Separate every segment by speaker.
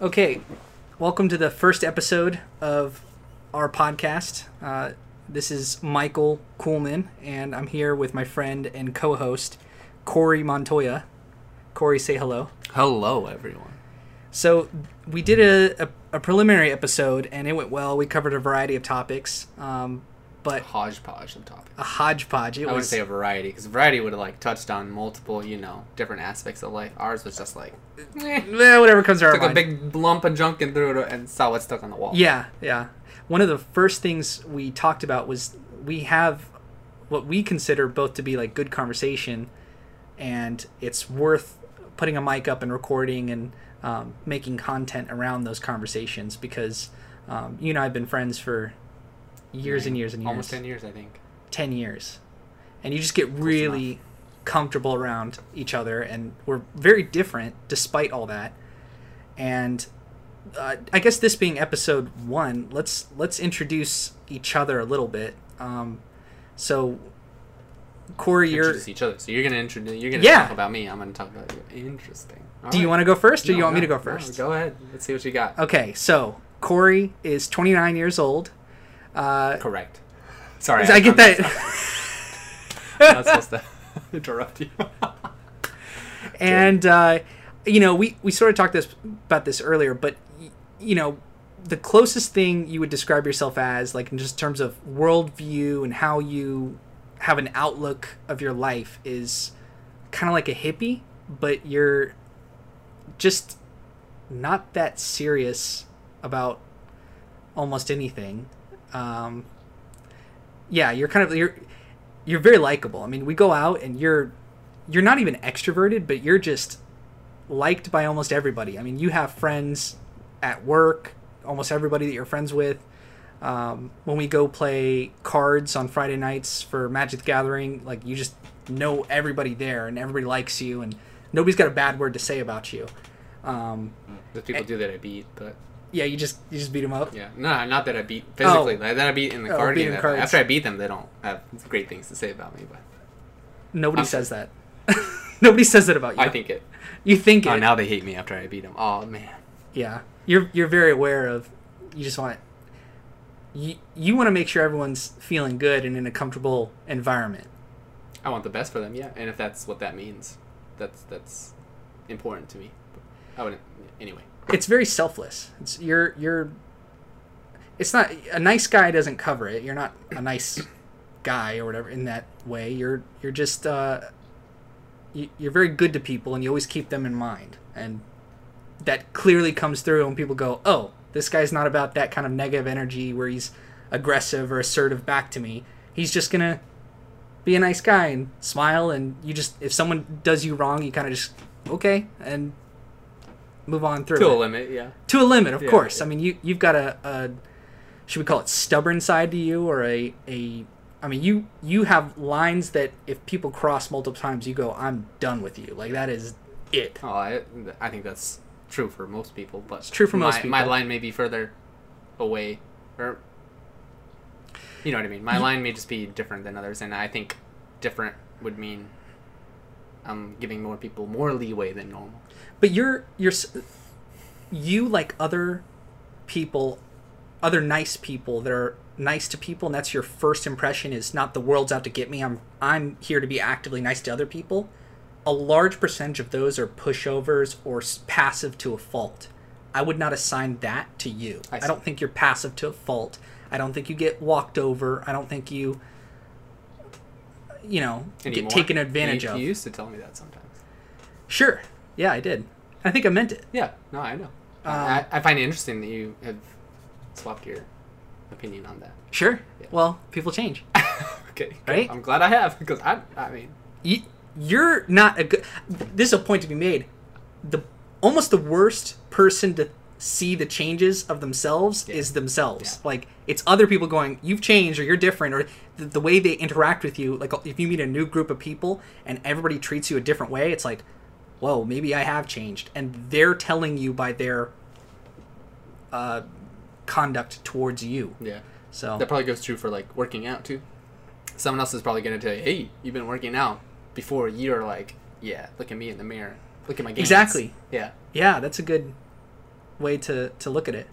Speaker 1: Okay, welcome to the first episode of our podcast. Uh, this is Michael Coolman, and I'm here with my friend and co host, Corey Montoya. Corey, say hello.
Speaker 2: Hello, everyone.
Speaker 1: So, we did a, a, a preliminary episode, and it went well. We covered a variety of topics, um, but
Speaker 2: Hodgepodge of topics.
Speaker 1: a hodgepodge. It
Speaker 2: I would
Speaker 1: was
Speaker 2: say a variety, because variety would have like touched on multiple, you know, different aspects of life. Ours was just like eh,
Speaker 1: Eh, whatever comes to our
Speaker 2: took
Speaker 1: mind.
Speaker 2: a big lump of junk and threw it and saw what stuck on the wall.
Speaker 1: Yeah, yeah. One of the first things we talked about was we have what we consider both to be like good conversation, and it's worth putting a mic up and recording and um, making content around those conversations because um, you and I have been friends for years and years and years,
Speaker 2: almost ten years, I think.
Speaker 1: 10 years, and you just get really comfortable around each other, and we're very different despite all that, and uh, I guess this being episode one, let's let's introduce each other a little bit. Um, so, Corey, you're.
Speaker 2: Introduce each other. So you're gonna introduce. You're gonna
Speaker 1: Yeah.
Speaker 2: talk about me. I'm gonna talk about you. Interesting.
Speaker 1: Do you want to go first, or you want me to go first?
Speaker 2: go ahead. Let's see what you got.
Speaker 1: Okay, so Corey is 29 years old. Uh,
Speaker 2: Correct. Sorry,
Speaker 1: I get
Speaker 2: I'm
Speaker 1: that,
Speaker 2: Not supposed to interrupt you.
Speaker 1: and uh, you know, we we sort of talked this about this earlier, but y- you know, the closest thing you would describe yourself as, like in just terms of worldview and how you have an outlook of your life, is kind of like a hippie, but you're just not that serious about almost anything. Um, yeah, you're kind of you're you're very likable. I mean, we go out and you're you're not even extroverted, but you're just liked by almost everybody. I mean, you have friends at work, almost everybody that you're friends with. Um, when we go play cards on Friday nights for Magic the Gathering, like you just know everybody there and everybody likes you and nobody's got a bad word to say about you. Um,
Speaker 2: Those people do that I beat, but
Speaker 1: yeah, you just you just beat them up.
Speaker 2: Yeah, no, not that I beat physically. like, that I beat in the
Speaker 1: Oh,
Speaker 2: card
Speaker 1: beating
Speaker 2: game. that-
Speaker 1: cards.
Speaker 2: After I beat them, they don't have great things to say about me. But
Speaker 1: Nobody
Speaker 2: I'm-
Speaker 1: says that. Nobody says that about you.
Speaker 2: I think it.
Speaker 1: you think
Speaker 2: Oh,
Speaker 1: it.
Speaker 2: now they hate me after I beat them. Oh man,
Speaker 1: yeah you're you're very aware of you just want you, you want to make sure everyone's feeling good and in a comfortable environment
Speaker 2: I want the best for them. Yeah, and if that's what that means, that's that's important to me. I wouldn't anyway.
Speaker 1: it's very selfless it's you're you're it's not a nice guy doesn't cover it you're not a nice guy or whatever in that way you're you're just uh you, you're very good to people and you always keep them in mind and that clearly comes through when people go oh this guy's not about that kind of negative energy where he's aggressive or assertive back to me he's just gonna be a nice guy and smile and you just if someone does you wrong you kind of just okay and move on through
Speaker 2: To
Speaker 1: it
Speaker 2: a limit, yeah.
Speaker 1: to a limit, of
Speaker 2: Yeah,
Speaker 1: course.
Speaker 2: yeah.
Speaker 1: I mean, you you've got a, a should we call it stubborn side to you, or a a I mean, you you have lines that if people cross multiple times, you go, I'm done with you. Like that is it.
Speaker 2: Oh, I, I think that's true for most people. But it's
Speaker 1: true for
Speaker 2: my,
Speaker 1: most
Speaker 2: My
Speaker 1: people.
Speaker 2: line may be further away, or you know what I mean. My line may just be different than others, and I think different would mean I'm giving more people more leeway than normal.
Speaker 1: But you're you're s- you like other people, other nice people that are nice to people, and that's your first impression is not the world's out to get me. I'm I'm here to be actively nice to other people. A large percentage of those are pushovers or s- passive to a fault. I would not assign that to you.
Speaker 2: I
Speaker 1: I, don't think you're passive to a fault. I don't think you get walked over. I don't think you, you know,
Speaker 2: Anymore.
Speaker 1: get taken advantage
Speaker 2: you,
Speaker 1: of.
Speaker 2: You used to tell me that sometimes.
Speaker 1: Sure. Yeah, I did. I think I meant it.
Speaker 2: Yeah, no, I know.
Speaker 1: Um,
Speaker 2: I, I find it interesting that you have swapped your opinion on that.
Speaker 1: Sure. Well, people change.
Speaker 2: Okay, good.
Speaker 1: Right?
Speaker 2: I'm glad I have because I, I mean,
Speaker 1: You, you're not a good. This is a point to be made. The almost the worst person to see the changes of themselves is themselves. Like it's other people going, "You've changed," or "You're different," or the, the way they interact with you. Like if you meet a new group of people and everybody treats you a different way, it's like, "Whoa, maybe I have changed," and they're telling you by their uh, conduct towards you.
Speaker 2: yeah.
Speaker 1: So
Speaker 2: That probably goes true for like working out too. Someone else is probably gonna tell you, "Hey, you've been working out." Before you're like, "Yeah, look at me in the mirror. Look at my gains."
Speaker 1: Exactly.
Speaker 2: Yeah.
Speaker 1: Yeah, that's a good way to to look at it.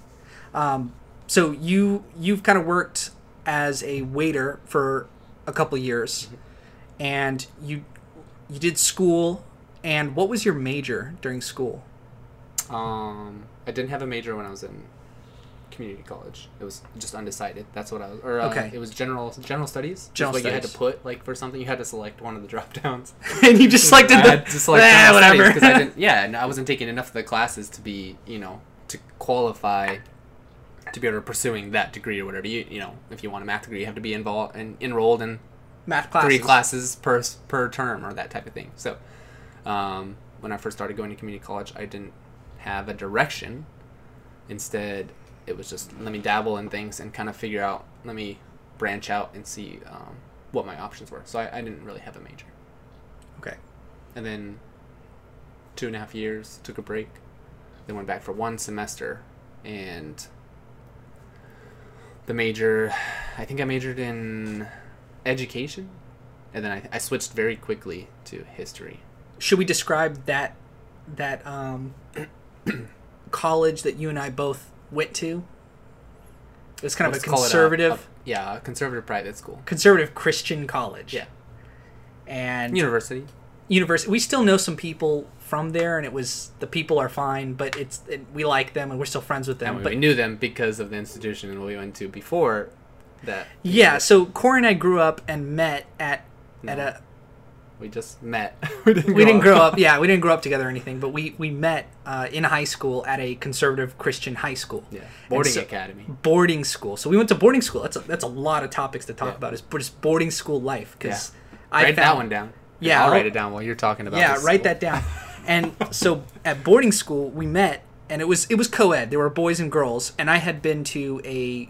Speaker 1: Um, so you you've kind of worked as a waiter for a couple years,
Speaker 2: Mm-hmm.
Speaker 1: and you you did school. And what was your major during school?
Speaker 2: Um, I didn't have a major when I was in community college. It was just undecided. That's what I was. Or uh,
Speaker 1: Okay.
Speaker 2: it was general general studies.
Speaker 1: General
Speaker 2: General what you had to
Speaker 1: studies.
Speaker 2: put like for something. You had to select one of the drop downs.
Speaker 1: and you just like did
Speaker 2: Hmm, I
Speaker 1: the
Speaker 2: just like
Speaker 1: "Ah, whatever.
Speaker 2: Because I didn't. Yeah, and I wasn't taking enough of the classes to be you know to qualify to be able to pursuing that degree or whatever. You you know if you want a math degree, you have to be involved and enrolled in
Speaker 1: math classes.
Speaker 2: three classes per s- per term or that type of thing. So, um, when I first started going to community college, I didn't have a direction. Instead, it was just let me dabble in things and kind of figure out. Let me branch out and see um, what my options were. So I, I didn't really have a major.
Speaker 1: Okay.
Speaker 2: And then two and a half years took a break. Then went back for one semester and the major i think i majored in education and then i, I switched very quickly to history
Speaker 1: Should we describe that that um, college that you and I both went to? It was kind of
Speaker 2: Let's
Speaker 1: a
Speaker 2: call it
Speaker 1: conservative,
Speaker 2: a- yeah a conservative private school
Speaker 1: conservative Christian college.
Speaker 2: Yeah.
Speaker 1: and
Speaker 2: university
Speaker 1: university. We still know some people from there, and it was the people are fine, but it's it, we like them, and we're still friends with them.
Speaker 2: and
Speaker 1: but
Speaker 2: we knew them because of the institution we went to before that
Speaker 1: yeah, so Corey and I grew up and met at at
Speaker 2: No.
Speaker 1: a
Speaker 2: we just met we didn't,
Speaker 1: we didn't grow up. Yeah, we didn't grow up together or anything, but we we met uh, in high school at a conservative Christian high school.
Speaker 2: yeah boarding
Speaker 1: so-
Speaker 2: academy
Speaker 1: Boarding school. So we went to boarding school. That's a, that's a lot of topics to talk
Speaker 2: Yeah.
Speaker 1: about. Is just boarding school life because I
Speaker 2: write that
Speaker 1: found-
Speaker 2: one down
Speaker 1: Yeah,
Speaker 2: i'll
Speaker 1: I'll-
Speaker 2: write it down while you're talking about
Speaker 1: Yeah,
Speaker 2: this
Speaker 1: write that
Speaker 2: school.
Speaker 1: down. and so at boarding school we met, and it was it was co-ed. There were boys and girls, and I had been to a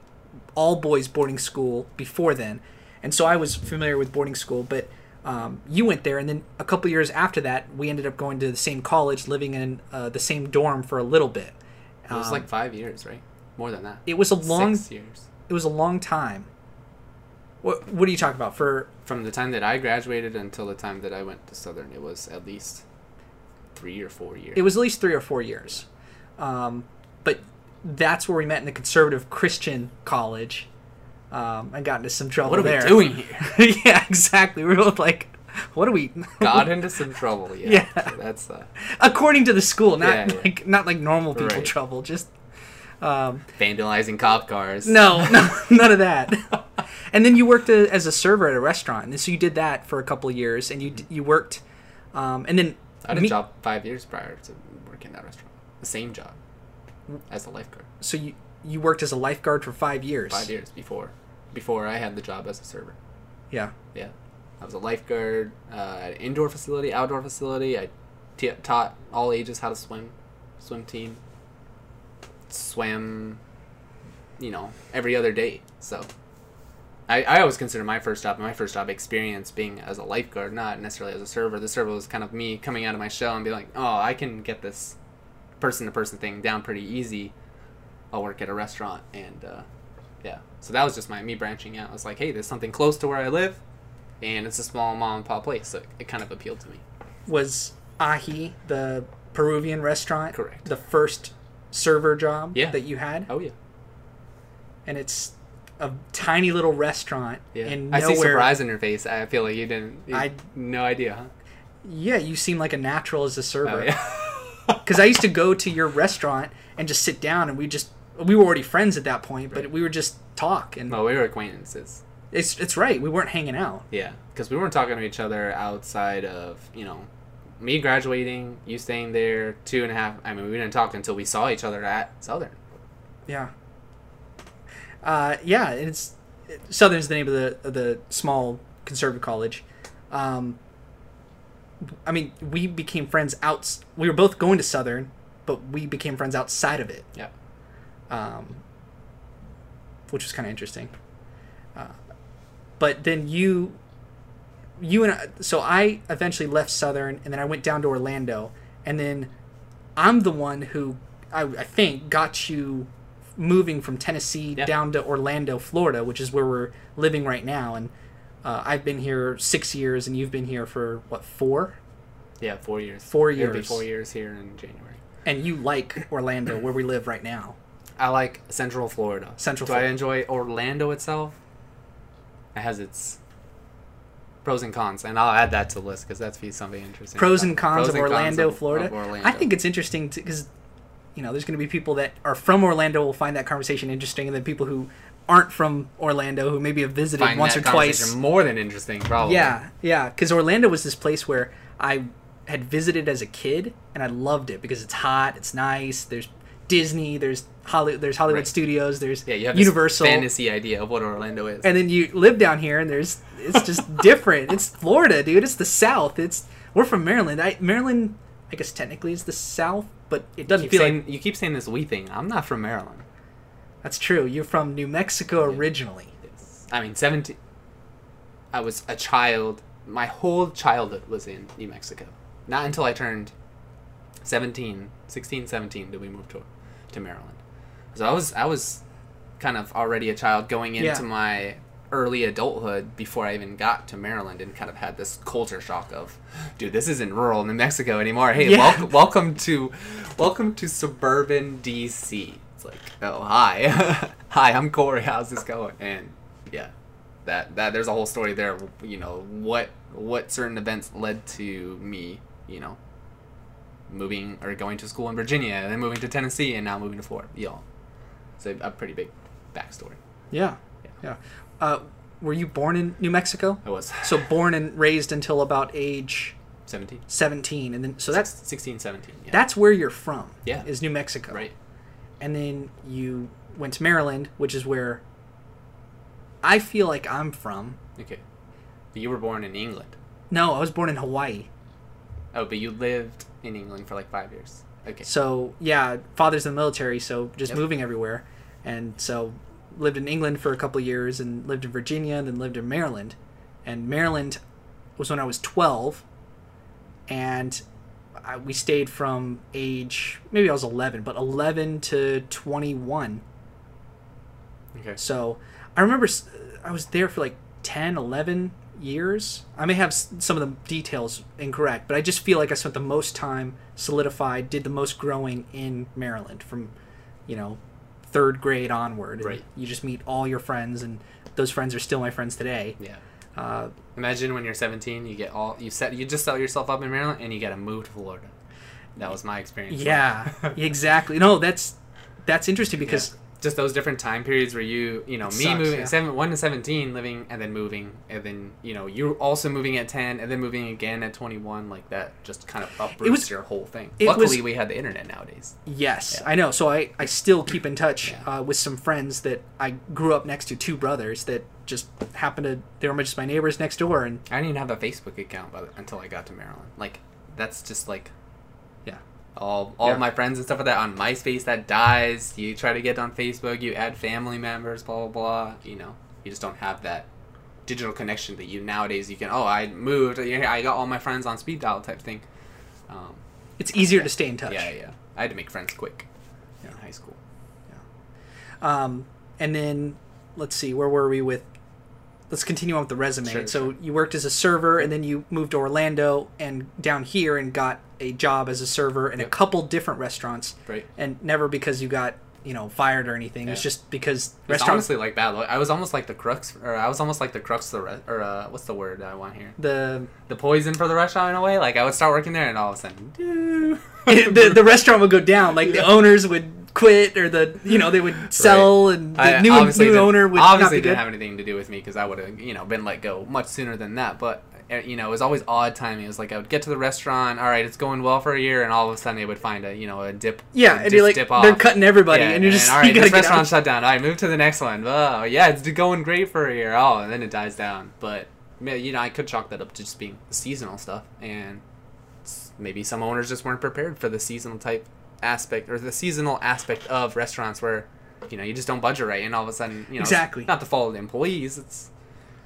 Speaker 1: all boys boarding school before then, and so I was familiar with boarding school. But um, you went there, and then a couple years after that, we ended up going to the same college, living in uh, the same dorm for a little bit.
Speaker 2: it was like five years right more than that
Speaker 1: Um, It was a long
Speaker 2: six years
Speaker 1: it was a long time. What what are you talking about? For
Speaker 2: from the time that I graduated until the time that I went to Southern, it was at least three or four years.
Speaker 1: it was at least three or four years. Um, but that's where we met in the conservative Christian college. Um, I got into some trouble
Speaker 2: what are
Speaker 1: there.
Speaker 2: we doing here?
Speaker 1: yeah, exactly. We were both like, what are we?
Speaker 2: Got into some trouble. Yeah,
Speaker 1: Yeah.
Speaker 2: So that's uh,
Speaker 1: According to the school, not
Speaker 2: Yeah, yeah.
Speaker 1: like not like normal people
Speaker 2: Right.
Speaker 1: trouble. Just um,
Speaker 2: vandalizing cop cars.
Speaker 1: no, no, none of that. And then you worked a, as a server at a restaurant, and so you did that for a couple of years, and you d- you worked, um, and then
Speaker 2: I had a
Speaker 1: me-
Speaker 2: job five years prior to working at that restaurant. The same job
Speaker 1: Mm.
Speaker 2: as a lifeguard.
Speaker 1: so you you worked as a lifeguard for five years.
Speaker 2: Five years before, before I had the job as a server.
Speaker 1: Yeah.
Speaker 2: Yeah, I was a lifeguard uh, at an indoor facility, outdoor facility. I t- taught all ages how to swim, swim team, swim. You know, every other day. So, I, I always consider my first job, my first job experience, being as a lifeguard, not necessarily as a server. The server was kind of me coming out of my shell and be like, oh, I can get this person to person thing down pretty easy. I'll work at a restaurant and. Uh, yeah, so that was just my me branching out. I was like, hey, there's something close to where I live and it's a small mom and pop place, so it kind of appealed to me.
Speaker 1: was Ahi, the Peruvian restaurant.
Speaker 2: Correct.
Speaker 1: The first server job
Speaker 2: Yeah.
Speaker 1: that you had.
Speaker 2: Oh yeah,
Speaker 1: And it's a tiny little restaurant
Speaker 2: yeah.
Speaker 1: in
Speaker 2: I
Speaker 1: nowhere.
Speaker 2: see surprise in your face. I feel like you didn't. you-
Speaker 1: I-
Speaker 2: no idea, huh?
Speaker 1: Yeah, you seem like a natural as a
Speaker 2: Oh,
Speaker 1: server.
Speaker 2: yeah.
Speaker 1: Cuz I used to go to your restaurant and just sit down and we just we were already friends at that point, but
Speaker 2: Right. Oh.
Speaker 1: we were just talk and
Speaker 2: well, we were acquaintances.
Speaker 1: it's it's right, we weren't hanging out.
Speaker 2: Yeah, because we weren't talking to each other outside of you know, me graduating, you staying there two and a half. I mean, we didn't talk until we saw each other at Southern.
Speaker 1: Yeah. Uh, yeah, and it's Southern's the name of the of the small conservative college. Um, I mean, we became friends out. We were both going to Southern, but we became friends outside of it,
Speaker 2: Yeah,
Speaker 1: um, which was kind of interesting. Uh, but then you, you and I, so I eventually left Southern, and then I went down to Orlando, and then I'm the one who I, I think got you moving from Tennessee
Speaker 2: Yeah.
Speaker 1: down to Orlando, Florida, which is where we're living right now. And uh, I've been here six years, and you've been here for what four?
Speaker 2: yeah. Four years.
Speaker 1: Four
Speaker 2: It'll be
Speaker 1: years.
Speaker 2: four years here in January.
Speaker 1: and you like Orlando, where we live right now.
Speaker 2: I like Central Florida.
Speaker 1: Central
Speaker 2: Do I
Speaker 1: Florida.
Speaker 2: enjoy Orlando itself? It has its pros and cons, and I'll add that to the list because that's be something interesting.
Speaker 1: Pros
Speaker 2: about-
Speaker 1: and cons
Speaker 2: pros
Speaker 1: of Orlando,
Speaker 2: of-
Speaker 1: Florida.
Speaker 2: of Orlando.
Speaker 1: I think it's interesting because, you know, there's going to be people that are from Orlando will find that conversation interesting, and then people who aren't from Orlando who maybe have visited
Speaker 2: Find
Speaker 1: once or
Speaker 2: that
Speaker 1: twice.
Speaker 2: conversation more than interesting, probably.
Speaker 1: Yeah, yeah. Because Orlando was this place where I had visited as a kid, and I loved it because it's hot, it's nice. There's Disney, there's Hollywood, there's Hollywood
Speaker 2: Right.
Speaker 1: Studios, there's
Speaker 2: Yeah, you have
Speaker 1: Universal,
Speaker 2: this fantasy idea of what Orlando is.
Speaker 1: and then you live down here, and there's it's just different. It's Florida, dude. It's the South. It's we're from Maryland. I, Maryland, I guess technically is the South, but it doesn't
Speaker 2: you, keep
Speaker 1: feel
Speaker 2: saying,
Speaker 1: like
Speaker 2: you keep saying this we thing. I'm not from Maryland.
Speaker 1: that's true. You're from New Mexico originally.
Speaker 2: I mean, 17. I was a child. My whole childhood was in New Mexico. Not until I turned 17, 16, 17 did we move to, to Maryland. So I was, I was kind of already a child going into
Speaker 1: Yeah.
Speaker 2: my early adulthood before I even got to Maryland and kind of had this culture shock of, dude, this isn't rural New Mexico anymore. Hey,
Speaker 1: Yeah.
Speaker 2: welcome, welcome to, welcome to suburban DC. It's like, oh hi, hi, I'm Corey. How's this going? And yeah, that that there's a whole story there. You know what what certain events led to me. You know, moving or going to school in Virginia and then moving to Tennessee and now moving to Florida. Y'all, it's a, a pretty big backstory.
Speaker 1: Yeah, yeah. Uh, were you born in New Mexico?
Speaker 2: I was
Speaker 1: So born and raised until about age
Speaker 2: 17,
Speaker 1: 17 and then so that's
Speaker 2: 16, 17. Yeah.
Speaker 1: that's where you're from
Speaker 2: Yeah.
Speaker 1: is new mexico
Speaker 2: right.
Speaker 1: and then you went to maryland which is where i feel like i'm from
Speaker 2: Okay, but you were born in England.
Speaker 1: no i was born in hawaii
Speaker 2: Oh, but you lived in England for like five years. Okay.
Speaker 1: so yeah father's in the military so just
Speaker 2: Yep.
Speaker 1: moving everywhere and so lived in england for a couple years and lived in virginia and then lived in maryland and maryland was when i was 12 and I, we stayed from age maybe i was 11 but 11 to 21
Speaker 2: Okay.
Speaker 1: So I remember s- I was there for like 10, 11 years. I may have s- some of the details incorrect, but I just feel like I spent the most time solidified, did the most growing in Maryland from, you know, third grade onward. And
Speaker 2: Right.
Speaker 1: You just meet all your friends, and those friends are still my friends today.
Speaker 2: Yeah.
Speaker 1: Uh,
Speaker 2: Imagine when you're 17, you get all you set, you just set yourself up in Maryland, and you got to move to Florida. That was my experience.
Speaker 1: yeah, exactly. No, that's that's interesting because
Speaker 2: because just those different time periods where you, you know,
Speaker 1: It
Speaker 2: me
Speaker 1: sucks,
Speaker 2: moving
Speaker 1: yeah.
Speaker 2: seven, one to 17, living and then moving, and then you know you're also moving at 10, and then moving again at 21, like that just kind of uproots
Speaker 1: was-
Speaker 2: your whole thing.
Speaker 1: it
Speaker 2: Luckily,
Speaker 1: was-
Speaker 2: we had the internet nowadays.
Speaker 1: Yes,
Speaker 2: Yeah.
Speaker 1: I know. So I, I still keep in touch
Speaker 2: Yeah.
Speaker 1: uh, with some friends that I grew up next to, two brothers that just happened to, they were just my neighbors next door. And
Speaker 2: I didn't even have a Facebook account by the, until I got to Maryland. Like that's just like
Speaker 1: yeah,
Speaker 2: all all
Speaker 1: Yeah.
Speaker 2: my friends and stuff like that on MySpace that dies. You try to get on Facebook, you add family members, blah blah blah. You know, you just don't have that digital connection that you nowadays you can. Oh, I moved. yeah, I got all my friends on speed dial type thing. Um,
Speaker 1: it's easier to stay in touch.
Speaker 2: yeah, yeah. I had to make friends quick in
Speaker 1: Yeah.
Speaker 2: high school.
Speaker 1: Um, and then let's see, where were we with? Let's continue on with the resume.
Speaker 2: Sure,
Speaker 1: so you worked as a server, and then you moved to Orlando and down here and got a job as a server in a
Speaker 2: Yep.
Speaker 1: couple different restaurants,
Speaker 2: Right.
Speaker 1: and never because you got you know fired or anything. It's
Speaker 2: Yeah.
Speaker 1: just because
Speaker 2: It's
Speaker 1: restaurants.
Speaker 2: honestly like bad luck. I was almost like the crux, or I was almost like the crux of the re- or uh, what's the word I want here?
Speaker 1: The,
Speaker 2: The poison for the restaurant in a way. Like I would start working there, and all of a sudden,
Speaker 1: the the restaurant would go down, like the
Speaker 2: Yeah.
Speaker 1: owners would quit or the you know they would sell, and the new
Speaker 2: obviously
Speaker 1: new
Speaker 2: didn't-
Speaker 1: owner would not
Speaker 2: obviously
Speaker 1: be
Speaker 2: didn't
Speaker 1: good.
Speaker 2: have anything to do with me because I would have you know been let go much sooner than that. But uh, you know it was always odd timing. It was like I would get to the restaurant, all right, it's going well for a year, and all of a sudden they would find a you know a dip.
Speaker 1: yeah,
Speaker 2: a
Speaker 1: and
Speaker 2: dip-
Speaker 1: you're like
Speaker 2: dip
Speaker 1: they're
Speaker 2: off.
Speaker 1: cutting everybody,
Speaker 2: Yeah,
Speaker 1: and you're just
Speaker 2: all
Speaker 1: you
Speaker 2: right,
Speaker 1: gotta
Speaker 2: this
Speaker 1: get out.
Speaker 2: restaurant shut down. All right, move to the next one. Oh yeah, it's going great for a year. Oh, and then it dies down. But ma- you know I could chalk that up to just being seasonal stuff, and s- maybe some owners just weren't prepared for the seasonal type aspect or the seasonal aspect of restaurants where you know you just don't budget right, and all of a sudden you know it's
Speaker 1: Exactly.
Speaker 2: not the fault of the employees. It's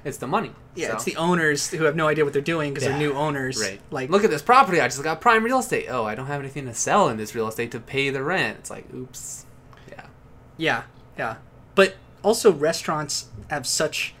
Speaker 2: it's the money.
Speaker 1: Yeah,
Speaker 2: So-
Speaker 1: it's the owners who have no idea what they're doing because
Speaker 2: Yeah,
Speaker 1: they're new owners.
Speaker 2: Right.
Speaker 1: Like,
Speaker 2: look at this property. I just got prime real estate. Oh, I don't have anything to sell in this real estate to pay the rent. It's like, oops. Yeah.
Speaker 1: yeah, yeah. But also, restaurants have such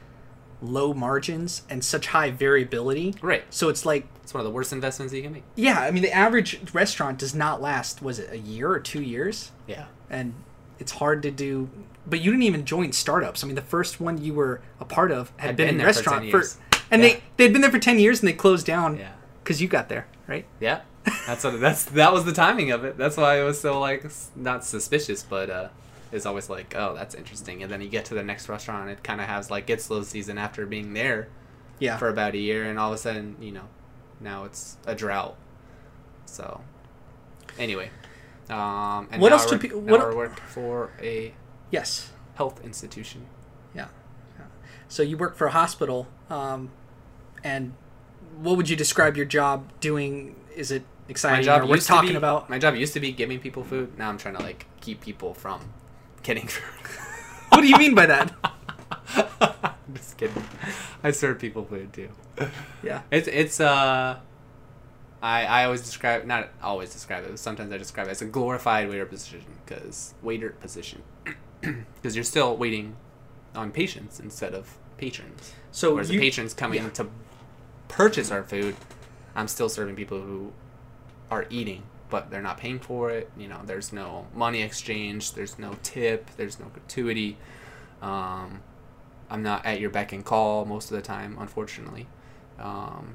Speaker 1: low margins and such high variability.
Speaker 2: Right.
Speaker 1: So it's like,
Speaker 2: It's one of the worst investments you can make.
Speaker 1: yeah, I mean, the average restaurant does not last, was it a year or two years?
Speaker 2: Yeah.
Speaker 1: And it's hard to do. But you didn't even join startups. I mean, the first one you were a part of had
Speaker 2: Had
Speaker 1: been,
Speaker 2: been
Speaker 1: in
Speaker 2: there for
Speaker 1: restaurant
Speaker 2: 10
Speaker 1: for,
Speaker 2: years.
Speaker 1: and
Speaker 2: Yeah.
Speaker 1: they they'd been there for ten years and they closed down
Speaker 2: Yeah.
Speaker 1: because you got there, right?
Speaker 2: Yeah. That's what, that's that was the timing of it. That's why it was so like s- not suspicious, but uh, it's always like, oh, that's interesting. And then you get to the next restaurant, it kind of has like its low season after being there
Speaker 1: Yeah.
Speaker 2: for about a year, and all of a sudden, you know, now it's a drought. So, anyway, um, and
Speaker 1: What
Speaker 2: now
Speaker 1: else do
Speaker 2: I work,
Speaker 1: peo-
Speaker 2: now
Speaker 1: what
Speaker 2: I
Speaker 1: el-
Speaker 2: work for a
Speaker 1: yes.
Speaker 2: health institution.
Speaker 1: Yeah. yeah. So you work for a hospital, um, and what would you describe your job doing? Is it exciting?
Speaker 2: my job
Speaker 1: or
Speaker 2: used
Speaker 1: worth
Speaker 2: to
Speaker 1: talking
Speaker 2: be,
Speaker 1: about?
Speaker 2: my job used to be giving people food. Now I'm trying to like keep people from getting food.
Speaker 1: What do you mean by that?
Speaker 2: Just kidding. I serve people food too.
Speaker 1: Yeah.
Speaker 2: It's it's uh, I I always describe not always describe it. But sometimes I describe it as a glorified waiter position because waiter position because you're still waiting on patients instead of patrons.
Speaker 1: So
Speaker 2: Whereas
Speaker 1: you-
Speaker 2: the patrons coming
Speaker 1: yeah.
Speaker 2: to purchase our food, I'm still serving people who are eating, but they're not paying for it. You know, there's no money exchange, there's no tip, there's no gratuity. Um, I'm not at your beck and call most of the time, unfortunately. Um,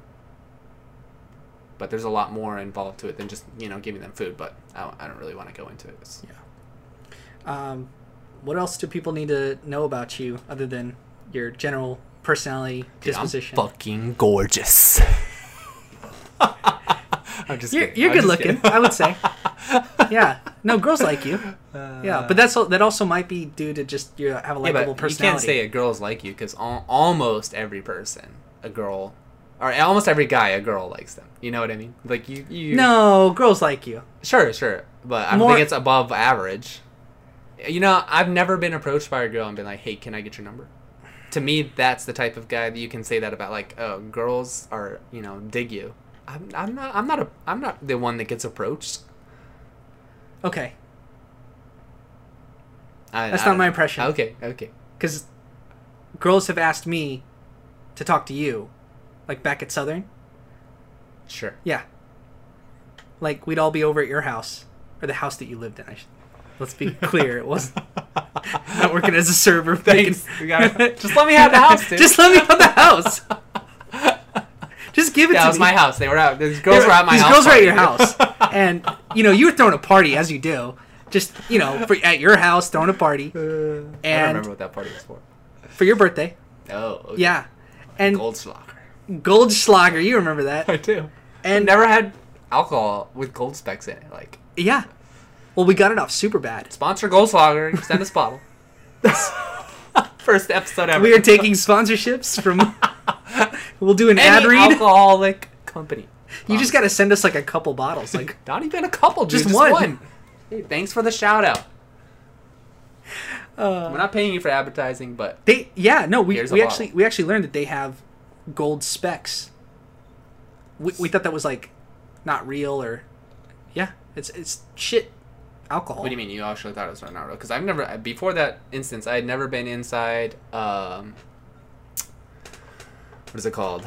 Speaker 2: but there's a lot more involved to it than just you know giving them food. But I don't, I don't really want to go into it. It's-
Speaker 1: Um, what else do people need to know about you other than your general personality
Speaker 2: Dude, I'm
Speaker 1: disposition?
Speaker 2: fucking gorgeous. I'm just
Speaker 1: You're,
Speaker 2: kidding.
Speaker 1: you're
Speaker 2: I'm
Speaker 1: good
Speaker 2: just kidding.
Speaker 1: looking, I would say. Yeah. No, girls like you. Yeah, but that's al- that also might be due to just you have a
Speaker 2: Uh, Yeah, but
Speaker 1: likable
Speaker 2: You
Speaker 1: personality.
Speaker 2: can't say a girl's like you because al- almost every person, a girl, or almost every guy, a girl likes them. You know what I mean? Like you, you.
Speaker 1: No, girls like you.
Speaker 2: Sure, sure, but I don't
Speaker 1: More-
Speaker 2: think it's above average. You know, I've never been approached by a girl and been like, "Hey, can I get your number?" To me, that's the type of guy that you can say that about. Like, oh, girls are, you know, dig you. I'm, I'm not, I'm not a, I'm not the one that gets approached.
Speaker 1: Okay,
Speaker 2: I,
Speaker 1: That's
Speaker 2: I
Speaker 1: not
Speaker 2: don't
Speaker 1: my
Speaker 2: know.
Speaker 1: impression.
Speaker 2: Okay, okay.
Speaker 1: because girls have asked me to talk to you, like back at Southern.
Speaker 2: Sure.
Speaker 1: Yeah. Like we'd all be over at your house or the house that you lived in. I should, let's be clear, it wasn't not working as a server.
Speaker 2: Thanks.
Speaker 1: making-
Speaker 2: We gotta- just let me have the house, dude.
Speaker 1: Just let me have the house. Just give it
Speaker 2: Yeah,
Speaker 1: to
Speaker 2: it was
Speaker 1: me.
Speaker 2: my house. They were out. These girls
Speaker 1: There-
Speaker 2: were at my
Speaker 1: these
Speaker 2: house.
Speaker 1: girls were at your
Speaker 2: party.
Speaker 1: house, and you know you were throwing a party as you do. Just you know, for, at your house throwing a party
Speaker 2: and I don't
Speaker 1: And-
Speaker 2: remember what that party was for.
Speaker 1: for your birthday.
Speaker 2: Oh, okay.
Speaker 1: Yeah, and
Speaker 2: Goldschlager.
Speaker 1: Goldschlager, you remember that?
Speaker 2: I do. And
Speaker 1: And
Speaker 2: never had alcohol with gold specks in it. Like
Speaker 1: yeah, well we got it off super bad.
Speaker 2: sponsor Goldschlager, send us a bottle. First episode ever.
Speaker 1: We are taking sponsorships from. we'll do an ad
Speaker 2: Any
Speaker 1: read.
Speaker 2: alcoholic company.
Speaker 1: You just
Speaker 2: Sponsor.
Speaker 1: gotta send us like a couple bottles. Like,
Speaker 2: not even a couple, dude,
Speaker 1: Just
Speaker 2: just,
Speaker 1: one.
Speaker 2: one. Hey, thanks for the shout out. We're
Speaker 1: uh,
Speaker 2: not paying you for advertising, but
Speaker 1: they yeah no we,
Speaker 2: Here's a
Speaker 1: we
Speaker 2: bottle.
Speaker 1: actually we actually learned that they have gold specs. We, we thought that was like not real or yeah it's it's shit alcohol.
Speaker 2: What do you mean? You actually thought it was not real? Because I've never before that instance, I had never been inside. Um, what is it called?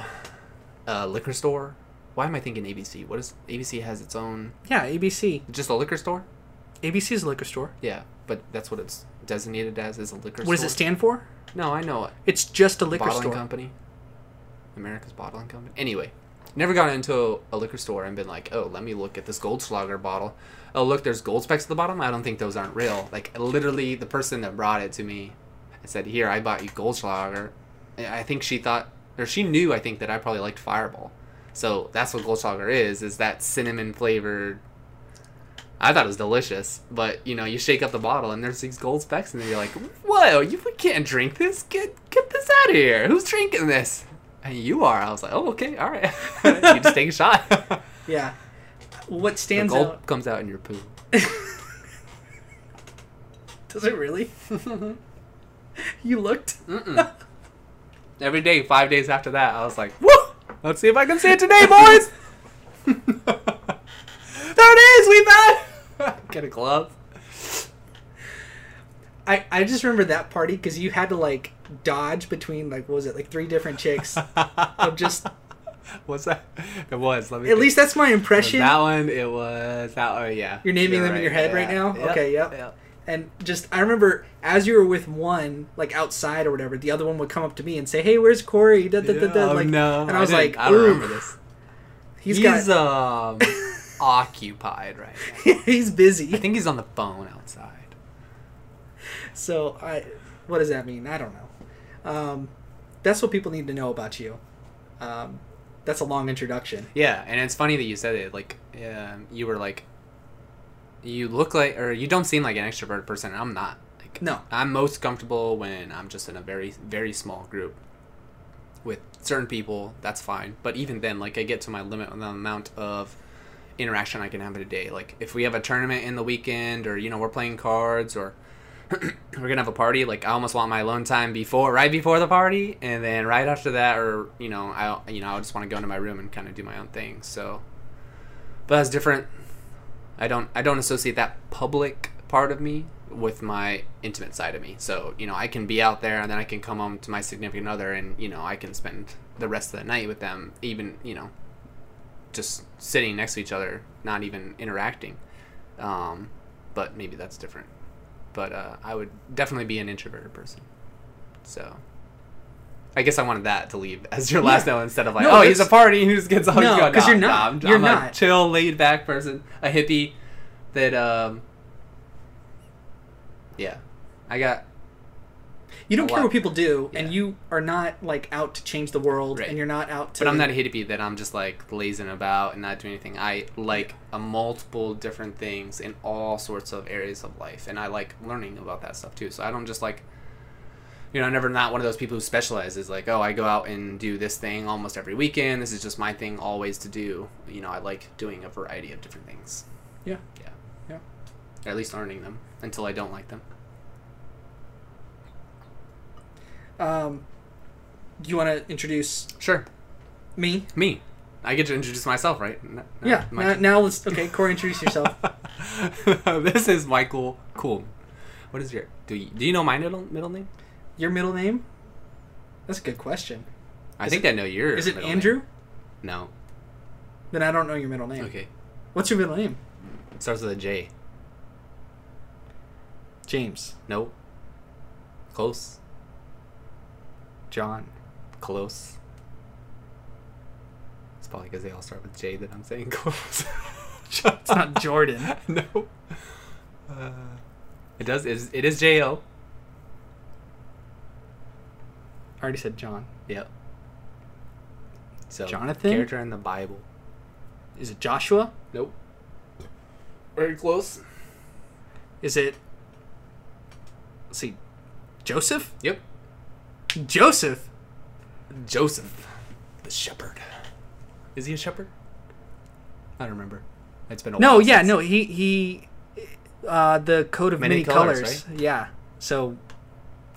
Speaker 2: A liquor store. Why am I thinking ABC? What is ABC has its own?
Speaker 1: Yeah, ABC
Speaker 2: Just a liquor store?
Speaker 1: ABC is a liquor store.
Speaker 2: Yeah, but that's what it's designated as is a liquor.
Speaker 1: What does it
Speaker 2: store.
Speaker 1: stand for?
Speaker 2: No, I know it.
Speaker 1: It's just a liquor
Speaker 2: bottling
Speaker 1: store.
Speaker 2: company. America's bottling company. Anyway, never gone into a liquor store and been like, oh, let me look at this Goldschlager bottle. Oh, look, there's gold specks at the bottom. I don't think those aren't real. Like literally, the person that brought it to me, I said, here, I bought you Goldschlager. And I think she thought, or she knew, I think that I probably liked Fireball. So that's what Goldschlager is. Is that cinnamon flavored. I thought it was delicious, but you know, you shake up the bottle and there's these gold specks, and then you're like, "Whoa, you we can't drink this! Get get this out of here! Who's drinking this?" And you are. I was like, "Oh, okay, all right." you just take a shot. the
Speaker 1: Yeah. What stands
Speaker 2: gold
Speaker 1: out?
Speaker 2: comes out in your poo.
Speaker 1: Does it really? you looked.
Speaker 2: Mm-mm. Every day, five days after that, I was like, "Woo! Let's see if I can see it today, boys." there it is. We found. it! Get a glove.
Speaker 1: I I just remember that party because you had to like dodge between like what was it like three different chicks of just
Speaker 2: What's that? It was. Let me
Speaker 1: at
Speaker 2: think.
Speaker 1: least that's my
Speaker 2: It was
Speaker 1: impression
Speaker 2: that one. It was that. Oh yeah.
Speaker 1: You're naming them in your head right now? Okay, yep. and just I remember as you were with one like outside or whatever the other one would come up to me and say hey where's Corey da, da, da, da,
Speaker 2: oh
Speaker 1: like
Speaker 2: no!
Speaker 1: and I was
Speaker 2: didn't-
Speaker 1: like
Speaker 2: I don't remember
Speaker 1: "Ooh,
Speaker 2: this.
Speaker 1: he's
Speaker 2: he's
Speaker 1: got
Speaker 2: um occupied right now.
Speaker 1: he's busy
Speaker 2: I think he's on the phone outside.
Speaker 1: so I what does that mean I don't know um, that's what people need to know about you um, that's a long introduction
Speaker 2: Yeah, and it's funny that you said it. Like, um, you were like, you look like, or you don't seem like an extroverted person. and I'm not. Like,
Speaker 1: No.
Speaker 2: I'm most comfortable when I'm just in a very, very small group with certain people. That's fine. But even then, like, I get to my limit on the amount of interaction I can have in a day. Like, if we have a tournament in the weekend, or you know, we're playing cards, or we're gonna have a party. Like I almost want my alone time before, right before the party, and then right after that, or you know, I you know I just want to go into my room and kind of do my own thing. So, but that's different. I don't I don't associate that public part of me with my intimate side of me. So you know I can be out there, and then I can come home to my significant other, and you know I can spend the rest of the night with them, even you know, just sitting next to each other, not even interacting. Um, but maybe that's different but uh, I would definitely be an introverted person. So, I guess I wanted that to leave as your last
Speaker 1: Yeah.
Speaker 2: note instead of like,
Speaker 1: No,
Speaker 2: oh, he's a
Speaker 1: that's-
Speaker 2: party who just gets all
Speaker 1: No,
Speaker 2: he's Oh, going.
Speaker 1: 'cause
Speaker 2: Nah,
Speaker 1: you're not.
Speaker 2: nah, I'm,
Speaker 1: You're
Speaker 2: I'm a
Speaker 1: not.
Speaker 2: chill, laid back person, a hippie that, um, yeah, I got
Speaker 1: you
Speaker 2: A
Speaker 1: don't care
Speaker 2: lot.
Speaker 1: what people do and
Speaker 2: Yeah.
Speaker 1: you are not like out to change the world
Speaker 2: Right.
Speaker 1: and you're not out to
Speaker 2: But I'm not e- a hippie that I'm just like lazing about and not doing anything. I like a multiple different things in all sorts of areas of life, and I like learning about that stuff too. So I don't just like, you know, I'm never not one of those people who specializes. Like, oh, I go out and do this thing almost every weekend. This is just my thing always to do. You know, I like doing a variety of different things.
Speaker 1: Yeah.
Speaker 2: Yeah.
Speaker 1: Yeah.
Speaker 2: Or at least learning them until I don't like them.
Speaker 1: um, do you want to introduce
Speaker 2: Sure.
Speaker 1: me
Speaker 2: Me. I get to introduce myself, right? N- n-
Speaker 1: yeah
Speaker 2: my-
Speaker 1: now, now let's okay Corey introduce yourself
Speaker 2: this is Michael Cool. What is your do you do you know my middle middle name?
Speaker 1: Your middle name? That's a good question.
Speaker 2: I
Speaker 1: Is
Speaker 2: think I know your.
Speaker 1: Is it
Speaker 2: middle
Speaker 1: Andrew?
Speaker 2: name. No.
Speaker 1: Then I don't know your middle name.
Speaker 2: Okay.
Speaker 1: What's your middle name?
Speaker 2: It starts with a J.
Speaker 1: James.
Speaker 2: No. Close.
Speaker 1: John.
Speaker 2: Close. It's probably because they all start with J that I'm saying close. Shut
Speaker 1: It's not Jordan.
Speaker 2: up. No. Uh, it does. It is, it is J O.
Speaker 1: I already said John.
Speaker 2: Yep. So
Speaker 1: Jonathan?
Speaker 2: character in the Bible.
Speaker 1: Is it Joshua?
Speaker 2: Nope. Very close.
Speaker 1: Is it let's see Joseph?
Speaker 2: Yep.
Speaker 1: Joseph?
Speaker 2: Joseph, the shepherd. Is he a shepherd? I don't remember. It's been a
Speaker 1: No,
Speaker 2: while
Speaker 1: yeah,
Speaker 2: since-
Speaker 1: no, he he uh the coat of many,
Speaker 2: Many
Speaker 1: colors.
Speaker 2: colors,
Speaker 1: Yeah. So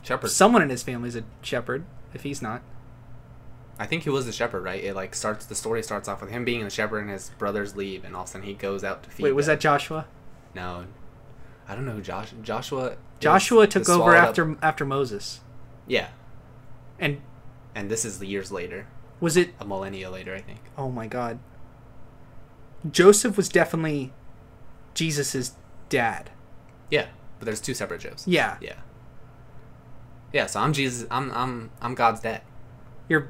Speaker 2: shepherd.
Speaker 1: someone in his family is a shepherd, if he's not.
Speaker 2: I think he was a shepherd, right? It like starts the story starts off with him being a shepherd and his brothers leave, and all of a sudden he goes out to feed.
Speaker 1: Wait, was
Speaker 2: them.
Speaker 1: that Joshua?
Speaker 2: no? I don't know. who Josh Joshua. is
Speaker 1: Joshua
Speaker 2: the
Speaker 1: took over
Speaker 2: swallowed up-
Speaker 1: after after Moses.
Speaker 2: Yeah,
Speaker 1: And
Speaker 2: and this is years later,
Speaker 1: was it
Speaker 2: a millennia later, I think.
Speaker 1: Oh my god. Joseph was definitely Jesus's dad.
Speaker 2: Yeah, but there's two separate Joes.
Speaker 1: Yeah.
Speaker 2: Yeah. Yeah. So I'm Jesus. I'm I'm I'm God's dad.
Speaker 1: You're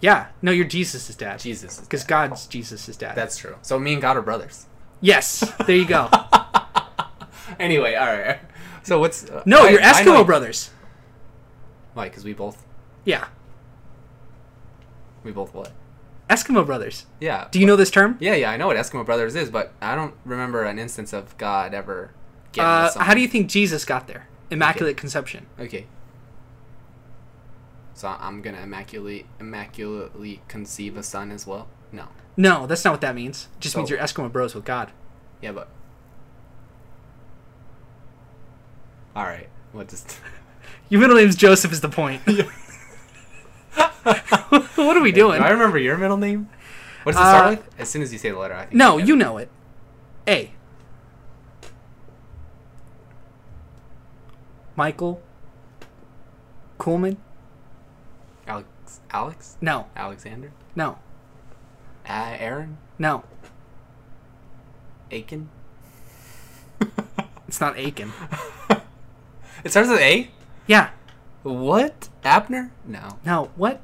Speaker 1: Yeah. No, you're Jesus's dad.
Speaker 2: Jesus. is
Speaker 1: Because
Speaker 2: dad.
Speaker 1: God's Jesus's dad.
Speaker 2: That's true. So me and God are brothers.
Speaker 1: Yes. There you go.
Speaker 2: Anyway, all right. So what's uh,
Speaker 1: No,
Speaker 2: I-
Speaker 1: you're
Speaker 2: I
Speaker 1: Eskimo
Speaker 2: know-
Speaker 1: brothers.
Speaker 2: Why? Because we both
Speaker 1: Yeah.
Speaker 2: we both what?
Speaker 1: Eskimo brothers.
Speaker 2: Yeah.
Speaker 1: Do you know this term?
Speaker 2: yeah, yeah. I know what Eskimo brothers is, but I don't remember an instance of God ever. Getting
Speaker 1: Uh,
Speaker 2: something.
Speaker 1: how do you think Jesus got there? Immaculate conception.
Speaker 2: Okay. So I'm gonna immaculate, immaculately conceive a son as well. No.
Speaker 1: No, that's not what that means. It just means
Speaker 2: Oh.
Speaker 1: you're Eskimo bros with God.
Speaker 2: Yeah, but. All right. What does?
Speaker 1: Your middle name's Joseph is the point. what are we
Speaker 2: Do
Speaker 1: doing?
Speaker 2: I remember your middle name? What does it
Speaker 1: Uh,
Speaker 2: start with? As soon as you say the letter, I think.
Speaker 1: No,
Speaker 2: get
Speaker 1: you
Speaker 2: it.
Speaker 1: know it. A. Michael Coolman
Speaker 2: Alex, Alex,
Speaker 1: No,
Speaker 2: Alexander,
Speaker 1: no,
Speaker 2: uh, Aaron,
Speaker 1: no.
Speaker 2: Aiken.
Speaker 1: It's not Aiken.
Speaker 2: It starts with A.
Speaker 1: Yeah,
Speaker 2: What? Abner? No.
Speaker 1: no. What?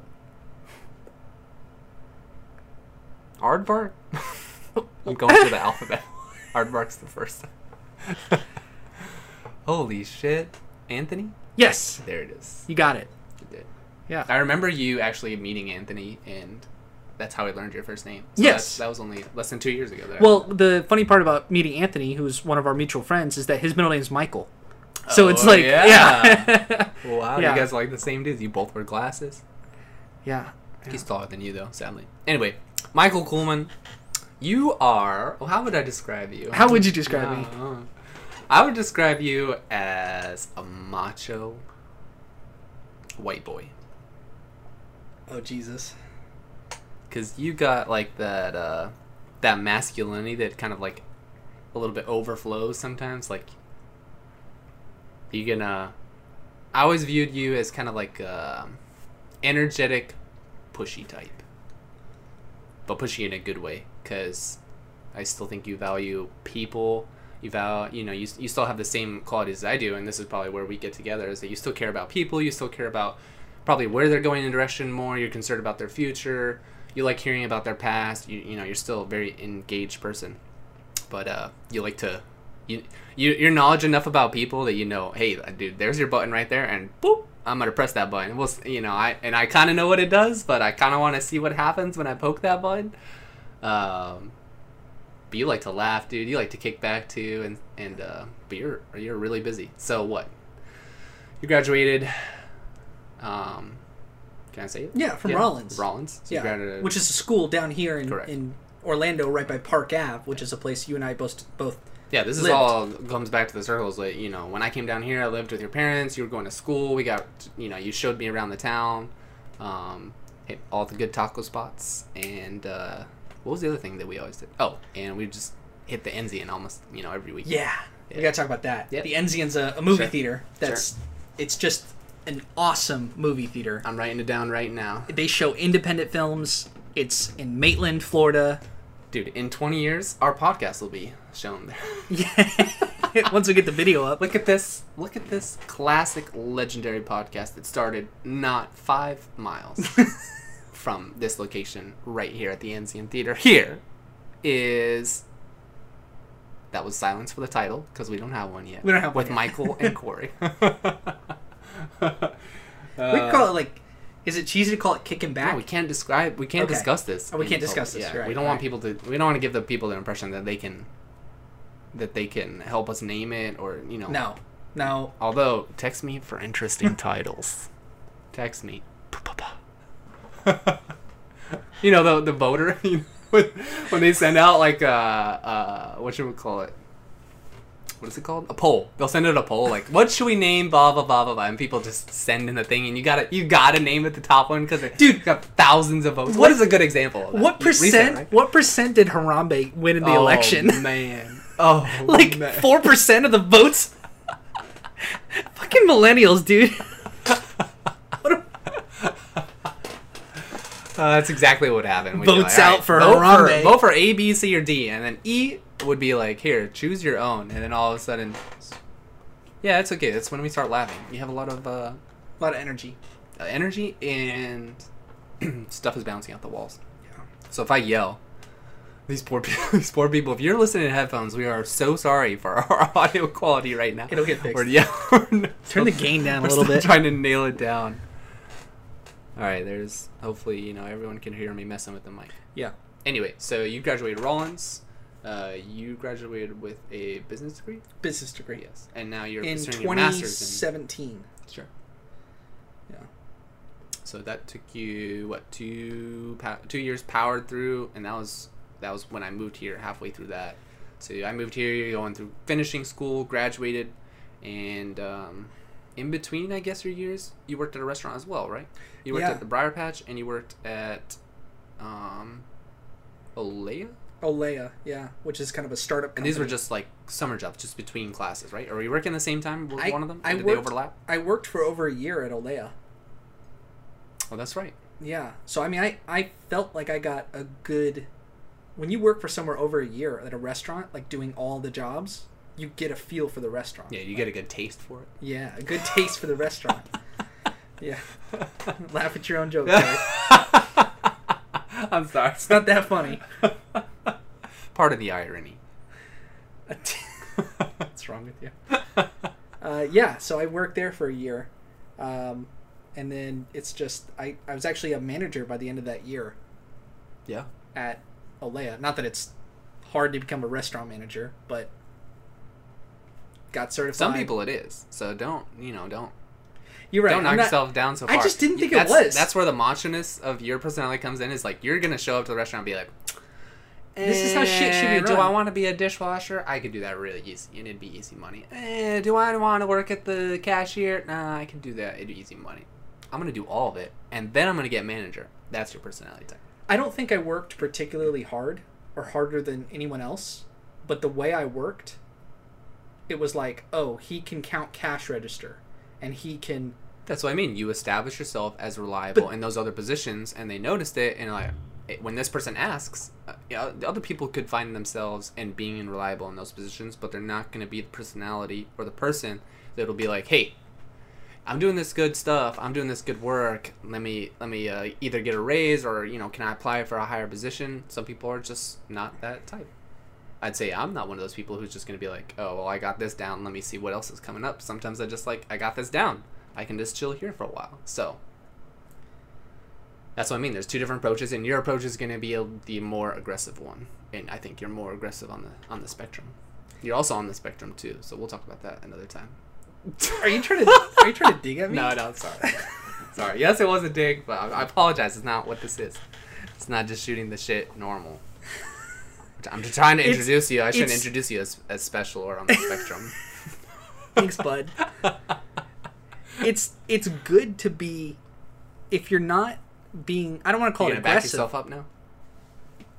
Speaker 2: Aardvark? I'm going through the alphabet. Aardvark's the first. Holy shit. Anthony?
Speaker 1: Yes,
Speaker 2: There it is.
Speaker 1: you got it.
Speaker 2: You did.
Speaker 1: Yeah.
Speaker 2: I remember you actually meeting Anthony, and that's how I learned your first name.
Speaker 1: Yes.
Speaker 2: that's- That, was only less than two years ago. There.
Speaker 1: Well, the funny part about meeting Anthony, who's one of our mutual friends, is that his middle name's Michael. So it's
Speaker 2: Oh,
Speaker 1: like,
Speaker 2: yeah.
Speaker 1: yeah,
Speaker 2: wow,
Speaker 1: yeah.
Speaker 2: you guys are like the same dudes. You both wear glasses.
Speaker 1: yeah.
Speaker 2: He's taller than you, though, sadly. Anyway, Michael Kuhlman, you are. Well, how would I describe you?
Speaker 1: How would you describe me?
Speaker 2: Uh, I would describe you as a macho white boy.
Speaker 1: Oh Jesus.
Speaker 2: Cause you got like that uh that masculinity that kind of like a little bit overflows sometimes. Like you can uh I always viewed you as kind of like uh energetic pushy type. But pushy in a good way, because I still think you value people. You value, you know, you, you still have the same qualities as I do, and this is probably where we get together is that you still care about people, you still care about probably where they're going in direction more, you're concerned about their future, you like hearing about their past, you, you know, you're still a very engaged person. But uh, you like to, you, you, you're knowledge enough about people that you know, hey, uh, dude, there's your button right there, and boop, I'm gonna press that button. We'll, s- you know, I and I kind of know what it does, but I kind of want to see what happens when I poke that button. Um, but you like to laugh, dude. You like to kick back too, and and uh, but you're you're really busy. So what? You graduated. Um, can I say it?
Speaker 3: Yeah, from Rollins.
Speaker 2: Rollins. So you
Speaker 3: Yeah,
Speaker 2: graduated-
Speaker 3: which is a school down here in,
Speaker 2: Correct.
Speaker 3: in Orlando, right by Park Ave, which is a place you and I both both.
Speaker 2: yeah, this is
Speaker 3: lived.
Speaker 2: all comes back to the circles that you know. When I came down here, I lived with your parents. You were going to school. We got you know you showed me around the town, um, hit all the good taco spots, and uh, what was the other thing that we always did? Oh, and we just hit the Enzian almost you know every week.
Speaker 3: Yeah, we
Speaker 2: Yeah.
Speaker 3: gotta talk about that.
Speaker 2: Yeah.
Speaker 3: The Enzian's a, a movie
Speaker 2: Sure.
Speaker 3: theater. That's it's just an awesome movie theater.
Speaker 2: I'm writing it down right now.
Speaker 3: They show independent films. It's in Maitland, Florida.
Speaker 2: Dude, in 20 years, our podcast will be shown there.
Speaker 3: Once we get the video up,
Speaker 2: Look at this. Look at this classic legendary podcast that started not five miles from this location right here at the Anzian Theater. Here is. That was silence for the title because we don't have one yet.
Speaker 3: We don't have one
Speaker 2: With
Speaker 3: yet.
Speaker 2: Michael and Corey.
Speaker 3: we can call it like. Is it cheesy to call it kicking back?
Speaker 2: Uh, No, we can't describe. We can't
Speaker 3: Okay.
Speaker 2: discuss this.
Speaker 3: Oh, we
Speaker 2: in
Speaker 3: can't
Speaker 2: public.
Speaker 3: discuss this,
Speaker 2: Yeah,
Speaker 3: right,
Speaker 2: we don't want
Speaker 3: right.
Speaker 2: people to. We don't want to give the people the impression that they can. That they can help us name it, or you know.
Speaker 3: no, no.
Speaker 2: Although, text me for interesting titles. Text me. Pa-pa-pa. you know the the voter you know, when when they send out like uh uh what should we call it? What is it called? A poll. They'll send out a poll like, "What should we name?" Blah blah blah blah blah, and people just send in the thing, and you gotta you gotta name it the top one because
Speaker 3: Dude.
Speaker 2: got thousands of votes.
Speaker 3: What-
Speaker 2: what is a good example? Of that?
Speaker 1: What
Speaker 2: Recent,
Speaker 1: percent?
Speaker 2: right?
Speaker 1: What percent did Harambe win in the election?
Speaker 2: Oh man. Oh
Speaker 1: like
Speaker 2: man.
Speaker 1: four percent of the votes. Fucking millennials, dude.
Speaker 2: Uh, that's exactly what happened. We'd be
Speaker 1: Votes
Speaker 2: "All
Speaker 1: out for
Speaker 2: vote
Speaker 1: Harambe."
Speaker 2: for vote for A, B, C, or D, and then E would be like, here, choose your own, and then all of a sudden, yeah, it's okay. That's when we start laughing. You have a lot of uh,
Speaker 3: A lot of energy.
Speaker 2: uh, energy and stuff is bouncing off the walls. So if I yell, these poor people, these poor people. If you're listening to headphones, we are so sorry for our audio quality right now.
Speaker 3: It'll get fixed.
Speaker 2: We're, yeah, we're
Speaker 1: Turn the gain down a
Speaker 2: we're
Speaker 1: little
Speaker 2: still
Speaker 1: bit.
Speaker 2: Trying to nail it down. All right, there's hopefully you know everyone can hear me messing with the mic.
Speaker 3: Yeah.
Speaker 2: Anyway, so you graduated Rollins. Uh, you graduated with a business degree.
Speaker 3: Business degree.
Speaker 2: Yes, and now you're
Speaker 3: In
Speaker 2: pursuing your master's.
Speaker 3: 2017.
Speaker 2: In, sure.
Speaker 3: Yeah.
Speaker 2: So that took you what two pa- two years powered through, and that was that was when I moved here halfway through that. So I moved here, going through finishing school, graduated, and um, in between, I guess your years, you worked at a restaurant as well, right? You worked
Speaker 3: Yeah.
Speaker 2: at the Briar Patch, and you worked at um, Olea.
Speaker 3: Olea, yeah, which is kind of a startup.
Speaker 2: And these were
Speaker 3: company.
Speaker 2: just like summer jobs, just between classes, right? Or were you working the same time with
Speaker 3: I-
Speaker 2: one of them?
Speaker 3: I
Speaker 2: Did
Speaker 3: worked-
Speaker 2: they overlap?
Speaker 3: I worked for over a year at Olea.
Speaker 2: Well, Oh, that's right.
Speaker 1: Yeah. So I mean, I I felt like I got a good. When you work for somewhere over a year at a restaurant, like doing all the jobs, you get a feel for the restaurant.
Speaker 2: Yeah, you get a good taste for it.
Speaker 1: Yeah, a good taste for the restaurant. Yeah. Laugh at your own joke. Terry.
Speaker 2: I'm sorry.
Speaker 1: It's not that funny.
Speaker 2: Part of the irony.
Speaker 1: A t-
Speaker 2: What's wrong with you?
Speaker 1: Uh, yeah, so I worked there for a year, um, and then it's just I I was actually a manager by the end of that year
Speaker 2: yeah.
Speaker 1: at Olea. Not that it's hard to become a restaurant manager, but got certified.
Speaker 2: Some people it is. So don't you know? Don't
Speaker 1: you're right.
Speaker 2: don't knock
Speaker 1: I'm not-
Speaker 2: yourself down so
Speaker 1: I
Speaker 2: far.
Speaker 1: just didn't think it
Speaker 2: that's,
Speaker 1: was.
Speaker 2: That's where the manchiness of your personality comes in. Is like you're gonna show up to the restaurant and be like,
Speaker 1: This is how shit should be
Speaker 2: "Eh, Do
Speaker 1: run."
Speaker 2: I want to be a dishwasher? I could do that really easy, and it'd be easy money. Eh, do I want to work at the cashier? Nah, I can do that. It'd be easy money. I'm gonna do all of it, and then I'm gonna get manager. That's your personality type.
Speaker 1: I don't think I worked particularly hard or harder than anyone else, but the way I worked, it was like, oh, he can count cash register, and he can.
Speaker 2: That's what I mean. You establish yourself as reliable in those other positions, and they noticed it. And like, it- when this person asks, uh, you know, the other people could find themselves and being in reliable in those positions, but they're not going to be the personality or the person that'll be like, "Hey, I'm doing this good stuff. I'm doing this good work. Let me let me uh, either get a raise or you know, can I apply for a higher position?" Some people are just not that type. I'd say I'm not one of those people who's just gonna be like, oh well, I got this down. Let me see what else is coming up. Sometimes I just like I got this down. I can just chill here for a while. So that's what I mean. There's two different approaches, and your approach is gonna be a, the more aggressive one. And I think you're more aggressive on the on the spectrum. You're also on the spectrum too. So we'll talk about that another time.
Speaker 1: Are you trying to? are you trying to dig at me?
Speaker 2: No, no, sorry, sorry. Yes, it was a dig, but I, I apologize. It's not what this is. It's not just shooting the shit normal. I'm just trying to
Speaker 1: It's-
Speaker 2: introduce you. I shouldn't
Speaker 1: it's-
Speaker 2: introduce you as, as special or on the spectrum.
Speaker 1: Thanks, bud. it's it's good to be, if you're not being, I don't want to call
Speaker 2: You
Speaker 1: it
Speaker 2: gonna back
Speaker 1: aggressive.
Speaker 2: yourself up now?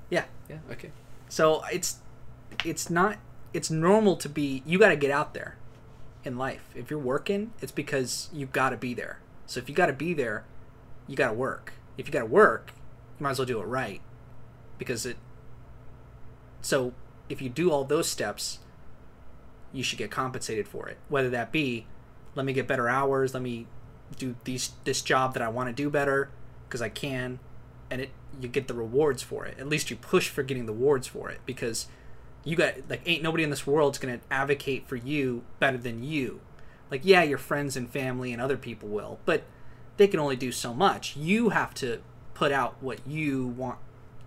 Speaker 1: Yeah.
Speaker 2: Yeah. Okay.
Speaker 1: So it's it's not it's normal to be you got to get out there in life. If you're working, it's because you got to be there. So if you got to be there, you got to work. If you got to work, you might as well do it right because it so if you do all those steps, you should get compensated for it. Whether that be let me get better hours, let me do these this job that I want to do better because I can and it you get the rewards for it. At least you push for getting the rewards for it because you got like ain't nobody in this world's gonna advocate for you better than you. Like yeah, your friends and family and other people will, but they can only do so much. You have to put out what you want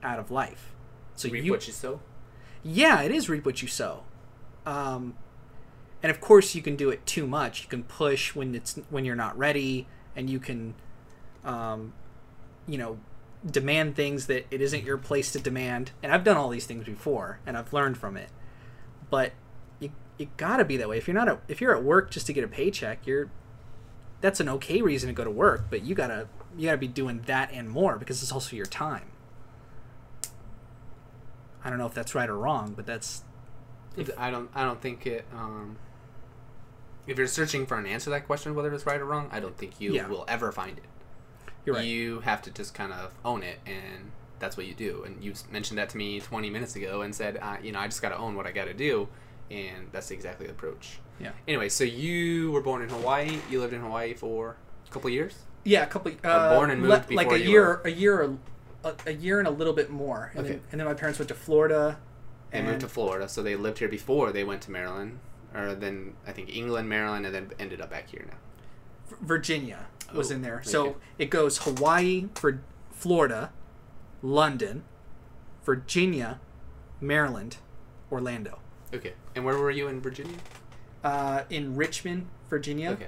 Speaker 1: out of life. So
Speaker 2: Reap
Speaker 1: you
Speaker 2: what you sow.
Speaker 1: yeah, it is reap what you sow. Um, and of course, you can do it too much. You can push when it's when you're not ready, and you can, um, you know, demand things that it isn't your place to demand. And I've done all these things before, and I've learned from it. But you you gotta be that way. If you're not a, if you're at work just to get a paycheck, you're that's an okay reason to go to work. But you gotta you gotta be doing that and more because it's also your time. I don't know if that's right or wrong, but that's
Speaker 2: I don't. I don't think it. Um, if you're searching for an answer to that question, whether it's right or wrong, I don't think you
Speaker 1: Yeah.
Speaker 2: will ever find it.
Speaker 1: you're right.
Speaker 2: You have to just kind of own it, and that's what you do. And you s- mentioned that to me 20 minutes ago, and said, uh, you know, I just got to own what I got to do, and that's exactly the approach.
Speaker 1: Yeah.
Speaker 2: Anyway, so you were born in Hawaii. You lived in Hawaii for a couple years.
Speaker 1: Yeah, a couple. Uh,
Speaker 2: born and
Speaker 1: le-
Speaker 2: moved
Speaker 1: like
Speaker 2: before
Speaker 1: a
Speaker 2: you
Speaker 1: year, a year, a, a year and a little bit more, and,
Speaker 2: Okay.
Speaker 1: then, and then my parents went to Florida.
Speaker 2: They
Speaker 1: and
Speaker 2: moved to Florida, so they lived here before they went to Maryland, or then I think England, Maryland, and then ended up back here now.
Speaker 1: V- Virginia was
Speaker 2: Oh,
Speaker 1: in there, so
Speaker 2: okay.
Speaker 1: it goes Hawaii for Florida, London, Virginia, Maryland, Orlando.
Speaker 2: Okay. And where were you in Virginia?
Speaker 1: Uh, in Richmond, Virginia.
Speaker 2: Okay.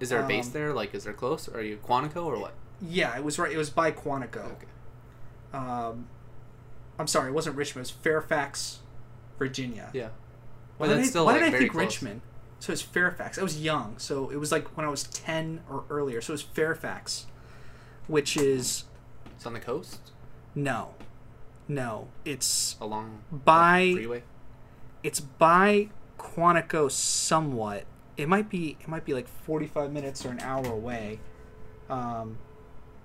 Speaker 2: Is there a base
Speaker 1: Um,
Speaker 2: there? Like, is there close? Are you Quantico or what?
Speaker 1: Yeah, it was right. It was by Quantico.
Speaker 2: Okay.
Speaker 1: Um, I'm sorry, it wasn't Richmond. It was Fairfax, Virginia.
Speaker 2: Yeah.
Speaker 1: Why
Speaker 2: But
Speaker 1: did,
Speaker 2: that's
Speaker 1: I,
Speaker 2: still,
Speaker 1: why
Speaker 2: like,
Speaker 1: did I
Speaker 2: very
Speaker 1: think
Speaker 2: close.
Speaker 1: Richmond? So it's Fairfax. I was young, so it was like when I was ten or earlier. So it was Fairfax, which is
Speaker 2: It's on the coast
Speaker 1: no, no. It's
Speaker 2: along
Speaker 1: by
Speaker 2: freeway.
Speaker 1: it's by Quantico somewhat. It might be it might be like forty five minutes or an hour away. Um,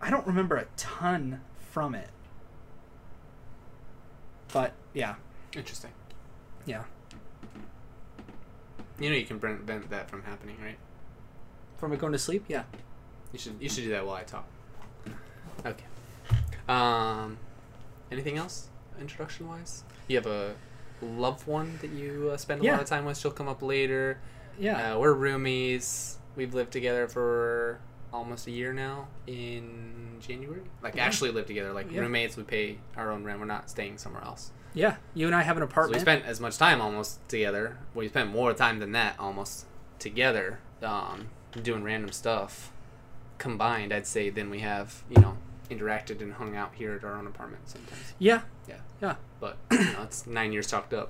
Speaker 1: I don't remember a ton from it. But yeah,
Speaker 2: Interesting.
Speaker 1: yeah.
Speaker 2: You know you can prevent that from happening, right?
Speaker 1: From it going to sleep, yeah.
Speaker 2: You should you should do that while I talk. Okay. Um, anything else introduction wise? You have a loved one that you uh, spend a
Speaker 1: Yeah.
Speaker 2: lot of time with. She'll come up later.
Speaker 1: Yeah.
Speaker 2: Uh, we're roomies. We've lived together for almost a year now. In January, like actually lived together, like
Speaker 1: Yeah.
Speaker 2: roommates. We pay our own rent. We're not staying somewhere else.
Speaker 1: yeah. You and I have an
Speaker 2: So we
Speaker 1: apartment.
Speaker 2: spent as much time almost together. We spent more time than that almost together, um, doing random stuff combined. I'd say than we have, you know, interacted and hung out here at our own apartment sometimes.
Speaker 1: yeah.
Speaker 2: Yeah,
Speaker 1: Yeah.
Speaker 2: but you know, it's nine years chalked up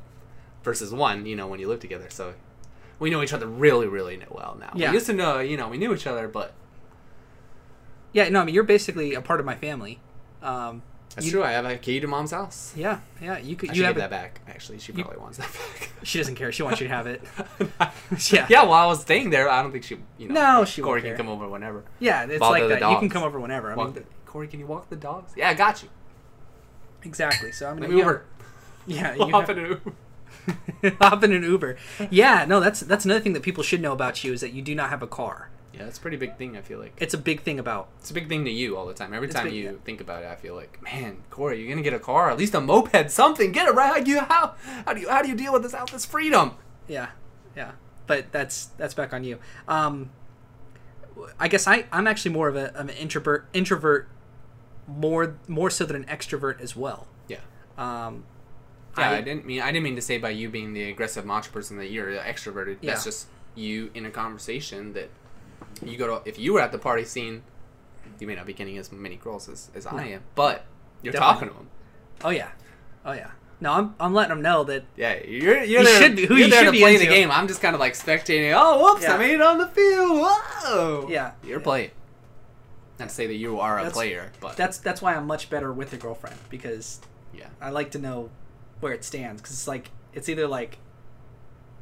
Speaker 2: versus one. You know, when you live together, so we know each other really, really well now.
Speaker 1: Yeah.
Speaker 2: We used to know, you know, we knew each other, but
Speaker 1: Yeah, no, I mean you're basically a part of my family. Um
Speaker 2: that's
Speaker 1: You-
Speaker 2: true. I have a key to mom's house.
Speaker 1: yeah, yeah, you could
Speaker 2: I
Speaker 1: you
Speaker 2: should
Speaker 1: have
Speaker 2: give
Speaker 1: it.
Speaker 2: that back. Actually, she probably wants that back.
Speaker 1: She doesn't care. She wants you to have it. yeah.
Speaker 2: yeah, while I was staying there, I don't think she, you know,
Speaker 1: No, she won't
Speaker 2: Corey can
Speaker 1: care.
Speaker 2: come over whenever.
Speaker 1: Yeah, it's
Speaker 2: Bother
Speaker 1: like
Speaker 2: the
Speaker 1: that. You can
Speaker 2: dogs.
Speaker 1: come over whenever. I mean,
Speaker 2: Walk the, Corey, can you walk the dogs? Yeah, I got you.
Speaker 1: exactly. So I'm
Speaker 2: Let
Speaker 1: gonna
Speaker 2: me
Speaker 1: yeah,
Speaker 2: Uber.
Speaker 1: Yeah, you
Speaker 2: We'll hop
Speaker 1: have-
Speaker 2: in an Uber.
Speaker 1: hop in an Uber. Yeah, no, that's that's another thing that people should know about you is that you do not have a car.
Speaker 2: Yeah, that's a pretty big thing. I feel like
Speaker 1: It's a big thing about.
Speaker 2: it's a big thing to you all the time. Every
Speaker 1: It's
Speaker 2: time
Speaker 1: big,
Speaker 2: you
Speaker 1: yeah.
Speaker 2: think about it, I feel like, man, Corey, you're gonna get a car, at least a moped, something. Get it right. How do you how how do you how do you deal with this out this freedom?
Speaker 1: Yeah, yeah. But that's that's back on you. Um, I guess I I'm actually more of a I'm an introvert introvert more more so than an extrovert as well.
Speaker 2: Yeah.
Speaker 1: Um,
Speaker 2: Yeah, I,
Speaker 1: I-
Speaker 2: didn't mean I didn't mean to say by you being the aggressive macho person that you're extroverted. That's
Speaker 1: Yeah.
Speaker 2: just you in a conversation that you go to. If you were at the party scene, you may not be getting as many girls as, as I am, but you're
Speaker 1: Definitely.
Speaker 2: talking to them.
Speaker 1: oh yeah, oh yeah. No, I'm I'm letting them know that
Speaker 2: Yeah, you're you're
Speaker 1: You
Speaker 2: there,
Speaker 1: should be- who
Speaker 2: you're
Speaker 1: you
Speaker 2: there
Speaker 1: should be
Speaker 2: to play the
Speaker 1: into.
Speaker 2: game. I'm just kind of like spectating. Oh, whoops!
Speaker 1: Yeah.
Speaker 2: I made it on the field. Whoa!
Speaker 1: Yeah.
Speaker 2: you're
Speaker 1: Yeah.
Speaker 2: playing. Not to say that you are a
Speaker 1: That's-
Speaker 2: player, but
Speaker 1: that's that's why I'm much better with a girlfriend because
Speaker 2: yeah.
Speaker 1: I like to know where it stands because it's like it's either like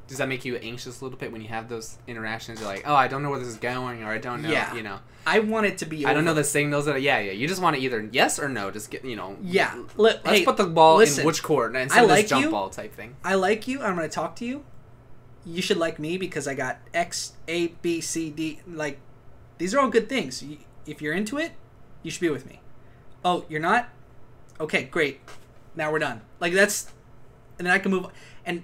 Speaker 2: Does that make you anxious a little bit when you have those interactions? You're like, oh, I don't know where this is going, or I don't know.
Speaker 1: Yeah.
Speaker 2: You know,
Speaker 1: I want it to be.
Speaker 2: I don't know
Speaker 1: over.
Speaker 2: the signals. That, yeah, yeah. You just want to either yes or no. Just get you know.
Speaker 1: Yeah.
Speaker 2: l-
Speaker 1: Let-
Speaker 2: Let's
Speaker 1: hey,
Speaker 2: put the ball
Speaker 1: listen.
Speaker 2: in which court and
Speaker 1: I
Speaker 2: send
Speaker 1: like
Speaker 2: this jump
Speaker 1: you.
Speaker 2: ball type thing.
Speaker 1: I like you. I'm going to talk to you. You should like me because I got X, A, B, C, D. Like, these are all good things. You- If you're into it, you should be with me. Oh, you're not? Okay, great. Now we're done. Like, that's. And then I can move on. And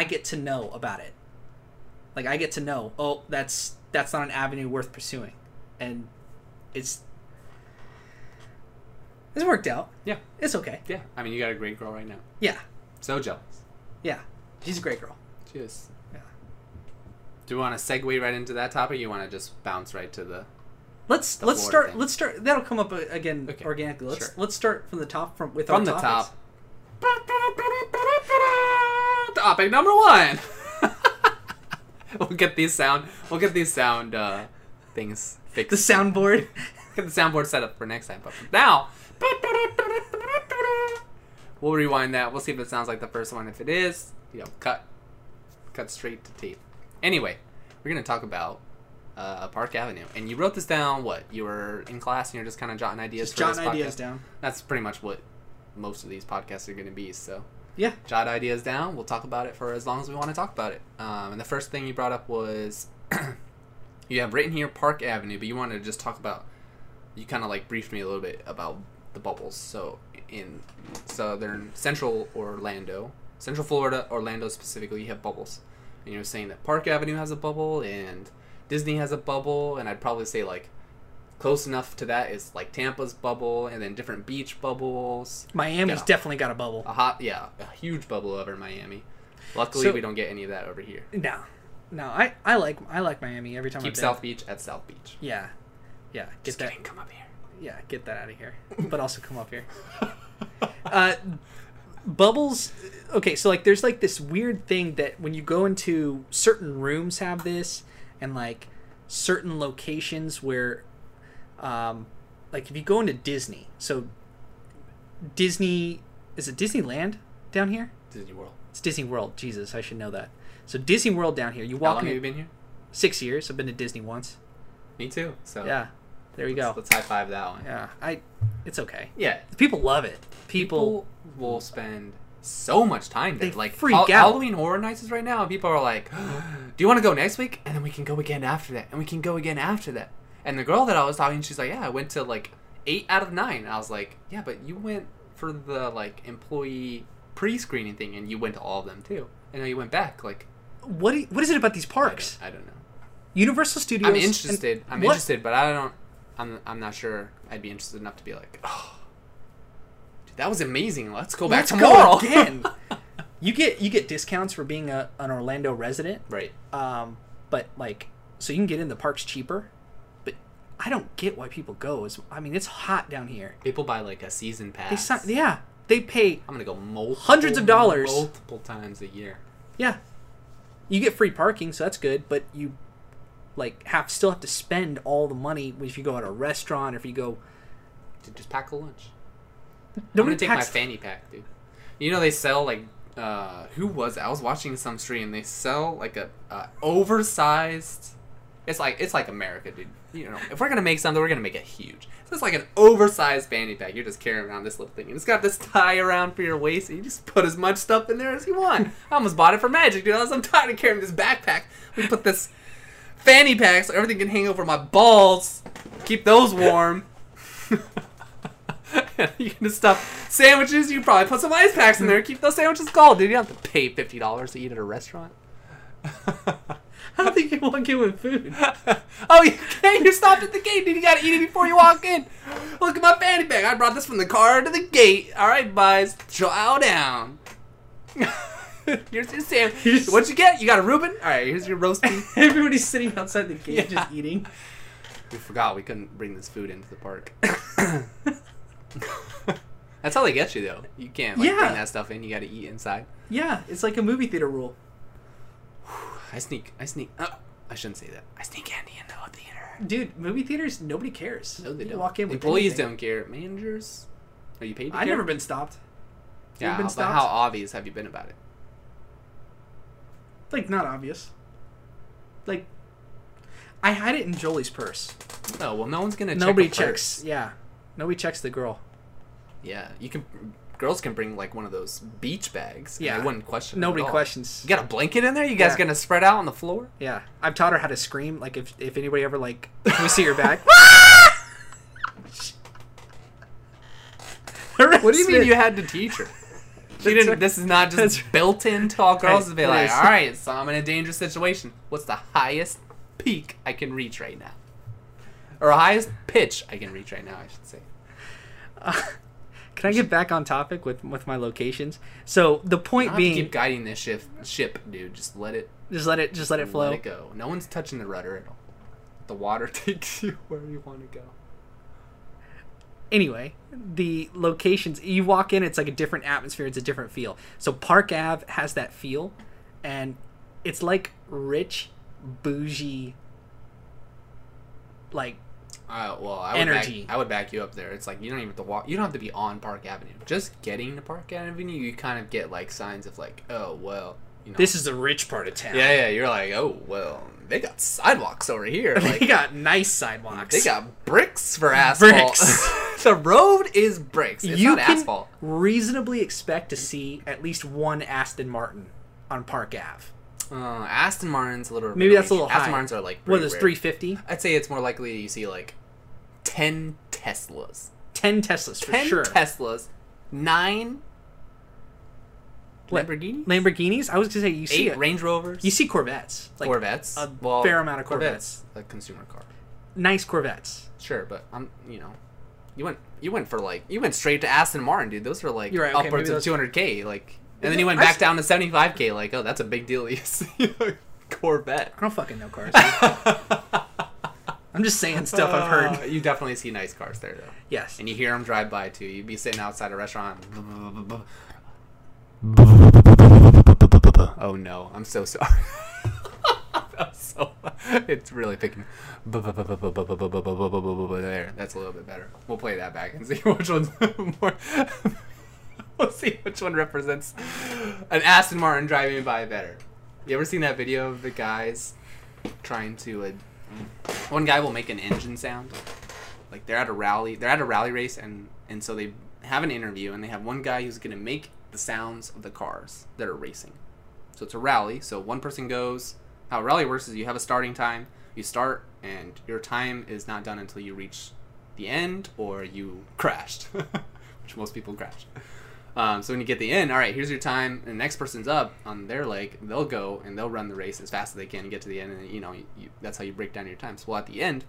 Speaker 1: I get to know about it. Like, I get to know, oh, that's that's not an avenue worth pursuing. And it's. It's worked out.
Speaker 2: Yeah,
Speaker 1: It's okay.
Speaker 2: yeah. I mean, you got a great girl right now.
Speaker 1: Yeah.
Speaker 2: So jealous.
Speaker 1: Yeah. She's a great girl.
Speaker 2: She is.
Speaker 1: Yeah.
Speaker 2: Do we want to segue right into that topic? Or you want to just bounce right to the
Speaker 1: Let's let's
Speaker 2: Florida
Speaker 1: start.
Speaker 2: thing.
Speaker 1: Let's start. That'll come up uh, again
Speaker 2: Okay,
Speaker 1: organically. Let's
Speaker 2: sure.
Speaker 1: let's start from the top from with
Speaker 2: from
Speaker 1: our
Speaker 2: the
Speaker 1: topics.
Speaker 2: top? Topic number one. we'll get these sound. We'll get these sound uh, things fixed.
Speaker 1: The soundboard.
Speaker 2: Get the soundboard set up for next time. But for now, we'll rewind that. We'll see if it sounds like the first one. If it is, you know, cut, cut straight to tape. Anyway, we're gonna talk about uh, Park Avenue, and you wrote this down. What you were in class, and you're just kind of jotting ideas.
Speaker 1: Just
Speaker 2: for
Speaker 1: jotting
Speaker 2: this
Speaker 1: ideas
Speaker 2: podcast.
Speaker 1: down.
Speaker 2: That's pretty much what most of these podcasts are gonna be. So
Speaker 1: Yeah.
Speaker 2: jot ideas down. We'll talk about it for as long as we want to talk about it. Um, and the first thing you brought up was you have written here Park Avenue, but you wanted to just talk about. You kind of like briefed me a little bit about the bubbles. So in southern central Orlando, central Florida, Orlando specifically, you have bubbles, and you were saying that Park Avenue has a bubble and Disney has a bubble, and I'd probably say like. Close enough to that is like Tampa's bubble, and then different beach bubbles
Speaker 1: Miami's
Speaker 2: Yeah. Oh.
Speaker 1: definitely got a bubble.
Speaker 2: a hot yeah a huge bubble over in miami luckily
Speaker 1: So-
Speaker 2: we don't get any of that over here
Speaker 1: No, no. I I like I like Miami every time.
Speaker 2: keep
Speaker 1: I've been.
Speaker 2: south beach at south beach
Speaker 1: Yeah, yeah. Get
Speaker 2: just
Speaker 1: that.
Speaker 2: kidding come up here
Speaker 1: Yeah, get that out of here. But also come up here. Uh, bubbles. Okay, so like there's like this weird thing that when you go into certain rooms have this, and like certain locations where, um, like if you go into Disney, so Disney is it Disneyland down here?
Speaker 2: disney world
Speaker 1: It's Disney World. Jesus, I should know that. So Disney World down here, you
Speaker 2: how
Speaker 1: walk
Speaker 2: long have you
Speaker 1: in
Speaker 2: been here
Speaker 1: six years. I've been to Disney once.
Speaker 2: me too so
Speaker 1: Yeah, There you go.
Speaker 2: Let's high five that one.
Speaker 1: Yeah, I. It's okay.
Speaker 2: Yeah.
Speaker 1: People love it. People,
Speaker 2: People will spend so much time there.
Speaker 1: They
Speaker 2: like
Speaker 1: freak
Speaker 2: Hal-
Speaker 1: out.
Speaker 2: Halloween Horror Nights is right now, and people are like, "Do you want to go next week?" And then we can go again after that, and we can go again after that. And the girl that I was talking, she's like, "Yeah, I went to like eight out of nine. And I was like, "Yeah, but you went for the like employee pre-screening thing, and you went to all of them too. And now you went back. Like,
Speaker 1: what do you- what is it about these
Speaker 2: I don't-
Speaker 1: parks?
Speaker 2: I don't know.
Speaker 1: Universal Studios.
Speaker 2: I'm
Speaker 1: and-
Speaker 2: interested. I'm
Speaker 1: what-
Speaker 2: interested, but I don't. I'm. I'm not sure. I'd be interested enough to be like, oh, dude, that was amazing. Let's go
Speaker 1: Let's
Speaker 2: back
Speaker 1: go
Speaker 2: tomorrow
Speaker 1: again. You get you get discounts for being a, an Orlando resident.
Speaker 2: right.
Speaker 1: Um, but like, so you can get in the parks cheaper. But I don't get why people go. Is I mean, it's hot down here.
Speaker 2: People buy like a season pass.
Speaker 1: They sign, yeah, they pay.
Speaker 2: I'm gonna go multiple,
Speaker 1: Hundreds of dollars.
Speaker 2: multiple times a year.
Speaker 1: Yeah, you get free parking, so that's good. But you like have still have to spend all the money if you go at a restaurant or if you go.
Speaker 2: To just pack a lunch. I'm
Speaker 1: Nobody
Speaker 2: gonna take my
Speaker 1: packs-
Speaker 2: fanny pack, dude. You know they sell like. Uh, who was it? I was watching some stream. They sell like a uh, oversized. It's like it's like America, dude. You know, if we're gonna make something, we're gonna make it huge. So it's like an oversized fanny pack. You're just carrying around this little thing, and it's got this tie around for your waist, and you just put as much stuff in there as you want. I almost bought it for Magic, dude. I was, I'm tired of carrying this backpack. We put this fanny pack so everything can hang over my balls. Keep those warm. you can just stuff sandwiches. You probably put some ice packs in there. Keep those sandwiches cold, dude. You don't have to pay fifty dollars to eat at a restaurant.
Speaker 1: I don't think you want with food.
Speaker 2: oh, you can't. You stopped at the gate, dude. You gotta eat it before you walk in. Look at my fanny bag. I brought this from the car to the gate. All right, boys, chow down. here's your sandwich. What you get? You got a Reuben? All right, here's your roast beef.
Speaker 1: Everybody's sitting outside the gate
Speaker 2: Yeah.
Speaker 1: just eating.
Speaker 2: We forgot we couldn't bring this food into the park. That's how they get you, though. You can't like,
Speaker 1: Yeah.
Speaker 2: bring that stuff in. You got to eat inside.
Speaker 1: Yeah, it's like a movie theater rule.
Speaker 2: I sneak. I sneak. Uh, I shouldn't say that. I sneak Andy into a theater.
Speaker 1: Dude, movie theaters, nobody cares.
Speaker 2: No, they
Speaker 1: You
Speaker 2: don't.
Speaker 1: Walk in with
Speaker 2: Employees
Speaker 1: anything.
Speaker 2: don't care. Managers, are you paid? To
Speaker 1: I've
Speaker 2: care?
Speaker 1: never been stopped.
Speaker 2: Yeah,
Speaker 1: You've been
Speaker 2: but
Speaker 1: stopped?
Speaker 2: how obvious have you been about it?
Speaker 1: Like, not obvious. Like, I had it in Jolie's purse.
Speaker 2: Oh well, no one's gonna.
Speaker 1: Nobody
Speaker 2: check a
Speaker 1: checks.
Speaker 2: purse.
Speaker 1: Yeah, nobody checks the girl.
Speaker 2: Yeah, you can. Girls can bring like one of those beach bags. Yeah,
Speaker 1: Yeah.
Speaker 2: and they wouldn't question. it at
Speaker 1: Nobody
Speaker 2: all.
Speaker 1: questions.
Speaker 2: You got a blanket in there? You guys
Speaker 1: Yeah.
Speaker 2: gonna spread out on the floor?
Speaker 1: Yeah, I've taught her how to scream. Like, if if anybody ever like, can we see your bag?
Speaker 2: What do you mean you had to teach her? She
Speaker 1: That's
Speaker 2: didn't.
Speaker 1: right.
Speaker 2: This is not
Speaker 1: That's
Speaker 2: just
Speaker 1: right.
Speaker 2: built into all girls
Speaker 1: Right,
Speaker 2: to be
Speaker 1: it
Speaker 2: like,
Speaker 1: is.
Speaker 2: all right, so I'm in a dangerous situation. What's the highest peak I can reach right now? Or highest pitch I can reach right now, I should say.
Speaker 1: Can I get back on topic with with my locations? So the
Speaker 2: You
Speaker 1: point
Speaker 2: don't have to
Speaker 1: being,
Speaker 2: keep guiding this ship, ship, dude. Just let it,
Speaker 1: just let it just let it flow.
Speaker 2: let it go. No one's touching the rudder at all. The water takes you where you want to go.
Speaker 1: anyway, the locations you walk in, it's like a different atmosphere. It's a different feel. So Park Ave has that feel, and it's like rich, bougie, like
Speaker 2: Uh, well, I would, back,
Speaker 1: Energy.
Speaker 2: I would back you up there. It's like you don't even have to walk. You don't have to be on Park Avenue. Just getting to Park Avenue, you kind of get like signs of like, oh well, you know,
Speaker 1: this is the rich part of town.
Speaker 2: Yeah, yeah, you're like, oh well, they got sidewalks over here. Like
Speaker 1: they got nice sidewalks.
Speaker 2: they got bricks for asphalt.
Speaker 1: Bricks.
Speaker 2: the road is bricks. It's
Speaker 1: you
Speaker 2: not
Speaker 1: can
Speaker 2: asphalt.
Speaker 1: reasonably expect to see at least one Aston Martin on Park Ave.
Speaker 2: Uh, Aston Martin's a little bit
Speaker 1: Maybe that's a
Speaker 2: niche.
Speaker 1: little
Speaker 2: Aston
Speaker 1: high.
Speaker 2: Martins are like
Speaker 1: What
Speaker 2: pretty
Speaker 1: is
Speaker 2: rare.
Speaker 1: three fifty?
Speaker 2: I'd say it's more likely you see like ten Teslas,
Speaker 1: Ten Teslas for
Speaker 2: ten
Speaker 1: sure.
Speaker 2: Teslas, nine
Speaker 1: What?
Speaker 2: Lamborghinis,
Speaker 1: Lamborghinis. I was gonna say you see
Speaker 2: eight
Speaker 1: it.
Speaker 2: Range Rovers,
Speaker 1: You see Corvettes. Like,
Speaker 2: Corvettes,
Speaker 1: a fair amount of Corvettes.
Speaker 2: a consumer car.
Speaker 1: Nice Corvettes.
Speaker 2: Sure, but I'm you know, you went you went for like you went straight to Aston Martin, dude. Those are like
Speaker 1: You're right, okay,
Speaker 2: upwards
Speaker 1: maybe
Speaker 2: of
Speaker 1: those-
Speaker 2: 200k, like, and then you
Speaker 1: Yeah,
Speaker 2: went
Speaker 1: I
Speaker 2: back
Speaker 1: s-
Speaker 2: down to 75k. Like, oh, that's a big deal. You see a Corvette.
Speaker 1: I don't fucking know cars. dude. I'm just saying stuff I've
Speaker 2: Uh,
Speaker 1: heard.
Speaker 2: you definitely see nice cars there though,
Speaker 1: Yes.
Speaker 2: and you hear them drive by too. You'd be sitting outside a restaurant. Oh no, I'm so sorry. That was so, it's really picking. There, that's a little bit better. We'll play that back and see which one's more. we'll see which one represents an Aston Martin driving by better. You ever seen that video of the guys trying to? Uh, one guy will make an engine sound, Like they're at a rally, they're at a rally race, and and so they have an interview, and they have one guy who's gonna make the sounds of the cars that are racing. So it's a rally. So one person goes. How a rally works is you have a starting time. You start, and your time is not done until you reach the end or you crashed, which most people crash. Um, so when you get the end, all right, here's your time. And the next person's up on their leg, they'll go and they'll run the race as fast as they can and get to the end. And then, you know, you, you, that's how you break down your times. Well, at the end,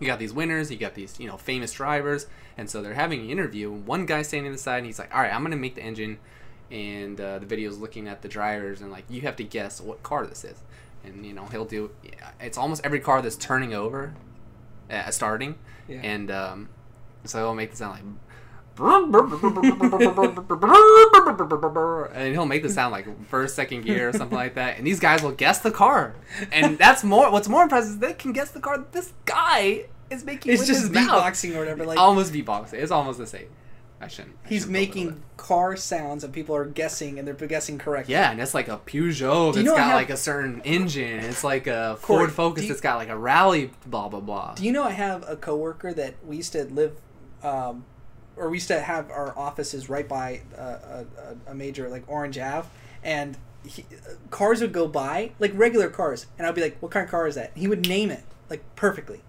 Speaker 2: you got these winners, you got these you know famous drivers, and so they're having an interview. And one guy's standing on the side, and he's like, "All right, I'm gonna make the engine," and uh, the video's looking at the drivers and like, "You have to guess what car this is," and you know he'll do. It's almost every car that's turning over, uh, starting,
Speaker 1: Yeah.
Speaker 2: and um, so he'll make the sound like. and he'll make the sound like first, second gear, or something like that. And these guys will guess the car, and that's more. What's more impressive is they can guess the car. that This guy is making.
Speaker 1: It's
Speaker 2: with
Speaker 1: just
Speaker 2: his mouth. Oh,
Speaker 1: beatboxing or whatever. Like
Speaker 2: almost beatboxing. It's almost the same. I shouldn't. I
Speaker 1: he's
Speaker 2: shouldn't go with
Speaker 1: making car sounds and people are guessing and they're guessing
Speaker 2: it.
Speaker 1: correctly.
Speaker 2: Yeah, and it's like a Peugeot
Speaker 1: Do you
Speaker 2: that's
Speaker 1: know
Speaker 2: got
Speaker 1: how-
Speaker 2: like a certain engine. It's like a
Speaker 1: Corey,
Speaker 2: Ford Focus
Speaker 1: do you-
Speaker 2: that's got like a rally. Blah blah blah.
Speaker 1: Do you know I have a coworker that we used to live, um, or we used to have our offices right by uh, a, a, a major like Orange Ave, and he, uh, cars would go by like regular cars, and I'd be like, "What kind of car is that?" And he would name it like perfectly.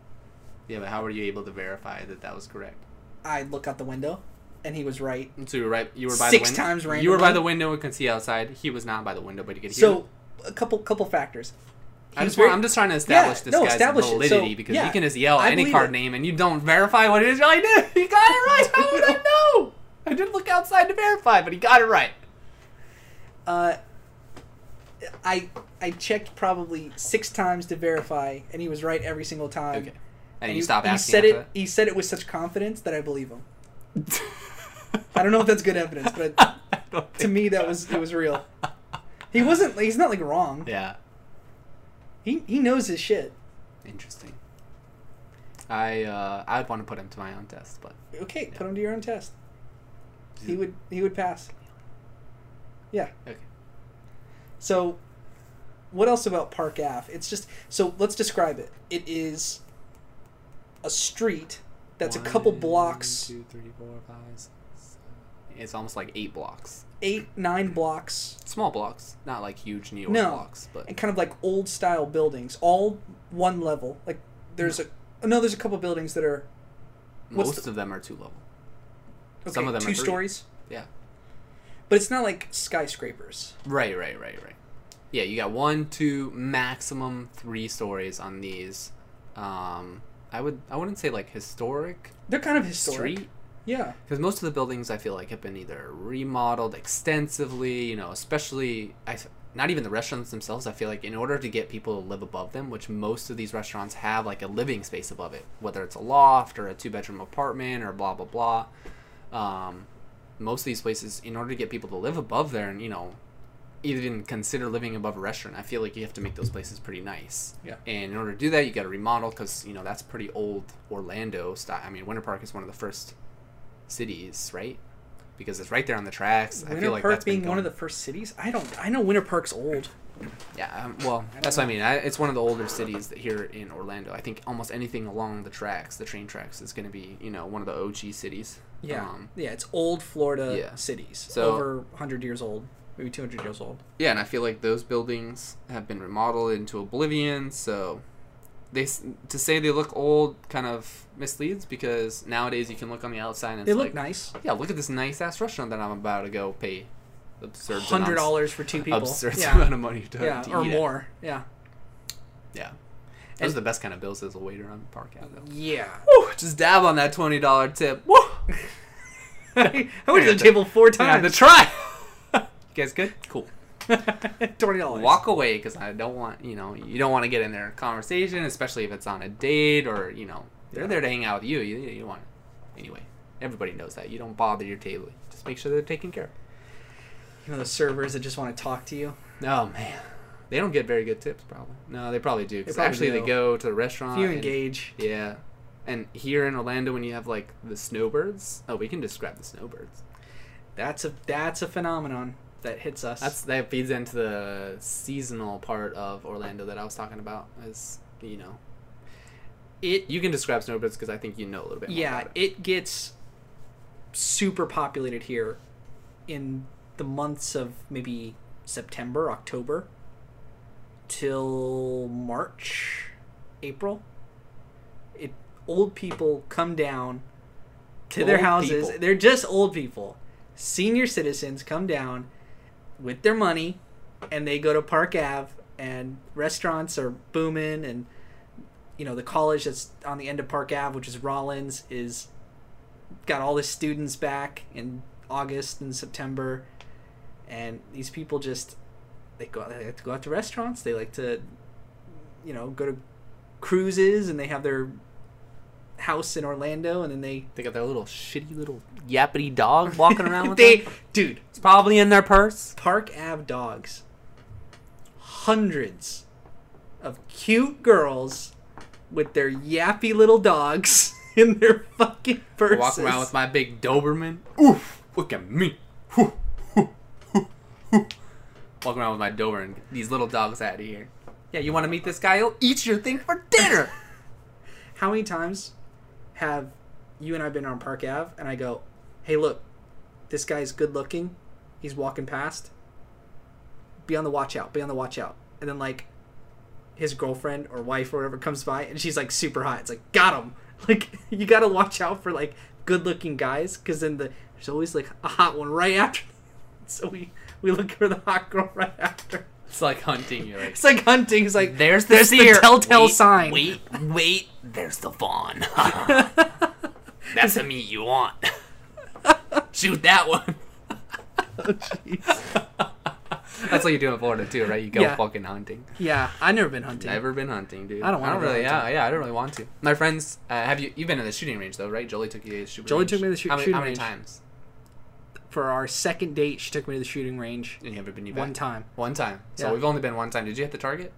Speaker 2: yeah, but how were you able to verify that that was correct?
Speaker 1: I'd look out the window, and he was right.
Speaker 2: So you were right. You were by
Speaker 1: Six
Speaker 2: the window.
Speaker 1: times
Speaker 2: You were by
Speaker 1: randomly.
Speaker 2: the window and could see outside. He was not by the window, but he could hear.
Speaker 1: So a couple couple factors.
Speaker 2: I
Speaker 1: He
Speaker 2: just
Speaker 1: was very-
Speaker 2: want, I'm just trying to establish this
Speaker 1: no,
Speaker 2: guy's
Speaker 1: establish it. So,
Speaker 2: validity because
Speaker 1: yeah,
Speaker 2: you can just yell
Speaker 1: I
Speaker 2: any
Speaker 1: believe
Speaker 2: card
Speaker 1: it.
Speaker 2: name and you don't verify what it is. You're like, dude, he got it right. How would I know? I did look outside to verify, but he got it right.
Speaker 1: Uh, I I checked probably six times to verify, and he was right every single time.
Speaker 2: Okay. And, you stop asking.
Speaker 1: He said it.
Speaker 2: after
Speaker 1: He said it with such confidence that I believe him.
Speaker 2: that?
Speaker 1: I don't know if that's good evidence, but
Speaker 2: I don't
Speaker 1: to
Speaker 2: think-
Speaker 1: me that was it was real. He wasn't. He's not like wrong.
Speaker 2: Yeah.
Speaker 1: He he knows his shit.
Speaker 2: Interesting. I uh, I'd want to put him to my own test, but
Speaker 1: Okay, put him to your own test. He would he would pass. Yeah.
Speaker 2: Okay.
Speaker 1: So, what else about Park Ave? It's just so let's describe it. It is a street that's a couple
Speaker 2: One,
Speaker 1: blocks,
Speaker 2: two, three, four, five, six, seven. It's almost like eight blocks.
Speaker 1: eight nine blocks,
Speaker 2: Small blocks, not like huge New York
Speaker 1: No.
Speaker 2: blocks, but
Speaker 1: and kind of like old style buildings, all one level. Like there's a no, there's a couple buildings that are what's
Speaker 2: most of them are two level.
Speaker 1: okay,
Speaker 2: Some of them
Speaker 1: two
Speaker 2: are three.
Speaker 1: stories,
Speaker 2: Yeah.
Speaker 1: but it's not like skyscrapers.
Speaker 2: Right, right, right, right. Yeah, you got one, two, maximum three stories on these. Um, I would, I wouldn't say like historic,
Speaker 1: They're kind of historic.
Speaker 2: street
Speaker 1: Yeah,
Speaker 2: because most of the buildings I feel like have been either remodeled extensively, you know, especially I, f- not even the restaurants themselves. I feel like in order to get people to live above them, which most of these restaurants have like a living space above it, whether it's a loft or a two bedroom apartment or blah blah blah. Um, most of these places, in order to get people to live above there and you know, even consider living above a restaurant, I feel like you have to make those places pretty nice.
Speaker 1: Yeah.
Speaker 2: And in order to do that, you got to remodel because you know that's pretty old Orlando style. I mean, Winter Park is one of the first cities, right? Because it's right there on the tracks. I
Speaker 1: Winter
Speaker 2: feel like
Speaker 1: Park
Speaker 2: that's been
Speaker 1: being one of the
Speaker 2: going-
Speaker 1: first cities. I don't. I know Winter Park's old.
Speaker 2: yeah. Um, well, that's what I mean. I, it's one of the older cities that here in Orlando. I think almost anything along the tracks, the train tracks, is going to be you know one of the OG cities.
Speaker 1: Yeah,
Speaker 2: Um,
Speaker 1: yeah, it's old Florida
Speaker 2: Yeah.
Speaker 1: cities,
Speaker 2: So-
Speaker 1: over 100 years old, maybe 200 years old.
Speaker 2: yeah, and I feel like those buildings have been remodeled into oblivion. So they s- to say they look old kind of misleads because nowadays you can look on the outside and it's
Speaker 1: They look
Speaker 2: like,
Speaker 1: nice.
Speaker 2: yeah, look at this nice ass restaurant that I'm about to go pay absurd amounts-
Speaker 1: Hundred dollars for two people.
Speaker 2: absurd
Speaker 1: yeah,
Speaker 2: amount of money to,
Speaker 1: yeah,
Speaker 2: to
Speaker 1: or
Speaker 2: eat at.
Speaker 1: more. Yeah,
Speaker 2: Yeah. Those are the best kind of bills as a waiter on Park Ave. though.
Speaker 1: yeah.
Speaker 2: Woo, just dab on that twenty dollar tip. Woo!
Speaker 1: I went to the table four
Speaker 2: Time to
Speaker 1: times.
Speaker 2: try. you guys good? Cool.
Speaker 1: Twenty dollars.
Speaker 2: Walk away because I don't want you know you don't want to get in their conversation, especially if it's on a date or you know they're
Speaker 1: Yeah.
Speaker 2: there to hang out with you. You, you want anyway. Everybody knows that you don't bother your table. Just make sure they're taken care of.
Speaker 1: You know those servers that just want to talk to you.
Speaker 2: Oh man, they don't get very good tips probably. No, they probably do. 'cause
Speaker 1: probably
Speaker 2: actually
Speaker 1: do.
Speaker 2: they go to the restaurant.
Speaker 1: If you
Speaker 2: and-
Speaker 1: engage.
Speaker 2: Yeah. And here in Orlando, when you have like the snowbirds, oh, we can describe the snowbirds.
Speaker 1: That's a that's a phenomenon that hits us.
Speaker 2: That's that feeds into the seasonal part of Orlando that I was talking about. Is you know,
Speaker 4: it
Speaker 2: You can describe snowbirds because I think you know a little bit. More
Speaker 1: yeah
Speaker 2: about it.
Speaker 1: it gets super populated here in the months of maybe september october till march april it old people come down to their
Speaker 2: Old
Speaker 1: houses
Speaker 2: people.
Speaker 1: they're just old people senior citizens come down with their money and they go to park ave and restaurants are booming and you know the college that's on the end of Park Ave, which is Rollins, is got all the students back in August and September, and these people just they go out, they like to go out to restaurants, they like to you know go to cruises, and they have their house in Orlando, and then they
Speaker 2: They got their little shitty little yappity dog walking around with
Speaker 1: they
Speaker 2: them.
Speaker 1: dude
Speaker 2: It's probably in their purse.
Speaker 1: Park Ave dogs, hundreds of cute girls with their yappy little dogs in their fucking purses.
Speaker 2: Walking around with my big Doberman. Oof! Look at me. Whew, whew, whew, whew. Walking around with my Doberman. These little dogs out of here. Yeah, you want to meet this guy? He'll eat your thing for dinner.
Speaker 1: How many times have you and I been on Park Ave and I go, hey, look, this guy's good looking. He's walking past. Be on the watch out. Be on the watch out. And then, like, his girlfriend or wife or whatever comes by and she's like super hot. It's like, got him. Like, you got to watch out for like good looking guys because then the, there's always like a hot one right after. So we, we look for the hot girl right after.
Speaker 2: it's like hunting. You're like,
Speaker 1: It's like hunting. It's like,
Speaker 2: there's the,
Speaker 1: There's the
Speaker 2: seer.
Speaker 1: telltale
Speaker 2: Wait,
Speaker 1: sign.
Speaker 2: Wait, wait. There's the fawn. That's the meat you want. Shoot that one.
Speaker 1: oh,
Speaker 2: That's what you do in Florida too, right? You go
Speaker 1: Yeah.
Speaker 2: fucking hunting.
Speaker 1: yeah, I've never been hunting.
Speaker 2: Never been hunting, dude.
Speaker 1: I don't wanna go
Speaker 2: really. Yeah,
Speaker 1: hunting.
Speaker 2: yeah. I don't really want to. My friends, uh, have you? You've been to the shooting range though, right? Jolie took you to the shooting.
Speaker 1: Jolie
Speaker 2: range.
Speaker 1: took me to the shoot-
Speaker 2: how many,
Speaker 1: shooting
Speaker 2: How many
Speaker 1: range.
Speaker 2: times?
Speaker 1: For our second date, she took me to the shooting range
Speaker 2: And you haven't been you
Speaker 1: one
Speaker 2: back?
Speaker 1: time.
Speaker 2: One time. So
Speaker 1: Yeah.
Speaker 2: we've only been one time. Did you hit the target?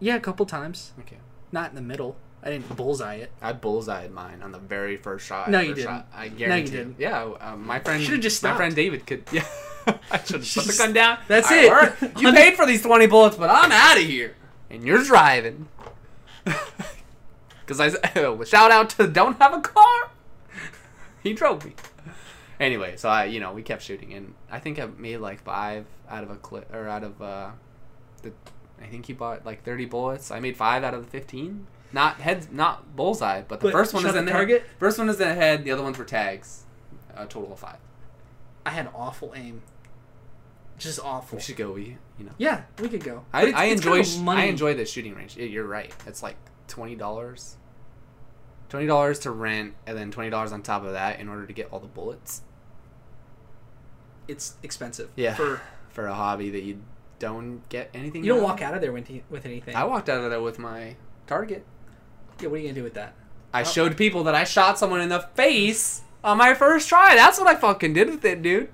Speaker 1: Yeah, a couple times.
Speaker 2: Okay.
Speaker 1: Not in the middle. I didn't bullseye it.
Speaker 2: I bullseyed mine on the very first shot. I
Speaker 1: No,
Speaker 2: ever
Speaker 1: you didn't.
Speaker 2: shot. I guarantee.
Speaker 1: No, you didn't.
Speaker 2: Yeah, uh, my friend.
Speaker 1: Should've just
Speaker 2: My friend
Speaker 1: stopped.
Speaker 2: David could. Yeah, I should have put the
Speaker 1: Just-
Speaker 2: gun down.
Speaker 1: that's
Speaker 2: I
Speaker 1: it.
Speaker 2: worked. You paid for these twenty bullets, but I'm out of here, and you're driving. Because I s- shout out to don't have a car. He drove me. Anyway, so I, you know, we kept shooting, and I think I made like five out of a clip or out of uh, the. I think he bought like thirty bullets. I made five out of the fifteen. Not heads, not bullseye, but the
Speaker 1: But
Speaker 2: first one
Speaker 1: shot
Speaker 2: is in
Speaker 1: the
Speaker 2: the head.
Speaker 1: target?
Speaker 2: First one is in the head. The other ones were tags. A total of five.
Speaker 1: I had awful aim. Just awful.
Speaker 2: We should go. We, you know,
Speaker 1: Yeah, we could go. But
Speaker 2: I,
Speaker 1: it's-
Speaker 2: I
Speaker 1: it's
Speaker 2: enjoy
Speaker 1: kind of
Speaker 2: sh-
Speaker 1: money.
Speaker 2: I enjoy the shooting range. Yeah, You're right. It's like twenty dollars. Twenty dollars to rent, and then twenty dollars on top of that in order to get all the bullets.
Speaker 1: It's expensive.
Speaker 2: Yeah.
Speaker 1: For,
Speaker 2: for a hobby that you don't get anything.
Speaker 1: you don't
Speaker 2: of.
Speaker 1: walk out of there with, with anything.
Speaker 2: I walked out of there with my target.
Speaker 1: yeah, what are you gonna do with that?
Speaker 2: I showed people that I shot someone in the face on my first try. That's what I fucking did with it, dude.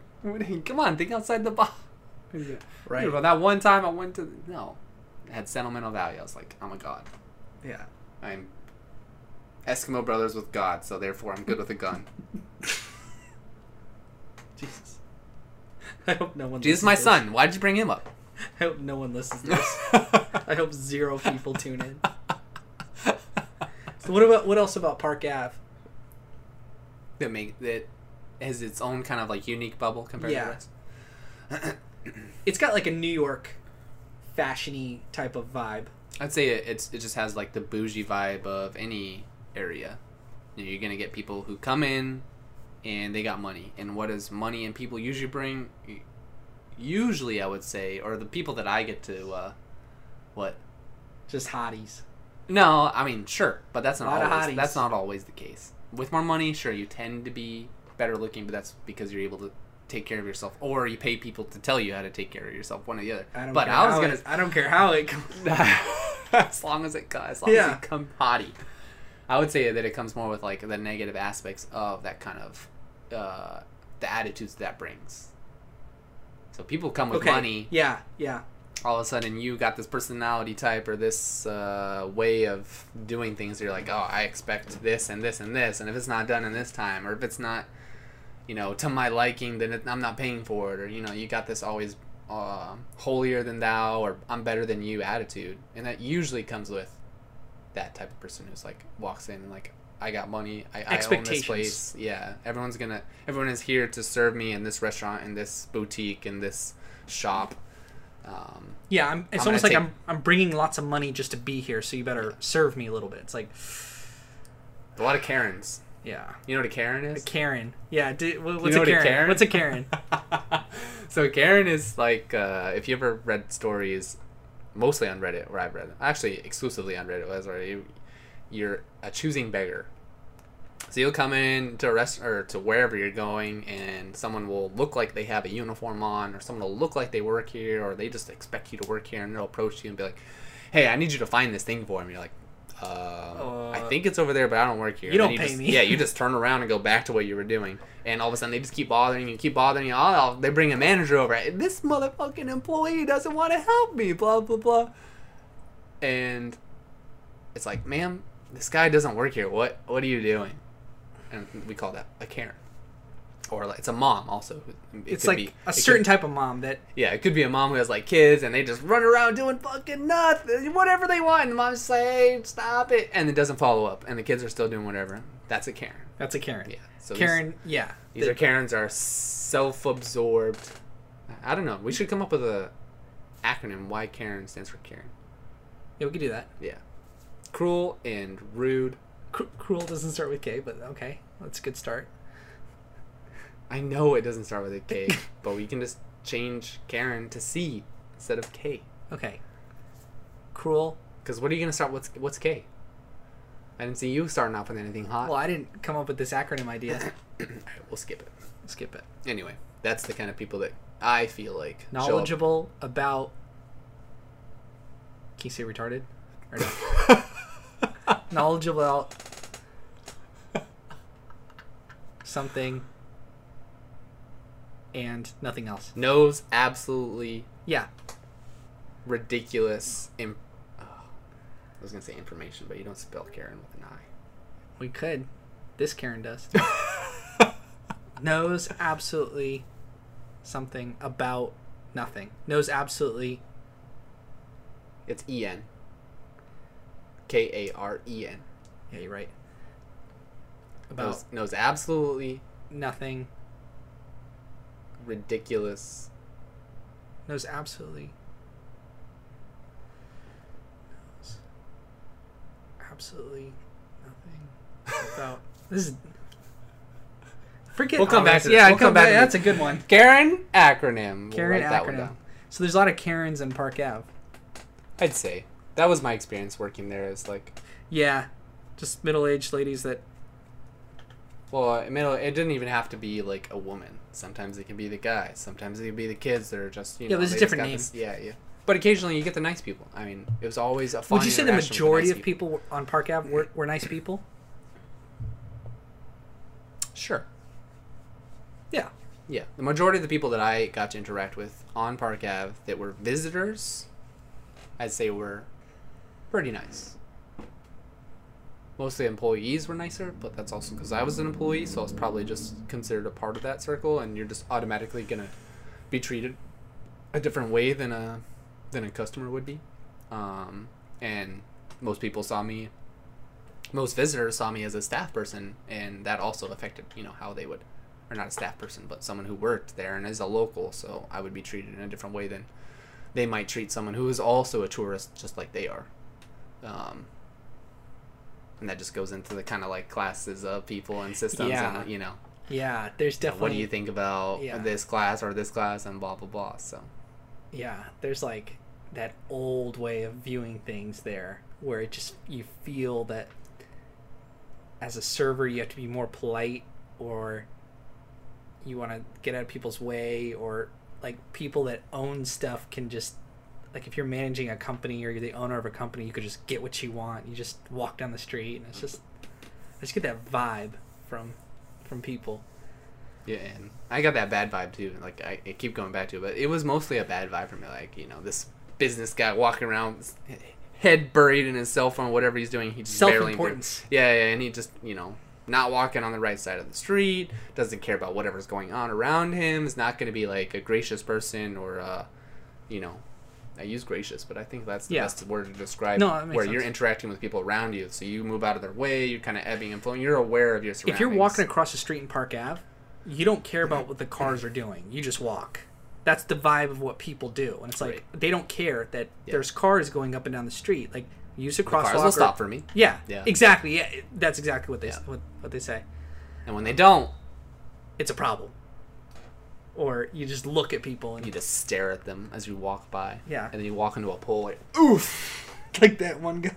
Speaker 2: Come on, think outside the box.
Speaker 1: Right.
Speaker 2: Dude, but that one time I went to no, it had sentimental value. I was like, oh my god,
Speaker 1: Yeah.
Speaker 2: I'm Eskimo brothers with God, so therefore I'm good with a gun.
Speaker 1: Jesus. I hope no one.
Speaker 2: Dude, this is
Speaker 1: listens
Speaker 2: my
Speaker 1: to
Speaker 2: son. Why did you bring him up?
Speaker 1: this. I hope no one listens to this. I hope zero people tune in. So what about what else about Park Ave?
Speaker 2: that make that has its own kind of like unique bubble compared to
Speaker 1: Yeah.
Speaker 2: the rest.
Speaker 1: It's got like a New York, fashiony type of vibe.
Speaker 2: I'd say it, it's it just has like the bougie vibe of any area. You know, you're gonna get people who come in, and they got money. And what does money and people usually bring? U- Usually, I would say, or the people that I get to, uh, what?
Speaker 1: Just hotties.
Speaker 2: No, I mean sure, but that's not
Speaker 1: Lot of
Speaker 2: always
Speaker 1: hotties.
Speaker 2: that's not always the case. With more money, sure, you tend to be better looking, but that's because you're able to take care of yourself, or you pay people to tell you how to take care of yourself. One or the other.
Speaker 1: I don't
Speaker 2: but
Speaker 1: care
Speaker 2: I was
Speaker 1: how
Speaker 2: gonna
Speaker 1: it- I don't care how it. comes.
Speaker 2: as long as it co- as long as
Speaker 1: Yeah.
Speaker 2: it come potty. I would say that it comes more with like the negative aspects of that kind of uh, the attitudes that brings. So people come with
Speaker 1: Okay.
Speaker 2: money.
Speaker 1: Yeah, yeah.
Speaker 2: All of a sudden, you got this personality type or this uh, way of doing things. You're like, oh, I expect this and this and this, and if it's not done in this time, or if it's not, you know, to my liking, then it, I'm not paying for it. Or you know, you got this always uh, holier than thou or I'm better than you attitude, and that usually comes with that type of person who's like walks in and like I got money. I, I own this
Speaker 1: Expectations.
Speaker 2: place. Yeah, everyone's gonna. Everyone is here to serve me in this restaurant, in this boutique, in this shop. Um,
Speaker 1: Yeah, I'm, it's
Speaker 2: I'm
Speaker 1: almost like
Speaker 2: gonna
Speaker 1: I'm I'm bringing lots of money just to be here, so you better serve me a little bit. It's like,
Speaker 2: a lot of Karens.
Speaker 1: yeah,
Speaker 2: You know what a Karen
Speaker 1: a
Speaker 2: is?
Speaker 1: Karen. Yeah, d what's
Speaker 2: know
Speaker 1: a
Speaker 2: what a
Speaker 1: Karen?
Speaker 2: Karen-
Speaker 1: What's a Karen?
Speaker 2: so Karen is like uh, if you ever read stories, mostly on Reddit where I've read them, actually exclusively on Reddit. That's where you, you're a choosing beggar. So you'll come in to a rest or to wherever you're going, and someone will look like they have a uniform on, or someone will look like they work here, or they just expect you to work here, and they'll approach you and be like, "Hey, I need you to find this thing for me." You're like, um, "I
Speaker 1: Uh,
Speaker 2: think it's over there, but I don't work here."
Speaker 1: you
Speaker 2: And then
Speaker 1: don't pay
Speaker 2: just-
Speaker 1: me.
Speaker 2: Yeah, you just turn around and go back to what you were doing, and all of a sudden they just keep bothering you, keep bothering you. Oh, they bring a manager over. This motherfucking employee doesn't want to help me. Blah blah blah. And it's like, ma'am, this guy doesn't work here. What what are you doing? And we call that a Karen, or like, it's a mom also. It
Speaker 1: It's
Speaker 2: could
Speaker 1: like
Speaker 2: be- it
Speaker 1: a
Speaker 2: could-
Speaker 1: certain type of mom that
Speaker 2: yeah, it could be a mom who has like kids and they just run around doing fucking nothing, whatever they want. And the mom's just like, hey, stop it, and it doesn't follow up, and the kids are still doing whatever. That's a Karen.
Speaker 1: that's a Karen.
Speaker 2: Yeah. So these-
Speaker 1: Karen. yeah.
Speaker 2: These
Speaker 1: The-
Speaker 2: are Karens are self-absorbed. I don't know. We should come up with a acronym. Why Karen stands for Karen.
Speaker 1: yeah, we could do that.
Speaker 2: Yeah. Cruel and rude.
Speaker 1: Cru cruel doesn't start with K, but okay, that's a good start.
Speaker 2: I know it doesn't start with a K, but we can just change Karen to C instead of K.
Speaker 1: Okay. Cruel.
Speaker 2: Because what are you gonna start? What's what's K? I didn't see you starting off with anything hot.
Speaker 1: Well, I didn't come up with this acronym idea.
Speaker 2: Alright, we'll skip it.
Speaker 1: Skip it.
Speaker 2: Anyway, that's the kind of people that I feel like show up-
Speaker 1: Knowledgeable about. Can you say retarded? Or no? knowledgeable about something and nothing else.
Speaker 2: knows absolutely
Speaker 1: Yeah,
Speaker 2: ridiculous. Imp- oh, I was gonna say information, but you don't spell Karen with an I.
Speaker 1: we could. This Karen does. Knows absolutely something about nothing. Knows absolutely.
Speaker 2: It's E N. K A R E N.
Speaker 1: Yeah, you're right. About
Speaker 2: Knows knows absolutely
Speaker 1: nothing.
Speaker 2: ridiculous.
Speaker 1: Knows absolutely. Knows absolutely nothing about. This is. Forget.
Speaker 2: We'll come
Speaker 1: all
Speaker 2: back
Speaker 1: this.
Speaker 2: to this.
Speaker 1: Yeah,
Speaker 2: We'll
Speaker 1: come
Speaker 2: come
Speaker 1: back.
Speaker 2: back to
Speaker 1: That's a
Speaker 2: this.
Speaker 1: good one.
Speaker 2: Karen acronym. We'll
Speaker 1: Karen
Speaker 2: write that one
Speaker 1: acronym.
Speaker 2: down.
Speaker 1: So there's a lot of Karens in Park Ave.
Speaker 2: I'd say that was my experience working there. Is like
Speaker 1: Yeah, just middle-aged ladies that.
Speaker 2: Well, I mean, it didn't even have to be like a woman. Sometimes it can be the guy. Sometimes it can be the kids that are just you
Speaker 1: Yeah,
Speaker 2: know.
Speaker 1: there's a
Speaker 2: they just
Speaker 1: different
Speaker 2: got
Speaker 1: name.
Speaker 2: This, yeah, yeah. But occasionally you get the nice people. I mean, it was always a fun.
Speaker 1: Would you say the
Speaker 2: interaction with
Speaker 1: majority
Speaker 2: nice
Speaker 1: of people were- on Park Ave were, were nice people?
Speaker 2: Sure.
Speaker 1: Yeah.
Speaker 2: Yeah, the majority of the people that I got to interact with on Park Ave that were visitors, I'd say were pretty nice. Mostly employees were nicer, but that's also because I was an employee, so I was probably just considered a part of that circle, and you're just automatically gonna be treated a different way than a than a customer would be. Um, and most people saw me, most visitors saw me as a staff person, and that also affected you know how they would or not a staff person, but someone who worked there and is a local, so I would be treated in a different way than they might treat someone who is also a tourist, just like they are. Um, and that just goes into the kind of like classes of people and systems,
Speaker 1: Yeah.
Speaker 2: and you know,
Speaker 1: Yeah, there's definitely.
Speaker 2: what do you think about
Speaker 1: Yeah.
Speaker 2: this class or this class and blah blah blah. So
Speaker 1: yeah there's like that old way of viewing things there where it just you feel that as a server you have to be more polite or you want to get out of people's way or like people that own stuff can just like if you're managing a company or you're the owner of a company you could just get what you want you just walk down the street and it's just i just get that vibe from from people
Speaker 2: Yeah, and I got that bad vibe too. Like I, I keep going back to it, but it was mostly a bad vibe for me. Like you know, this business guy walking around, with his head buried in his cell phone, whatever he's doing, he's just barely.
Speaker 1: Self-importance.
Speaker 2: Yeah, yeah, and he just you know not walking on the right side of the street, doesn't care about whatever's going on around him. Is not going to be like a gracious person or a, uh, you know, I use gracious, but I think that's the
Speaker 1: Yeah.
Speaker 2: best word to describe
Speaker 1: No, that makes
Speaker 2: where you're
Speaker 1: sense.
Speaker 2: interacting with people around you. So you move out of their way. You're kind of ebbing and flowing. You're aware of your surroundings.
Speaker 1: If you're walking across the street in Park Ave, you don't care about what the cars are doing. You just walk. That's the vibe of what people do, and it's like
Speaker 2: Right.
Speaker 1: they don't care that
Speaker 2: Yeah.
Speaker 1: there's cars going up and down the street. Like use a crosswalk.
Speaker 2: cars will
Speaker 1: or-
Speaker 2: stop for me,
Speaker 1: Yeah,
Speaker 2: Yeah.
Speaker 1: exactly. Yeah, it- that's exactly what they
Speaker 2: Yeah.
Speaker 1: what, what they say.
Speaker 2: and when they don't,
Speaker 1: It's a problem. Or you just look at people and
Speaker 2: you just stare at them as you walk by.
Speaker 1: Yeah.
Speaker 2: and then you walk into a pole. Like,
Speaker 1: oof, like that one guy.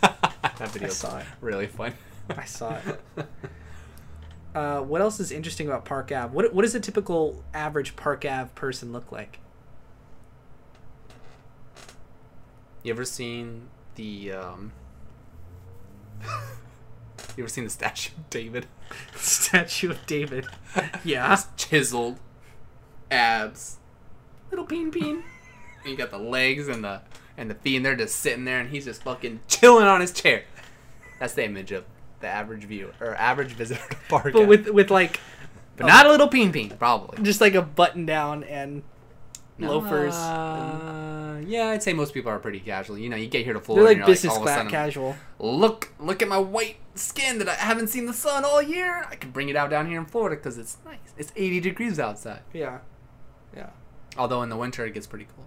Speaker 2: that
Speaker 1: I
Speaker 2: video's
Speaker 1: saw it.
Speaker 2: really fun.
Speaker 1: I saw it. Uh, what else is interesting about Park Ave? What what does a typical average Park Ave person look like?
Speaker 2: You ever seen the um You ever seen the statue of David?
Speaker 1: Statue of David. Yeah.
Speaker 2: Just chiseled abs. Little peen peen. And you got the legs and the and the feet and they're just sitting there and he's just fucking chilling on his chair. That's the image of the average viewer or average visitor to Park.
Speaker 1: But
Speaker 2: Ave.
Speaker 1: with with like
Speaker 2: but not a little peen peen, probably.
Speaker 1: just like a button down and loafers.
Speaker 2: Uh, yeah, I'd say most people are pretty casual. You know, you get here to Florida,
Speaker 1: They're like
Speaker 2: and you're
Speaker 1: business
Speaker 2: all of a
Speaker 1: class
Speaker 2: sudden-
Speaker 1: casual.
Speaker 2: look look at my white skin that i haven't seen the sun all year i can bring it out down here in florida because it's nice it's 80 degrees outside
Speaker 1: Yeah. Yeah.
Speaker 2: although in the winter it gets pretty cold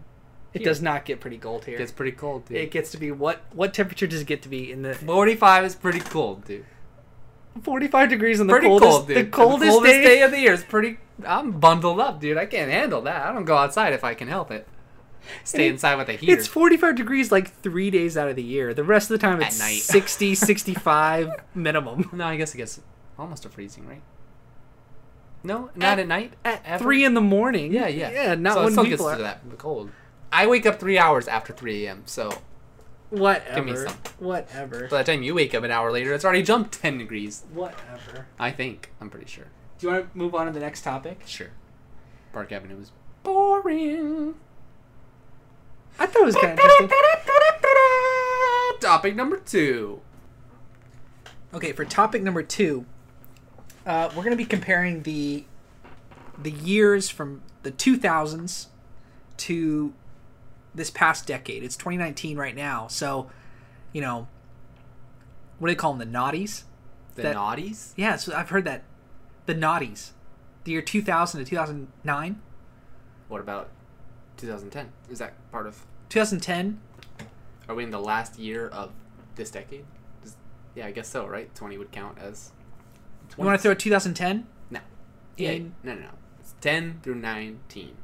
Speaker 1: It
Speaker 2: Here.
Speaker 1: does not get pretty cold
Speaker 2: it
Speaker 1: here.
Speaker 2: gets pretty cold dude
Speaker 1: It gets to be what what temperature does it get to be in the
Speaker 2: 45 is pretty cold dude
Speaker 1: 45 degrees on the
Speaker 2: pretty
Speaker 1: coldest
Speaker 2: cold dude
Speaker 1: the coldest, day.
Speaker 2: day. of the year is pretty i'm bundled up dude i can't handle that i don't go outside if i can help it stay
Speaker 1: It-
Speaker 2: inside with a heater
Speaker 1: It's 45 degrees like 3 days out of the year. The rest of the time
Speaker 2: At
Speaker 1: it's
Speaker 2: night.
Speaker 1: 60 65 minimum.
Speaker 2: no i guess it gets almost to freezing right no not
Speaker 1: At-
Speaker 2: at night
Speaker 1: At
Speaker 2: Ever?
Speaker 1: 3 in the morning.
Speaker 2: Yeah, yeah,
Speaker 1: Yeah, not
Speaker 2: so it
Speaker 1: when
Speaker 2: still
Speaker 1: people
Speaker 2: gets
Speaker 1: are
Speaker 2: to that cold. I wake up three hours after three a.m. So
Speaker 1: whatever.
Speaker 2: me some.
Speaker 1: Whatever.
Speaker 2: by the time you wake up an hour later, it's already jumped ten degrees.
Speaker 1: Whatever.
Speaker 2: I think I'm pretty sure.
Speaker 1: Do you want to move on to the next topic?
Speaker 2: Sure. Park Avenue was boring.
Speaker 1: I thought it was kind of interesting.
Speaker 2: Topic number two.
Speaker 1: Okay, for topic number two, uh, we're going to be comparing the the years from the 2000s to this past decade. It's 2019 right now, so you know what do they call them? The naughties.
Speaker 2: The
Speaker 1: That-
Speaker 2: naughties.
Speaker 1: Yeah, so I've heard that the naughties, the year 2000 to 2009,
Speaker 2: What about 2010? Is that part of?
Speaker 1: 2010.
Speaker 2: Are we in the last year of this decade? Does- yeah, I guess so. Right? Twenty would count as.
Speaker 1: You want to throw a 2010?
Speaker 2: No.
Speaker 1: Yeah.
Speaker 2: Yeah. No, no, no. It's 10 through 19.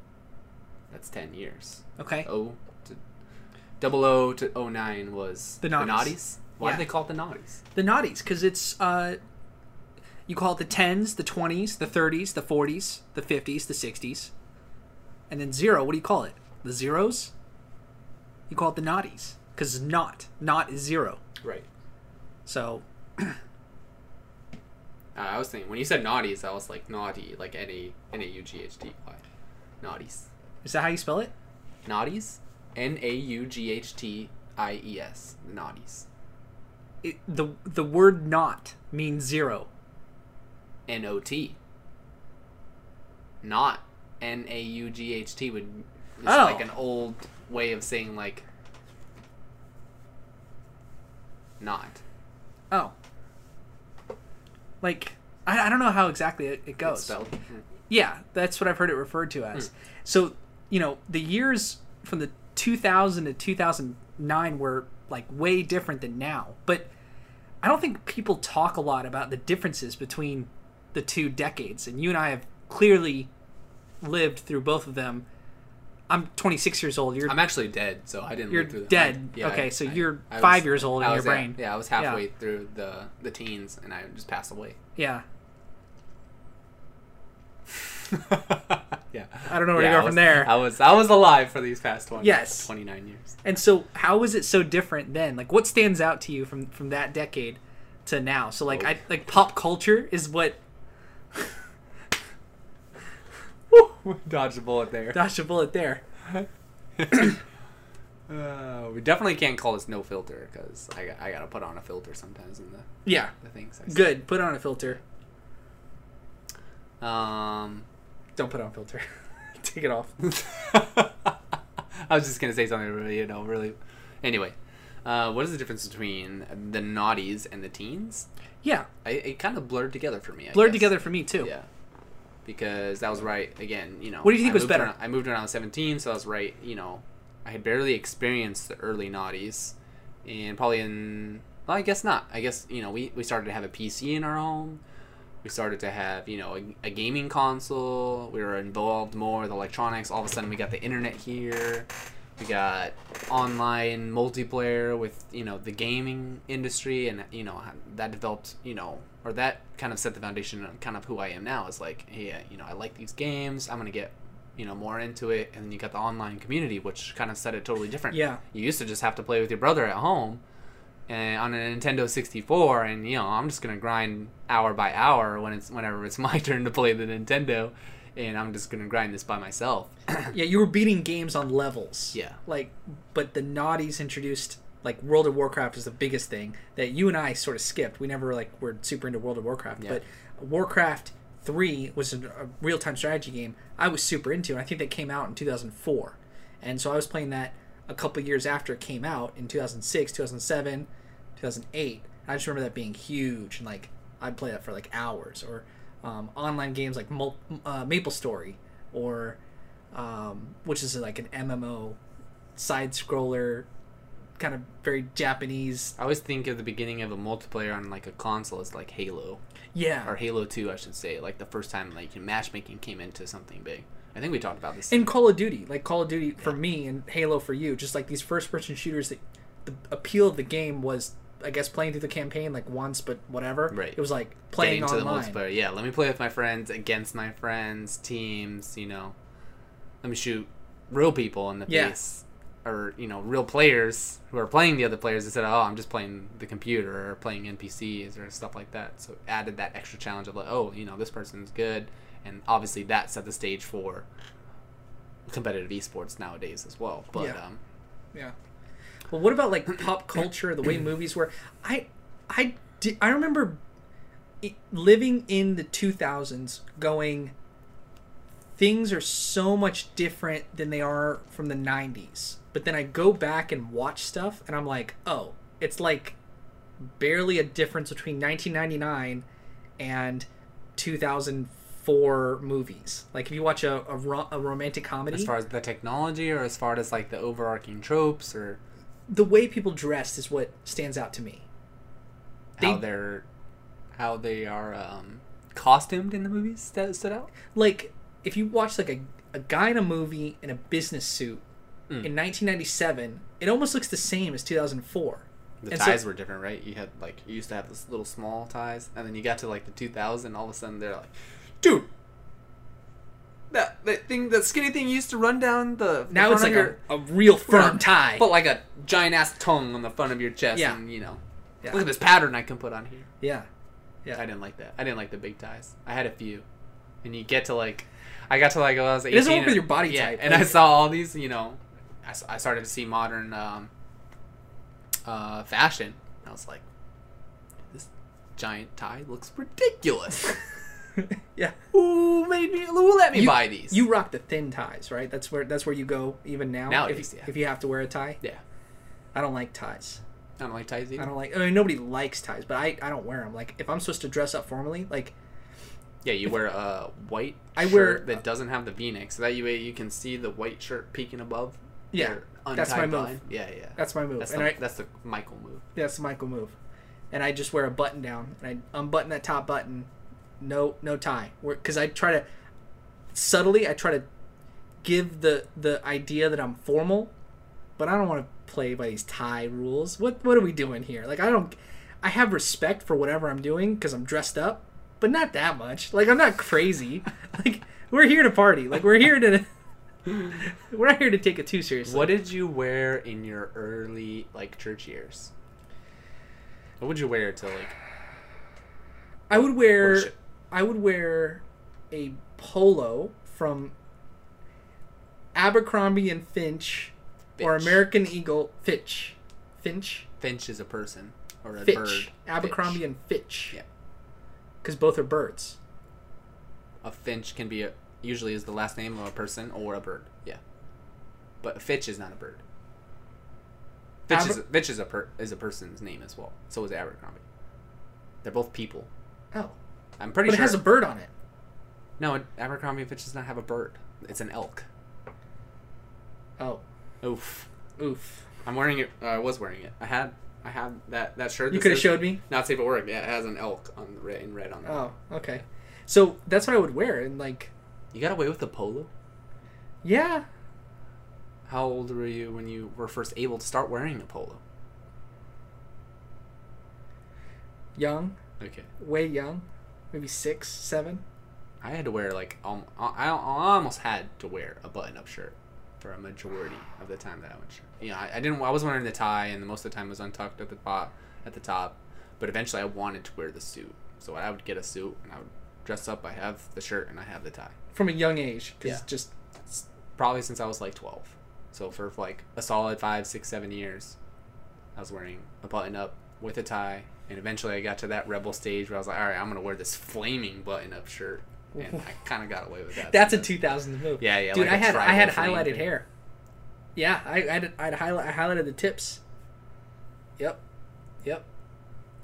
Speaker 2: That's 10 years.
Speaker 1: Okay.
Speaker 2: O to double O to 09 was
Speaker 1: The
Speaker 2: naughties.
Speaker 1: Naughties.
Speaker 2: Why
Speaker 1: Yeah.
Speaker 2: do they call it the naughties?
Speaker 1: the naughties because it's uh you call it the 10s the 20s the 30s the 40s the 50s the 60s and then zero what do you call it the zeros you call it the naughties because not not is zero
Speaker 2: Right.
Speaker 1: so
Speaker 2: Uh, I was thinking when you said naughties, I was like naughty, like N A N A U G H T Y, naughties,
Speaker 1: is that how you spell it
Speaker 2: naughties, N A U G H T I E S, naughties,
Speaker 1: it the the word not means zero
Speaker 2: N O T, not N A U G H T would. It's
Speaker 1: Oh.
Speaker 2: like an old way of saying like not.
Speaker 1: oh like i, I don't know how exactly it, it goes
Speaker 2: It's spelled.
Speaker 1: Yeah, that's what I've heard it referred to as. So, you know, the years from the 2000 to 2009 were like way different than now. But I don't think people talk a lot about the differences between the two decades. And you and I have clearly lived through both of them. I'm 26 years old. You're
Speaker 2: I'm actually dead, so I didn't.
Speaker 1: You're
Speaker 2: live through that.
Speaker 1: dead.
Speaker 2: I- yeah,
Speaker 1: Okay,
Speaker 2: I-
Speaker 1: so
Speaker 2: I-
Speaker 1: you're
Speaker 2: I
Speaker 1: five years old in
Speaker 2: I
Speaker 1: your
Speaker 2: was at-
Speaker 1: brain.
Speaker 2: yeah, I was halfway through the the teens, and I just passed away.
Speaker 1: yeah.
Speaker 2: yeah,
Speaker 1: I don't know where to go
Speaker 2: I
Speaker 1: from
Speaker 2: was-
Speaker 1: there.
Speaker 2: I was I was alive for these past one
Speaker 1: Yes.
Speaker 2: twenty nine years.
Speaker 1: And so, how is it so different then? Like, what stands out to you from from that decade to now? So, like, I like pop culture is what
Speaker 2: Dodged a bullet there.
Speaker 1: dodged a bullet there.
Speaker 2: Uh, we definitely can't call this no filter because I, got- I gotta put on a filter sometimes in the,
Speaker 1: Yeah,
Speaker 2: the things. I say.
Speaker 1: good. Put on a filter.
Speaker 2: Um,
Speaker 1: Don't put on filter. Take it off.
Speaker 2: I I was just gonna say something really, you know, really. Anyway, uh, what is the difference between the naughties and the teens?
Speaker 1: Yeah,
Speaker 2: I, it kind of blurred together for me. I
Speaker 1: blurred
Speaker 2: guess.
Speaker 1: together for me too.
Speaker 2: Yeah, because that was right again. You know,
Speaker 1: What do you think
Speaker 2: I
Speaker 1: was
Speaker 2: moved
Speaker 1: better?
Speaker 2: around- I moved around seventeen, so that's right. You know, I had barely experienced the early naughties, and probably in. Well, I guess not. I guess you know we we started to have a PC in our home. We started to have you know a, a gaming console. We were involved more with electronics. All of a sudden, we got the internet here. We got online multiplayer with you know the gaming industry, and you know that developed you know or that kind of set the foundation of kind of who I am now. Is like, hey, I- you know, I like these games. I'm gonna get you know more into it, and then you got the online community, which kind of set it totally different.
Speaker 1: Yeah.
Speaker 2: you used to just have to play with your brother at home, and uh, on a Nintendo 64, and you know I'm just gonna grind hour by hour when it's whenever it's my turn to play the Nintendo, and I'm just gonna grind this by myself.
Speaker 1: Yeah, you were beating games on levels.
Speaker 2: Yeah.
Speaker 1: Like, but the Naughties introduced like World of Warcraft is the biggest thing that you and I sort of skipped. We never like were super into World of Warcraft,
Speaker 2: Yeah.
Speaker 1: but Warcraft Three was a, a real-time strategy game I was super into, and I think that came out in 2004, and so I was playing that a couple years after it came out in 2006, 2007, 2008. I just remember that being huge, and like I'd play that for like hours, or um, online games like Mul- uh, Maple Story, or um, which is like an MMO side scroller, kind of very Japanese.
Speaker 2: I always think of the beginning of a multiplayer on like a console as like Halo
Speaker 1: Yeah.
Speaker 2: or Halo Two, I should say. Like the first time like matchmaking came into something big. I think we talked about this.
Speaker 1: And Call of Duty, like Call of Duty for me and Halo for you, just like these first person shooters that the appeal of the game was I guess playing through the campaign like once but whatever.
Speaker 2: Right.
Speaker 1: It was like
Speaker 2: Getting
Speaker 1: playing
Speaker 2: to
Speaker 1: online.
Speaker 2: the multiplayer. Yeah, let me play with my friends against my friends, teams. You know, let me shoot real people in the
Speaker 1: Yeah.
Speaker 2: face, or you know, real players who are playing the other players instead of oh, I'm just playing the computer or playing NPCs or stuff like that. So it added that extra challenge of like, oh, you know, this person's good, and obviously that set the stage for competitive esports nowadays as well. But
Speaker 1: Yeah.
Speaker 2: um,
Speaker 1: Yeah. Well, what about like pop culture, the way movies were? I, I, di- I remember i- living in the 2000s, going. Things are so much different than they are from the 90s. But then I go back and watch stuff, and I'm like, oh, it's like barely a difference between 1999 and 2004 movies. Like if you watch a a, ro- a romantic comedy,
Speaker 2: as far as the technology or as far as like the overarching tropes or
Speaker 1: the way people dressed is what stands out to me.
Speaker 2: how
Speaker 1: They-
Speaker 2: they're how they are um, costumed in the movies that stood out.
Speaker 1: Like if you watch like a, a guy in a movie in a business suit
Speaker 2: Mm.
Speaker 1: in 1997, it almost looks the same as 2004.
Speaker 2: The
Speaker 1: And so-
Speaker 2: ties were different, right? You had like you used to have this little small ties, and then you got to like the 2000, all of a sudden they're like, dude. That, that thing, that skinny thing you used to run down the the
Speaker 1: Now
Speaker 2: front
Speaker 1: it's
Speaker 2: of
Speaker 1: like a,
Speaker 2: your-
Speaker 1: a real firm
Speaker 2: Right.
Speaker 1: tie.
Speaker 2: but like a giant ass tongue on the front of your chest,
Speaker 1: Yeah.
Speaker 2: and you know,
Speaker 1: Yeah.
Speaker 2: look at this pattern I can put on here.
Speaker 1: Yeah.
Speaker 2: I didn't like that. I didn't like the big ties. I had a few, and you get to like, I got to like when I was. 18,
Speaker 1: doesn't work with
Speaker 2: and-
Speaker 1: your body
Speaker 2: yeah,
Speaker 1: type.
Speaker 2: And I saw all these, you know, I, s- I started to see modern um, uh, fashion. And I was like, this giant tie looks ridiculous.
Speaker 1: yeah.
Speaker 2: who made me? Who let me
Speaker 1: You-
Speaker 2: buy these?
Speaker 1: You rock the thin ties, right? That's where that's where you go even now. if,
Speaker 2: Nowadays,
Speaker 1: you-
Speaker 2: yeah.
Speaker 1: if you have to wear a tie.
Speaker 2: yeah.
Speaker 1: I don't like ties.
Speaker 2: I don't like ties either.
Speaker 1: I don't like I mean nobody likes ties, but I, I don't wear them. Like if I'm supposed to dress up formally, like
Speaker 2: Yeah, you wear a white.
Speaker 1: I
Speaker 2: shirt
Speaker 1: wear-
Speaker 2: that doesn't have the V-neck, so that way you can see the white shirt peeking above.
Speaker 1: Yeah,
Speaker 2: your
Speaker 1: that's my
Speaker 2: untied
Speaker 1: move.
Speaker 2: line. Yeah, yeah.
Speaker 1: that's my move.
Speaker 2: That's,
Speaker 1: and
Speaker 2: the,
Speaker 1: I,
Speaker 2: that's the Michael move.
Speaker 1: That's the Michael move. And I just wear a button down and I unbutton that top button. No, no tie. Because I try to subtly, I try to give the the idea that I'm formal, but I don't want to play by these tie rules. What what are we doing here? Like I don't, I have respect for whatever I'm doing because I'm dressed up, but not that much. Like I'm not crazy. like we're here to party. Like we're here to. We're not here to take it too seriously.
Speaker 2: What did you wear in your early like church years? What would you wear to like?
Speaker 1: I would wear
Speaker 2: Worship.
Speaker 1: I would wear a polo from Abercrombie and Finch, or
Speaker 2: Fitch.
Speaker 1: American Eagle Fitch. Finch?
Speaker 2: Finch is a person or a
Speaker 1: Fitch.
Speaker 2: bird.
Speaker 1: Abercrombie
Speaker 2: Fitch.
Speaker 1: and Fitch.
Speaker 2: Yeah.
Speaker 1: Cuz both are birds.
Speaker 2: A finch can be a, usually is the last name of a person or a bird. Yeah. but Fitch aber- is not a bird. Fitch is Fitch is a per, is a person's name as well. So is Abercrombie. They're both people.
Speaker 1: Oh,
Speaker 2: I'm
Speaker 1: but
Speaker 2: pretty
Speaker 1: it
Speaker 2: sure.
Speaker 1: has a bird on it.
Speaker 2: no, it- Abercrombie and Fitch does not have a bird. It's an elk.
Speaker 1: Oh,
Speaker 2: Oof.
Speaker 1: oof.
Speaker 2: I'm wearing it. Uh, I was wearing it. I had I had that that shirt.
Speaker 1: You
Speaker 2: that
Speaker 1: could have
Speaker 2: says
Speaker 1: showed me.
Speaker 2: Not safe at work. Yeah, it has an elk on the red in red on it.
Speaker 1: Oh, okay. So that's what I would wear, and like,
Speaker 2: You got away with the polo.
Speaker 1: yeah,
Speaker 2: How old were you when you were first able to start wearing a polo?
Speaker 1: young,
Speaker 2: Okay.
Speaker 1: way young, maybe six, seven.
Speaker 2: I had to wear like um, I, I almost had to wear a button-up shirt for a majority of the time that I went. Shirt. You know, I, I didn't. I was wearing the tie, and most of the time was untucked at the top. At the top, but eventually I wanted to wear the suit, so I would get a suit and I would dress up. I have the shirt and I have the tie.
Speaker 1: From a young age, because
Speaker 2: Yeah.
Speaker 1: just
Speaker 2: It's probably since I was like twelve. So for like a solid five, six, seven years, I was wearing a button-up with a tie, and eventually I got to that rebel stage where I was like, all right, I'm gonna wear this flaming button-up shirt. And I kind of got away with that.
Speaker 1: that's a
Speaker 2: sometimes.
Speaker 1: 2000s move.
Speaker 2: Yeah, yeah,
Speaker 1: Dude,
Speaker 2: like
Speaker 1: I
Speaker 2: a
Speaker 1: had I
Speaker 2: tribal
Speaker 1: had
Speaker 2: thing.
Speaker 1: highlighted hair. Yeah, I I had, I had highlight I highlighted the tips. Yep, yep.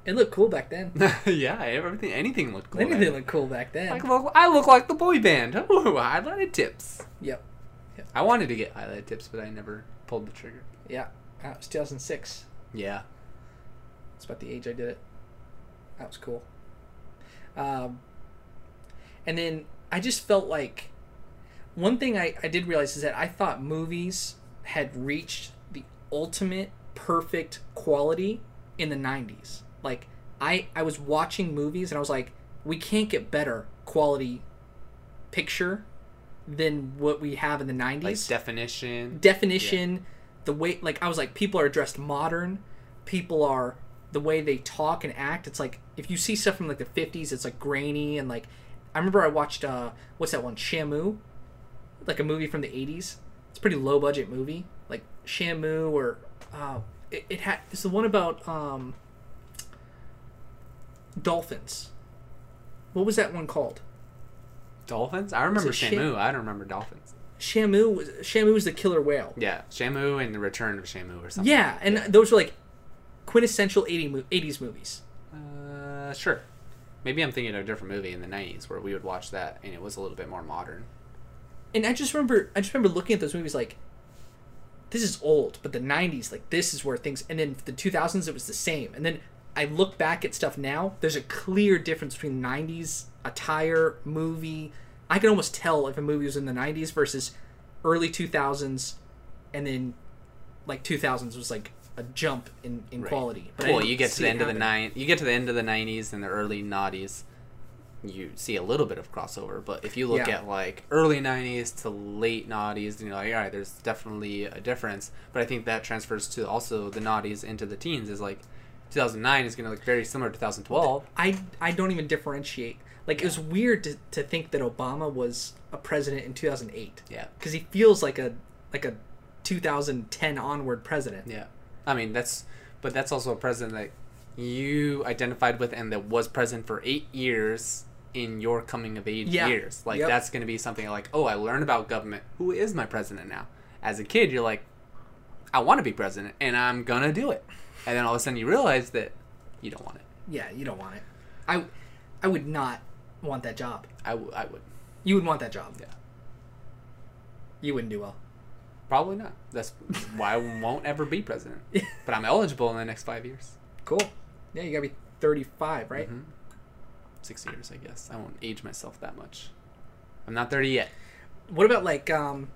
Speaker 1: It looked cool back then.
Speaker 2: yeah, everything, anything looked cool.
Speaker 1: Anything looked cool back then.
Speaker 2: Like, look, I look like the boy band. Ooh, highlighted tips.
Speaker 1: Yep.
Speaker 2: I wanted to get highlighted tips, but I never pulled the trigger.
Speaker 1: Yeah. Uh, it was 2006.
Speaker 2: Yeah.
Speaker 1: That's about the age I did it. That was cool. Um, and then I just felt like one thing I, I did realize is that I thought movies had reached the ultimate perfect quality in the 90s. Like, I, I was watching movies and I was like, we can't get better quality picture than what we have in the 90s
Speaker 2: Like definition.
Speaker 1: definition the way like i was like people are dressed modern people are the way they talk and act it's like if you see stuff from like the 50s it's like grainy and like i remember i watched uh what's that one shamu like a movie from the 80s it's a pretty low budget movie like shamu or uh it, it had it's the one about um dolphins what was that one called
Speaker 2: dolphins. I remember
Speaker 1: Is it
Speaker 2: Shamu. I don't remember dolphins.
Speaker 1: shamu was shamu was the killer whale
Speaker 2: Yeah, Shamu and the Return of Shamu or something.
Speaker 1: Yeah, and those were like quintessential 80 mo- 80s movies.
Speaker 2: Uh, sure. Maybe I'm thinking of a different movie in the '90s where we would watch that, and it was a little bit more modern.
Speaker 1: And I just remember I just remember looking at those movies like this is old, but the 90s like this is where things and then the 2000s it was the same. And then I look back at stuff now, there's a clear difference between 90s attire, movie. I can almost tell if a movie was in the 90s versus early 2000s and then like 2000s was like a jump in, in
Speaker 2: Right.
Speaker 1: quality. I
Speaker 2: Well,
Speaker 1: didn't
Speaker 2: you get to
Speaker 1: see
Speaker 2: the
Speaker 1: it
Speaker 2: end of the
Speaker 1: happen.
Speaker 2: nine. You get to the end of the nineties and the early noughties. You see a little bit of crossover, but if you look
Speaker 1: Yeah.
Speaker 2: at like early nineties to late noughties, and you're like, all right, there's definitely a difference. But I think that transfers to also the noughties into the teens. Is like, 2009 is going to look very similar to 2012.
Speaker 1: I I don't even differentiate. Like it was weird to, to think that Obama was a president in 2008
Speaker 2: Yeah,
Speaker 1: because he feels like a like a 2010 onward president.
Speaker 2: yeah. I mean, that's but that's also a president that you identified with and that was present for eight years in your coming of age
Speaker 1: Yeah.
Speaker 2: years. Like
Speaker 1: Yep.
Speaker 2: that's going to be something like, oh, I learned about government. Who is my president now? As a kid, you're like, I want to be president and I'm gonna do it. And then all of a sudden, you realize that you don't want it.
Speaker 1: Yeah, you don't want it. I I would not want that job.
Speaker 2: I, w- I would
Speaker 1: You would want that job.
Speaker 2: Yeah.
Speaker 1: You wouldn't do well.
Speaker 2: probably not. That's why I won't ever be president. But I'm eligible in the next five years,
Speaker 1: Cool. Yeah, you gotta be 35, right?
Speaker 2: Mhm. six years, I guess. I won't age myself that much. I'm not 30 yet.
Speaker 1: What about like um,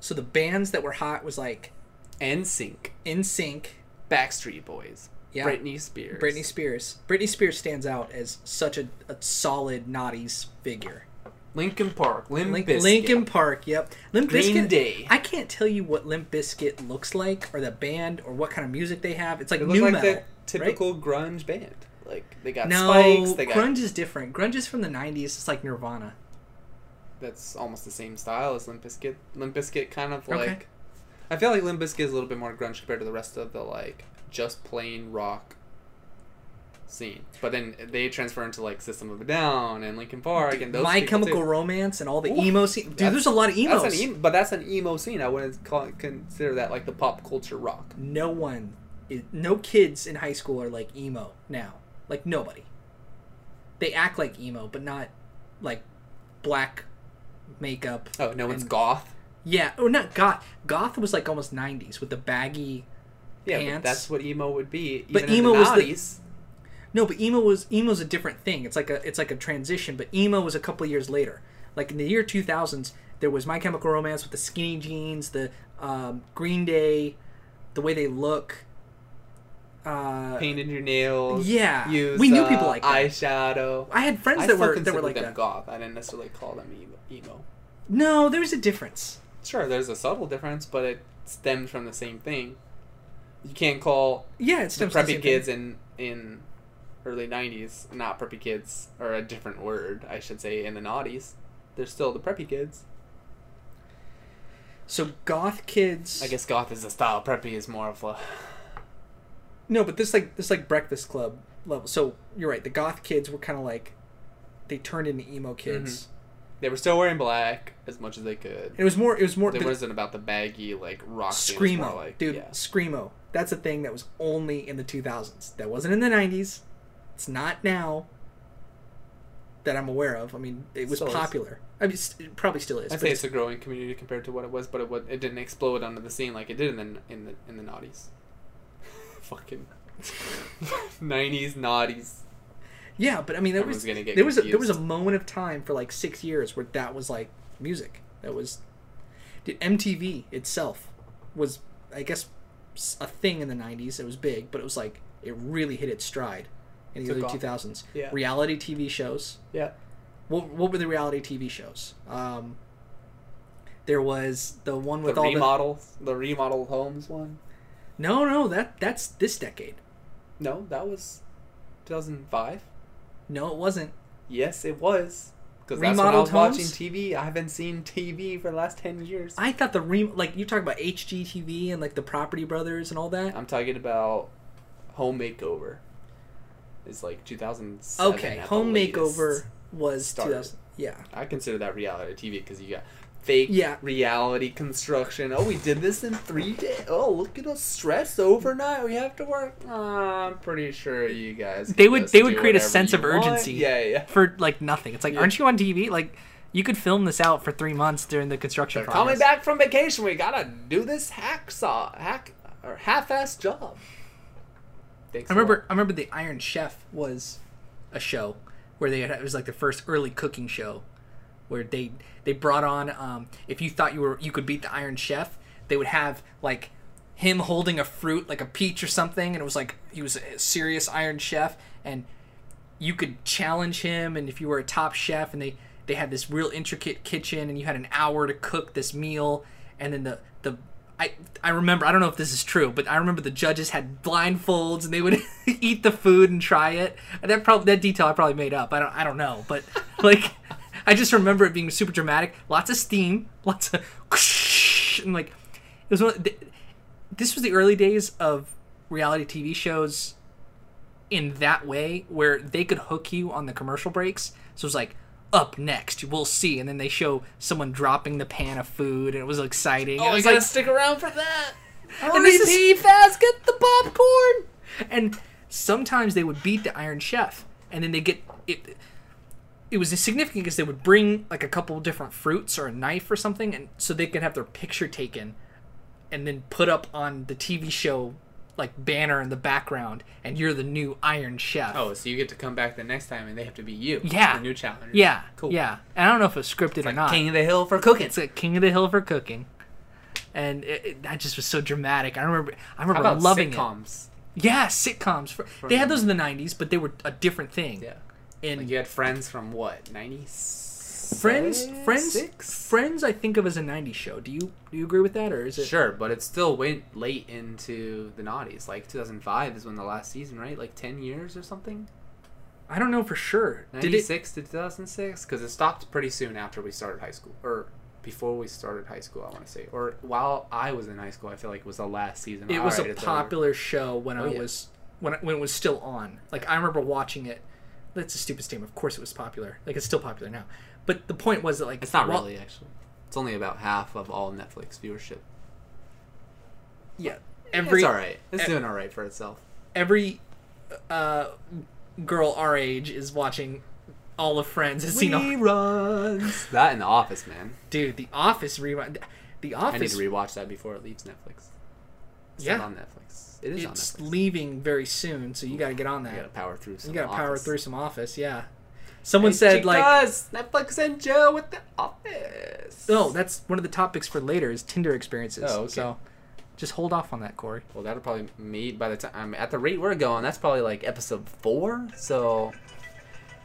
Speaker 1: so the bands that were hot was like
Speaker 2: And sync.
Speaker 1: In Sync,
Speaker 2: Backstreet Boys,
Speaker 1: Yeah.
Speaker 2: Britney Spears,
Speaker 1: Britney Spears. Britney Spears stands out as such a, a solid naughties figure.
Speaker 2: Linkin Park, Limp
Speaker 1: Link,
Speaker 2: Bizkit.
Speaker 1: Linkin Park. Yep. Limp
Speaker 2: Green
Speaker 1: Bizkit.
Speaker 2: Day.
Speaker 1: I can't tell you what Limp Bizkit looks like, or the band, or what kind of music they have. It's like
Speaker 2: They
Speaker 1: new
Speaker 2: look like
Speaker 1: metal.
Speaker 2: the typical grunge band. Like they got
Speaker 1: right? No,
Speaker 2: spikes. They got
Speaker 1: grunge is different. Grunge is from the '90s. It's like Nirvana.
Speaker 2: that's almost the same style as Limp Bizkit. Limp Bizkit kind of
Speaker 1: Okay.
Speaker 2: like. I feel like Limp Bizkit is a little bit more grunge compared to the rest of the like just plain rock scene. But then they transfer into like System of a Down and Linkin Park and those.
Speaker 1: My
Speaker 2: people, too.
Speaker 1: Chemical Romance and all the
Speaker 2: Ooh,
Speaker 1: emo scene. Dude,
Speaker 2: that's-
Speaker 1: there's a lot of emos.
Speaker 2: That's an emo, but that's an emo scene. I wouldn't call it, consider that like the pop culture rock.
Speaker 1: no one, is, no kids in high school are like emo now. Like nobody. They act like emo, but not like black makeup.
Speaker 2: Oh, no one's
Speaker 1: And-
Speaker 2: goth.
Speaker 1: Yeah, or not goth. Goth was like almost '90s with the baggy.
Speaker 2: Yeah, but
Speaker 1: pants.
Speaker 2: that's what emo would be. Even
Speaker 1: But
Speaker 2: in
Speaker 1: emo
Speaker 2: the
Speaker 1: was the-
Speaker 2: 90s.
Speaker 1: No, but emo was emo's a different thing. It's like a it's like a transition. But emo was a couple of years later. Like in the year 2000s, there was My Chemical Romance with the skinny jeans, the um, Green Day, the way they look. Uh,
Speaker 2: painted your nails.
Speaker 1: yeah,
Speaker 2: use,
Speaker 1: we knew
Speaker 2: uh,
Speaker 1: people like that.
Speaker 2: eyeshadow.
Speaker 1: I had friends
Speaker 2: I
Speaker 1: that
Speaker 2: still
Speaker 1: were that
Speaker 2: consider
Speaker 1: were like
Speaker 2: them
Speaker 1: that.
Speaker 2: goth. I didn't necessarily call them emo. emo.
Speaker 1: No, there's a difference.
Speaker 2: Sure, there's a subtle difference, but it stems from the same thing. You can't call
Speaker 1: Yeah, it's
Speaker 2: the preppy kids in in early '90s not preppy kids, or a different word, I should say, in the '90s. They're still the preppy kids.
Speaker 1: So goth kids.
Speaker 2: I guess goth is a style. Preppy is more of a
Speaker 1: No, but this like this like Breakfast Club level. So you're right. The goth kids were kind of like, they turned into emo kids.
Speaker 2: Mm-hmm. they were still wearing black as much as they could.
Speaker 1: And it was more. It was more
Speaker 2: There
Speaker 1: the
Speaker 2: wasn't about the baggy like rock scenes, more
Speaker 1: screamo,
Speaker 2: like,
Speaker 1: dude.
Speaker 2: yeah.
Speaker 1: Screamo. That's a thing that was only in the 2000s. That wasn't in the 90s. It's not now. That I'm aware of. I mean, it was
Speaker 2: Still is.
Speaker 1: popular. I mean, s- it probably still is.
Speaker 2: I
Speaker 1: but
Speaker 2: say
Speaker 1: it's-
Speaker 2: it's a growing community compared to what it was, but it wa- it didn't explode onto the scene like it did in the in the in the naughties. Fucking nineties naughties.
Speaker 1: Yeah, but I mean, there was
Speaker 2: Everyone's gonna get
Speaker 1: there was a, there was a
Speaker 2: confused.
Speaker 1: moment of time for like six years where that was like music. That was, did MTV itself was I guess s- a thing in the '90s. It was big, but it was like it really hit its stride in the
Speaker 2: Took
Speaker 1: early
Speaker 2: off.
Speaker 1: 2000s.
Speaker 2: Yeah.
Speaker 1: Reality TV shows.
Speaker 2: Yeah.
Speaker 1: What what were the reality TV shows? Um, there was the one with
Speaker 2: the
Speaker 1: all
Speaker 2: remodels, the remodel homes one.
Speaker 1: the no no that that's this decade.
Speaker 2: No, that was 2005.
Speaker 1: No, it wasn't.
Speaker 2: Yes, it was. Because that's when I
Speaker 1: Remodeled
Speaker 2: was watching
Speaker 1: homes?
Speaker 2: TV. I haven't seen TV for the last 10 years.
Speaker 1: I thought the re like you talk about HGTV and like the Property Brothers and all that.
Speaker 2: I'm talking about Home Makeover. It's like 2007.
Speaker 1: Okay,
Speaker 2: at the
Speaker 1: Home
Speaker 2: latest.
Speaker 1: Makeover was two
Speaker 2: started.
Speaker 1: thousand. Yeah,
Speaker 2: I consider that reality TV because you got fake
Speaker 1: Yeah.
Speaker 2: reality construction. Oh, we did this in three days. Oh, look at us stressed overnight. We have to work. Ah, I'm pretty sure you guys. can
Speaker 5: They would-
Speaker 2: just
Speaker 5: they would
Speaker 2: do
Speaker 5: create a
Speaker 2: whatever
Speaker 5: sense
Speaker 2: you
Speaker 5: of
Speaker 2: want.
Speaker 5: urgency.
Speaker 2: Yeah, yeah.
Speaker 5: for like nothing. It's like,
Speaker 2: Yeah.
Speaker 5: aren't you on TV? Like, you could film this out for three months during the construction.
Speaker 2: They're coming
Speaker 5: process.
Speaker 2: back from vacation. We gotta do this hacksaw hack or half-ass job. Thanks
Speaker 1: I
Speaker 2: a
Speaker 1: remember. I remember the Iron Chef was a show where they had, it was like the first early cooking show where they they brought on um, if you thought you were you could beat the Iron Chef, they would have like him holding a fruit like a peach or something, and it was like he was a serious Iron Chef and you could challenge him and if you were a top chef and they they had this real intricate kitchen and you had an hour to cook this meal and then the the I, I remember I don't know if this is true, but I remember the judges had blindfolds and they would eat the food and try it. And that probably that detail I probably made up. I don't I don't know, but like I just remember it being super dramatic. Lots of steam, lots of and like it was one of the, this was the early days of reality TV shows in that way where they could hook you on the commercial breaks. So it was like, up next, we'll see. And then they show someone dropping the pan of food, and it was exciting.
Speaker 2: lot.
Speaker 1: and it
Speaker 2: Oh, we
Speaker 1: was
Speaker 2: gotta
Speaker 1: like,
Speaker 2: stick around for that.
Speaker 1: and this is-
Speaker 2: Repeat fast. Get the popcorn.
Speaker 1: and sometimes they would beat the Iron Chef, and then they get it. It was significant because they would bring like a couple different fruits or a knife or something, and so they could have their picture taken, and then put up on the TV show like banner in the background, and you're the new Iron Chef.
Speaker 2: Oh, so you get to come back the next time, and they have to be you.
Speaker 5: Yeah.
Speaker 2: the new challenge.
Speaker 5: Yeah,
Speaker 2: Cool.
Speaker 5: Yeah, and I don't know if it was scripted or not.
Speaker 2: King of the Hill for cooking.
Speaker 5: It's like King of the Hill for cooking, and it, it, that just was so dramatic. I remember, I
Speaker 2: How
Speaker 5: remember
Speaker 2: about
Speaker 5: loving
Speaker 2: sitcoms?
Speaker 5: it. Yeah, sitcoms. For, they had those in the '90s, but they were a different thing.
Speaker 2: Yeah.
Speaker 5: And
Speaker 2: Like you had friends from what? 90s?
Speaker 5: Friends, Friends,
Speaker 2: Six?
Speaker 5: Friends. I think of as a '90s show. Do you do you agree with that, or is it?
Speaker 2: Sure, but it still went late into the noughties. Like 2005 is when the last season, right? Like 10 years or something?
Speaker 5: I don't know for sure. Did it?
Speaker 2: 96 to 2006? Because it stopped pretty soon after we started high school. Or before we started high school, I want to say. Or while I was in high school, I feel like it was the last season.
Speaker 1: it
Speaker 2: All
Speaker 1: was
Speaker 2: right,
Speaker 1: a
Speaker 2: it's over.
Speaker 1: popular show when
Speaker 2: Oh,
Speaker 1: I
Speaker 2: yeah.
Speaker 1: was when it, when it was still on. Like I remember watching it. That's a stupid statement. Of course, it was popular. Like it's still popular now. But the point was that like
Speaker 2: It's not
Speaker 1: while-
Speaker 2: really actually. It's only about half of all Netflix viewership.
Speaker 1: Yeah, every
Speaker 2: it's all right. It's
Speaker 1: e-
Speaker 2: doing all right for itself.
Speaker 1: every uh, girl our age is watching all of Friends. Has seen all,
Speaker 2: Reruns. that in The Office, man.
Speaker 1: dude. The Office rerun. The
Speaker 2: I need
Speaker 1: Office.
Speaker 2: to rewatch that before it leaves Netflix. It's
Speaker 1: Yeah.
Speaker 2: not on Netflix. It is
Speaker 1: It's
Speaker 2: on Netflix.
Speaker 1: leaving very soon, so you got to get on
Speaker 2: You gotta
Speaker 1: that.
Speaker 2: power through. Some
Speaker 1: You got to power
Speaker 2: Office.
Speaker 1: through some Office. Yeah. Someone said like
Speaker 2: Because Netflix and Joe with The Office.
Speaker 1: No, oh, that's one of the topics for later is Tinder experiences.
Speaker 2: Oh, okay.
Speaker 1: So just hold off on that, Corey.
Speaker 2: Well, that'll probably me by the time I'm at the rate we're going. That's probably like episode four. So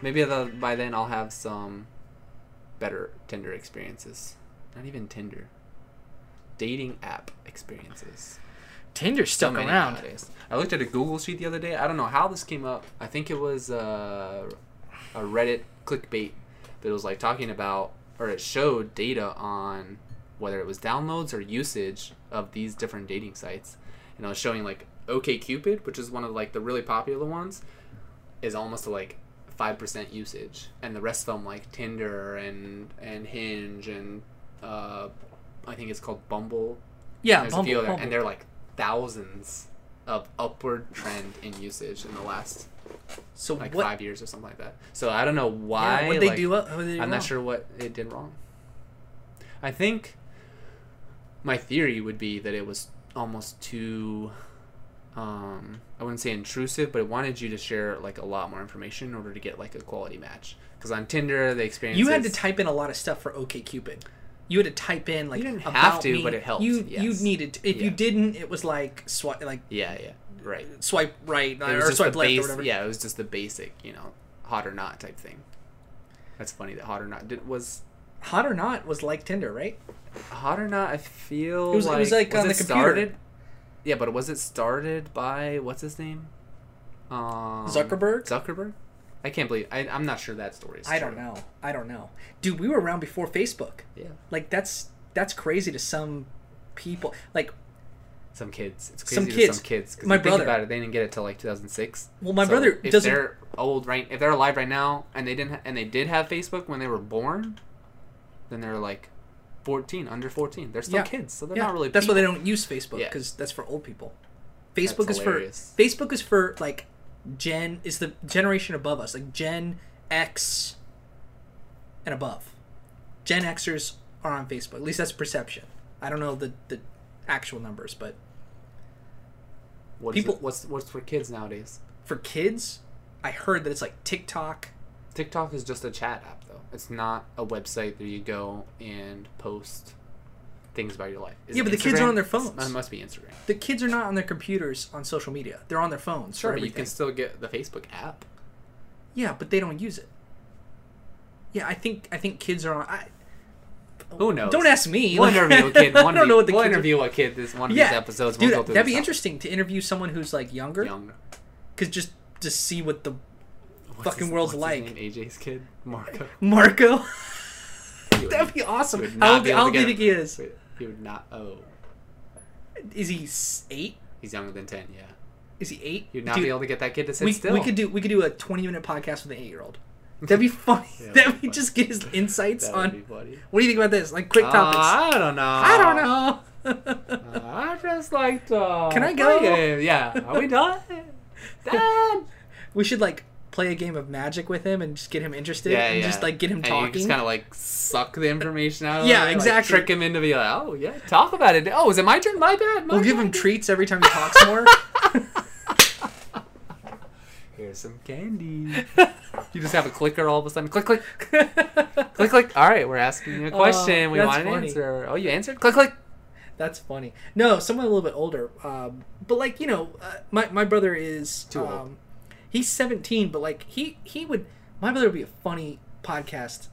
Speaker 2: maybe the, by then I'll have some better Tinder experiences. Not even Tinder, dating app experiences.
Speaker 1: Tinder's
Speaker 2: So
Speaker 1: stuck
Speaker 2: many
Speaker 1: around.
Speaker 2: nowadays. I looked at a Google sheet the other day. I don't know how this came up. I think it was uh, a Reddit clickbait that was like talking about, or it showed data on whether it was downloads or usage of these different dating sites. And I was showing like OKCupid, which is one of like the really popular ones, is almost like five percent usage, and the rest of them like Tinder and and Hinge and uh, I think it's called Bumble
Speaker 1: Yeah,
Speaker 2: there's
Speaker 1: Bumble,
Speaker 2: a few other,
Speaker 1: Bumble.
Speaker 2: and they're like thousands of upward trend in usage in the last
Speaker 1: so
Speaker 2: like
Speaker 1: what?
Speaker 2: five years or something like that. So I don't know why.
Speaker 1: Yeah, what they
Speaker 2: like,
Speaker 1: do? What, what they do
Speaker 2: I'm
Speaker 1: wrong?
Speaker 2: not sure what it did wrong. I think my theory would be that it was almost too. Um, I wouldn't say intrusive, but it wanted you to share like a lot more information in order to get like a quality match. Because on Tinder, the experience
Speaker 1: You had to type in a lot of stuff for OKCupid. You had to type in like
Speaker 2: You didn't have
Speaker 1: about
Speaker 2: to,
Speaker 1: me.
Speaker 2: but it helped,
Speaker 1: You you
Speaker 2: yes.
Speaker 1: needed to. If you
Speaker 2: Yeah.
Speaker 1: didn't, it was like swipe like
Speaker 2: yeah, yeah, right.
Speaker 1: swipe right
Speaker 2: It
Speaker 1: or
Speaker 2: was just
Speaker 1: swipe
Speaker 2: the
Speaker 1: left
Speaker 2: base,
Speaker 1: or whatever.
Speaker 2: Yeah, it was just the basic, you know, hot or not type thing. That's funny that hot or not did, was
Speaker 1: Hot or not was like Tinder, right?
Speaker 2: hot or not. I feel
Speaker 1: It was-
Speaker 2: like
Speaker 1: it was like on the computer.
Speaker 2: started. Yeah, but was it started by what's his name? Um,
Speaker 1: Zuckerberg?
Speaker 2: Zuckerberg. I can't believe I, I'm not sure that story. Is
Speaker 1: I don't
Speaker 2: true.
Speaker 1: know. I don't know. Dude, we were around before Facebook.
Speaker 2: Yeah,
Speaker 1: Like that's that's crazy to some people. Like
Speaker 2: some kids. It's crazy
Speaker 1: Some
Speaker 2: to
Speaker 1: kids.
Speaker 2: some kids. 'cause
Speaker 1: My
Speaker 2: you think
Speaker 1: brother-
Speaker 2: about it, they didn't get it till like 2006.
Speaker 1: Well, my
Speaker 2: So
Speaker 1: brother
Speaker 2: if
Speaker 1: doesn't-
Speaker 2: they're old right, if they're alive right now, and they didn't, ha- and they did have Facebook when they were born, then they're like 14, under 14. They're still
Speaker 1: Yeah.
Speaker 2: kids, so they're
Speaker 1: yeah,
Speaker 2: not really.
Speaker 1: that's why they
Speaker 2: people.
Speaker 1: don't use Facebook
Speaker 2: Yeah.
Speaker 1: because that's for old people. Facebook is
Speaker 2: That's hilarious.
Speaker 1: for Facebook is for like Gen is the generation above us, like Gen X and above. Gen Xers are on Facebook. At least that's perception. I don't know the the actual numbers, but
Speaker 2: What is it-
Speaker 1: people-
Speaker 2: what's what's for kids nowadays?
Speaker 1: for kids, I heard that it's like TikTok.
Speaker 2: TikTok is just a chat app though. It's not a website that you go and post things about your life. Is
Speaker 1: Yeah,
Speaker 2: it
Speaker 1: but the kids are on their
Speaker 2: Instagram? It's-
Speaker 1: phones.
Speaker 2: It must be Instagram.
Speaker 1: The kids are not on their computers on social media. They're on their phones.
Speaker 2: Sure,
Speaker 1: for
Speaker 2: but you can
Speaker 1: everything.
Speaker 2: still get the Facebook app.
Speaker 1: Yeah, but they don't use it. Yeah, I think I think kids are on. I,
Speaker 2: Who knows?
Speaker 1: Oh. Don't ask me.
Speaker 2: We'll interview a kid. One
Speaker 1: I don't know what the
Speaker 2: we'll
Speaker 1: kids are-
Speaker 2: interview a kid this one of
Speaker 1: yeah,
Speaker 2: these episodes.
Speaker 1: Dude,
Speaker 2: we'll go through
Speaker 1: that'd be
Speaker 2: this topic.
Speaker 1: interesting to interview someone who's like younger,
Speaker 2: Young.
Speaker 1: cause just to see what the
Speaker 2: What's
Speaker 1: Fucking
Speaker 2: his-
Speaker 1: world's
Speaker 2: what's his
Speaker 1: like.
Speaker 2: name? AJ's kid, Marco.
Speaker 1: Marco.
Speaker 2: He would-
Speaker 1: that'd be awesome.
Speaker 2: he would not
Speaker 1: How old,
Speaker 2: be able
Speaker 1: how
Speaker 2: to
Speaker 1: old do you
Speaker 2: get him.
Speaker 1: think he is?
Speaker 2: Wait, He would not. Oh,
Speaker 1: Is he s- eight?
Speaker 2: he's younger than ten. Yeah,
Speaker 1: Is he eight?
Speaker 2: you'd not
Speaker 1: Dude,
Speaker 2: be able to get that kid to sit
Speaker 1: we,
Speaker 2: still.
Speaker 1: we could do we could do a twenty minute podcast with an eight year old. That'd be funny.
Speaker 2: Yeah, that'd
Speaker 1: that'd be
Speaker 2: be fun.
Speaker 1: just get his insights
Speaker 2: That
Speaker 1: on.
Speaker 2: would be funny.
Speaker 1: What do you think about this? Like quick topics.
Speaker 2: Uh, I don't know.
Speaker 1: I don't know.
Speaker 2: I just like to.
Speaker 1: Can I go?
Speaker 2: play a- Yeah. Are we done? done.
Speaker 1: We should like play a game of magic with him and just get him interested and just like get him
Speaker 2: And
Speaker 1: talking.
Speaker 2: You just kind of like suck the information out. of
Speaker 1: Yeah,
Speaker 2: him, like,
Speaker 1: exactly.
Speaker 2: trick him into be like, oh yeah, talk about it. Oh, is it my turn? My bad. My
Speaker 1: we'll give
Speaker 2: bad.
Speaker 1: him treats every time he talks more.
Speaker 2: Here's some candy. you just have a clicker all of a sudden. Click click click click. All right, we're asking you a question. we
Speaker 1: Oh, that's
Speaker 2: want an
Speaker 1: funny.
Speaker 2: answer. Oh, you answered. Click click.
Speaker 1: That's funny. No, someone a little bit older. Um, but like you know, uh, my my brother is
Speaker 2: Too old.
Speaker 1: um, He's seventeen, but like he he would my brother would be a funny podcast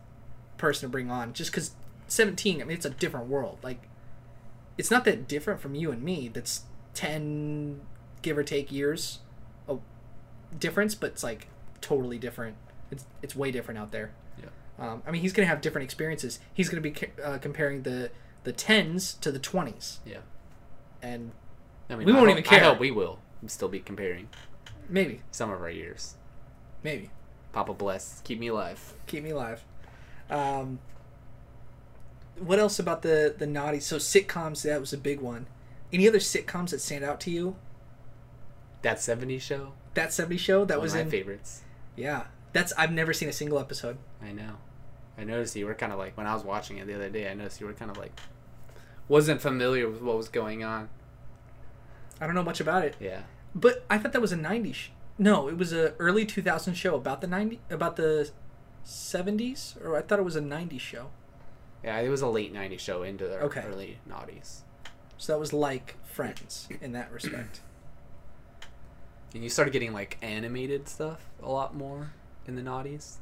Speaker 1: person to bring on just because seventeen. I mean, it's a different world. Like, it's not that different from you and me. That's ten give or take years, a difference, but it's like totally different. It's it's way different out there.
Speaker 2: Yeah.
Speaker 1: Um, I mean, he's gonna have different experiences. He's gonna be ca- uh, comparing the the tens to the twenties,
Speaker 2: Yeah.
Speaker 1: and
Speaker 2: I mean,
Speaker 1: We
Speaker 2: I
Speaker 1: won't
Speaker 2: hope-
Speaker 1: even care.
Speaker 2: I hope we will still be comparing.
Speaker 1: Maybe,
Speaker 2: some of our years.
Speaker 1: maybe.
Speaker 2: Papa bless, keep me alive.
Speaker 1: Keep me alive. Um, what else about the the naughty? So sitcoms that was a big one. Any other sitcoms that stand out to you?
Speaker 2: That '70s show,
Speaker 1: That seventy show that
Speaker 2: one
Speaker 1: was
Speaker 2: of my
Speaker 1: in.
Speaker 2: favorites.
Speaker 1: Yeah, that's I've never seen a single episode.
Speaker 2: I know. I noticed you were kind of like when I was watching it the other day. I noticed you were kind of like wasn't familiar with what was going on.
Speaker 1: I don't know much about it,
Speaker 2: Yeah,
Speaker 1: but I thought that was a '90s. Sh- no, it was a early 2000 show about the 90 about the 70s, or I thought it was a '90s show.
Speaker 2: yeah. It was a late '90s show into the
Speaker 1: Okay.
Speaker 2: early '90s,
Speaker 1: So that was like Friends in that respect.
Speaker 2: and you started getting like animated stuff a lot more in the '90s.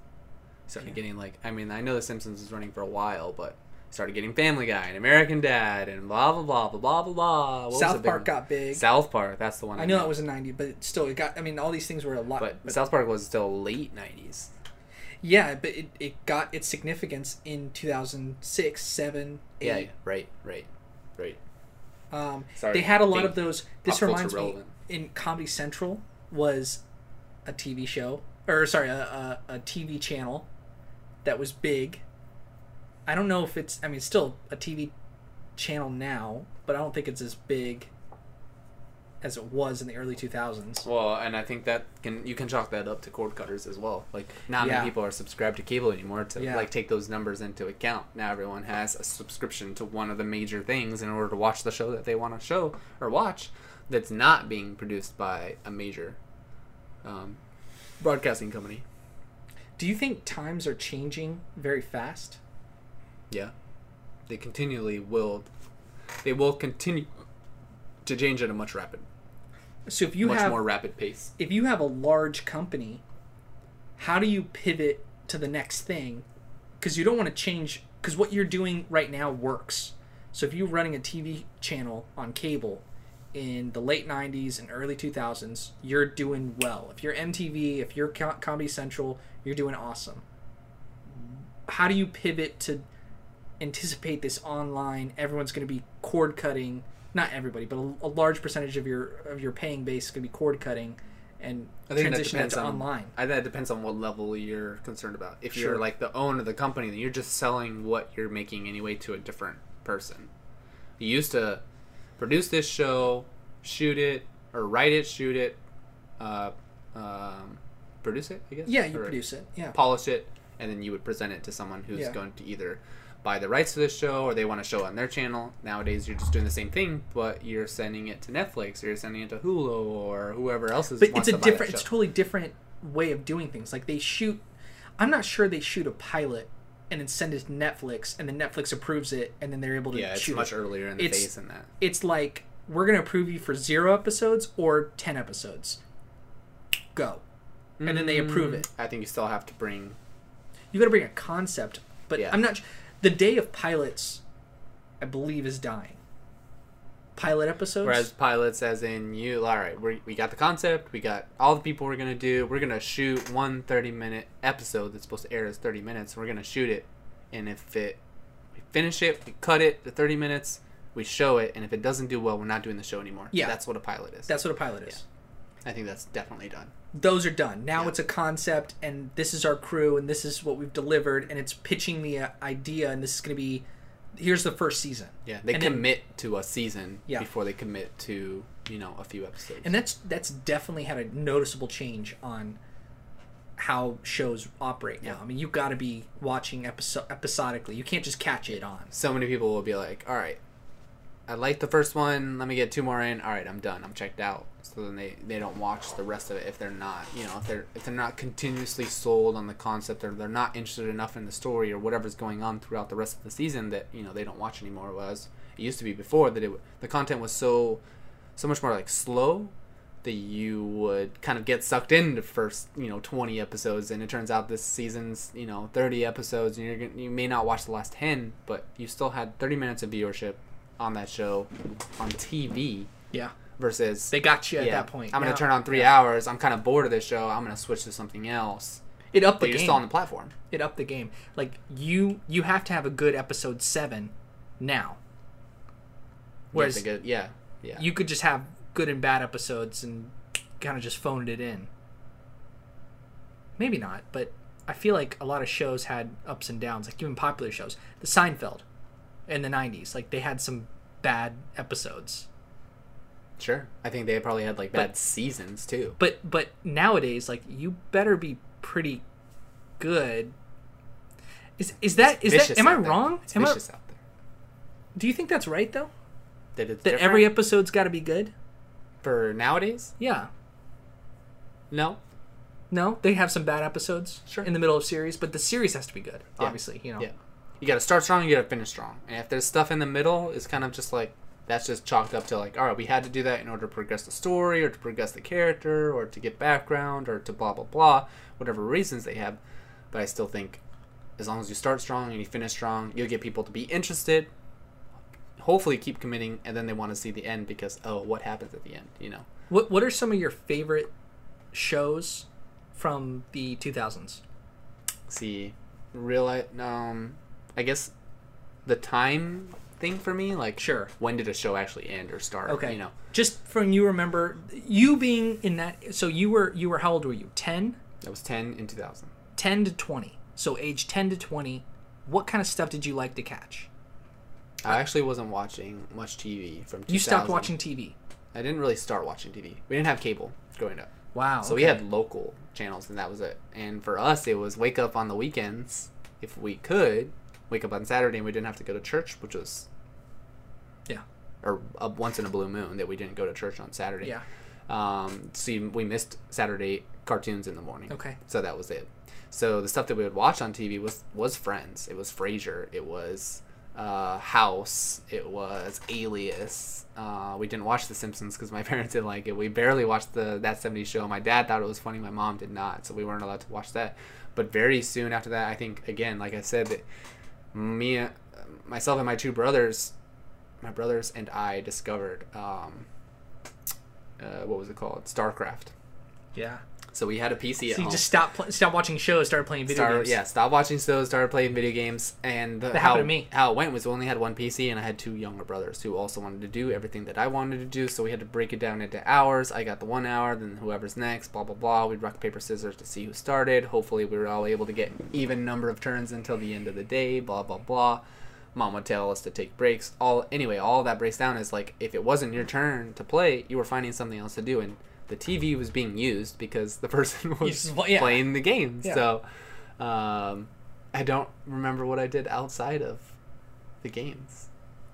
Speaker 2: Started getting like, I mean, I know The Simpsons was running for a while, but started getting Family Guy and American Dad and blah blah blah blah blah blah blah. What was the
Speaker 1: South
Speaker 2: big
Speaker 1: Park
Speaker 2: one?
Speaker 1: got big.
Speaker 2: South Park. That's the one.
Speaker 1: I know
Speaker 2: meant.
Speaker 1: it was a 90, but still, it got. I mean, all these things were a lot.
Speaker 2: But,
Speaker 1: but-
Speaker 2: South Park was still late '90s.
Speaker 1: yeah, but it, it got its significance in 2006, 7, 8.
Speaker 2: Yeah, right, right, right.
Speaker 1: Um,
Speaker 2: Sorry,
Speaker 1: they had a lot
Speaker 2: being
Speaker 1: of those. This
Speaker 2: pop culture
Speaker 1: reminds me,
Speaker 2: relevant.
Speaker 1: in Comedy Central was a TV show, or sorry, a, a, a TV channel that was big. I don't know if it's. I mean, it's still a TV channel now, but I don't think it's as big as it was in the early 2000s.
Speaker 2: Well, and I think that can you can chalk that up to cord cutters as well. Like not
Speaker 1: Yeah.
Speaker 2: many people are subscribed to cable anymore to
Speaker 1: Yeah.
Speaker 2: like take those numbers into account. Now everyone has a subscription to one of the major things in order to watch the show that they want to show or watch that's not being produced by a major um, broadcasting company.
Speaker 1: Do you think times are changing very fast?
Speaker 2: Yeah. They continually will they will continue to change at a much rapid
Speaker 1: So if you
Speaker 2: much
Speaker 1: have
Speaker 2: more rapid pace.
Speaker 1: if you have a large company, how do you pivot to the next thing? Because you don't want to change. Because what you're doing right now works. So if you're running a TV channel on cable in the late '90s and early 2000s, you're doing well. If you're MTV, if you're Co- Comedy Central, you're doing awesome. How do you pivot to anticipate this online? Everyone's going to be cord cutting. Not everybody, but a, a large percentage of your of your paying base is going to be cord cutting, and
Speaker 2: I think
Speaker 1: transition
Speaker 2: that
Speaker 1: that
Speaker 2: depends
Speaker 1: to
Speaker 2: on,
Speaker 1: online.
Speaker 2: I think that depends on what level you're concerned about. If
Speaker 1: Sure.
Speaker 2: you're like the owner of the company, then you're just selling what you're making anyway to a different person. You used to produce this show, shoot it, or write it, shoot it, uh, um, produce it. I guess.
Speaker 1: Yeah, you
Speaker 2: Or-
Speaker 1: produce it. Yeah.
Speaker 2: polish it, and then you would present it to someone who's
Speaker 1: Yeah.
Speaker 2: going to either buy the rights to this show or they want to show it on their channel. Nowadays, you're just doing the same thing, but you're sending it to Netflix or you're sending it to Hulu or whoever else is.
Speaker 1: but
Speaker 2: wants
Speaker 1: it's a
Speaker 2: to buy that
Speaker 1: different it's
Speaker 2: show.
Speaker 1: totally different way of doing things like they shoot i'm not sure they shoot a pilot and then send it to netflix and then netflix approves it and then they're able to
Speaker 2: yeah, it's
Speaker 1: shoot
Speaker 2: much
Speaker 1: it.
Speaker 2: earlier in the
Speaker 1: It's-
Speaker 2: phase than that.
Speaker 1: it's like we're going to approve you for zero episodes or 10 episodes go and then they approve it
Speaker 2: I think you still have to bring.
Speaker 1: you got to bring a concept but
Speaker 2: Yeah.
Speaker 1: i'm not the day of pilots i believe is dying pilot episodes
Speaker 2: Whereas pilots, as in you, all right, we we got the concept, we got all the people we're gonna do. We're gonna shoot one 30 minute episode that's supposed to air as 30 minutes. We're gonna shoot it, and if it, we finish it, we cut it to 30 minutes, we show it, and if it doesn't do well, we're not doing the show anymore.
Speaker 1: Yeah.
Speaker 2: that's what a pilot is.
Speaker 1: that's what a pilot is
Speaker 2: I think that's definitely done.
Speaker 1: those are done. Now
Speaker 2: Yeah.
Speaker 1: it's a concept, and this is our crew, and this is what we've delivered, and it's pitching the uh, idea, and this is going to be here's the first season.
Speaker 2: Yeah, they
Speaker 1: And then-
Speaker 2: commit to a season
Speaker 1: Yeah.
Speaker 2: before they commit to you know a few episodes.
Speaker 1: And that's that's definitely had a noticeable change on how shows operate now. I mean, you got to be watching episode episodically. You can't just catch it on.
Speaker 2: so many people will be like, all right, I like the first one. Let me get two more in. All right, I'm done. I'm checked out. So then they, they don't watch the rest of it if they're not you know if they're if they're not continuously sold on the concept or they're not interested enough in the story or whatever's going on throughout the rest of the season that you know they don't watch anymore. Whereas it used to be before that it w- the content was so so much more like slow that you would kind of get sucked into first you know 20 episodes and it turns out this season's you know 30 episodes and you're gonna, you may not watch the last 10 but you still had 30 minutes of viewership on that show on tv
Speaker 1: Yeah,
Speaker 2: versus
Speaker 1: they got you at
Speaker 2: Yeah,
Speaker 1: that point.
Speaker 2: i'm gonna
Speaker 1: Now-
Speaker 2: turn on three hours i'm kind of bored of this show i'm gonna switch to something else
Speaker 1: it up the
Speaker 2: but you're
Speaker 1: game.
Speaker 2: still on the platform
Speaker 1: it up the game. Like you you have to have a good episode seven now.
Speaker 2: You have
Speaker 1: Whereas
Speaker 2: to get- yeah yeah
Speaker 1: you could just have good and bad episodes and kind of just phoned it in. Maybe not, but I feel like a lot of shows had ups and downs, like even popular shows. The Seinfeld in the 90s, like they had some bad episodes.
Speaker 2: Sure. I think they probably had like bad seasons too.
Speaker 1: But but nowadays, like you better be pretty good. Is is that is
Speaker 2: Vicious
Speaker 1: that am I
Speaker 2: out there.
Speaker 1: wrong?
Speaker 2: It's
Speaker 1: Am I,
Speaker 2: vicious out there.
Speaker 1: do you think that's right though?
Speaker 2: That, it's
Speaker 1: That
Speaker 2: different
Speaker 1: every episode's got to be good?
Speaker 2: for nowadays?
Speaker 1: Yeah.
Speaker 2: No.
Speaker 1: No, they have some bad episodes
Speaker 2: Sure.
Speaker 1: in the middle of series, but the series has to be good.
Speaker 2: Yeah.
Speaker 1: Obviously, you know.
Speaker 2: Yeah. You got to start strong. You got to finish strong. And if there's stuff in the middle, it's kind of just like that's just chalked up to like, all right, we had to do that in order to progress the story or to progress the character or to get background or to blah blah blah, whatever reasons they have. But I still think as long as you start strong and you finish strong, you'll get people to be interested. Hopefully, keep committing, and then they want to see the end because oh, what happens at the end? You know.
Speaker 1: What what are some of your favorite shows from the 2000s?
Speaker 2: see real um i guess the time thing for me like
Speaker 1: Sure.
Speaker 2: when did a show actually end or start
Speaker 1: Okay.
Speaker 2: you know
Speaker 1: Just from you remember you being in that so you were you were how old were you? 10?
Speaker 2: that was 10 in 2000
Speaker 1: 10 to 20. So age 10 to 20, what kind of stuff did you like to catch?
Speaker 2: i actually wasn't watching much tv from 2000.
Speaker 1: Uh, You stopped watching TV.
Speaker 2: i didn't really start watching tv we didn't have cable growing up
Speaker 1: Wow.
Speaker 2: so we had local channels and that was it and for us it was wake up on the weekends if we could wake up on saturday and we didn't have to go to church which was
Speaker 1: Yeah.
Speaker 2: or a, once in a blue moon that we didn't go to church on saturday
Speaker 1: Yeah.
Speaker 2: um, so you- we missed Saturday cartoons in the morning.
Speaker 1: Okay.
Speaker 2: So that was it. So the stuff that we would watch on TV was was Friends. It was Frasier. It was uh, House. It was Alias. Uh, we didn't watch The Simpsons because my parents didn't like it. We barely watched the That 70s Show. My dad thought it was funny. My mom did not. So we weren't allowed to watch that. But very soon after that, I think again, like I said, that me, uh, myself, and my two brothers, my brothers and I discovered. Um, uh, what was it called? StarCraft.
Speaker 1: Yeah.
Speaker 2: So we had a PC at
Speaker 1: So you
Speaker 2: home.
Speaker 1: just stopped pl- stopped watching shows, started playing video
Speaker 2: Started-
Speaker 1: games.
Speaker 2: Yeah, stopped watching shows, started playing video games, and the,
Speaker 1: That
Speaker 2: how
Speaker 1: happened to me.
Speaker 2: how it went was we only had one PC, and I had two younger brothers who also wanted to do everything that I wanted to do. So we had to break it down into hours. I got the one hour, then whoever's next, blah blah blah. We'd rock paper scissors to see who started. Hopefully, we were all able to get even number of turns until the end of the day. Blah blah blah. Mom would tell us to take breaks. All anyway, all that breaks down is like if it wasn't your turn to play, you were finding something else to do, and the TV was being used because the person was
Speaker 1: just- well, yeah.
Speaker 2: playing the game.
Speaker 1: Yeah.
Speaker 2: So um, I don't remember what I did outside of the games.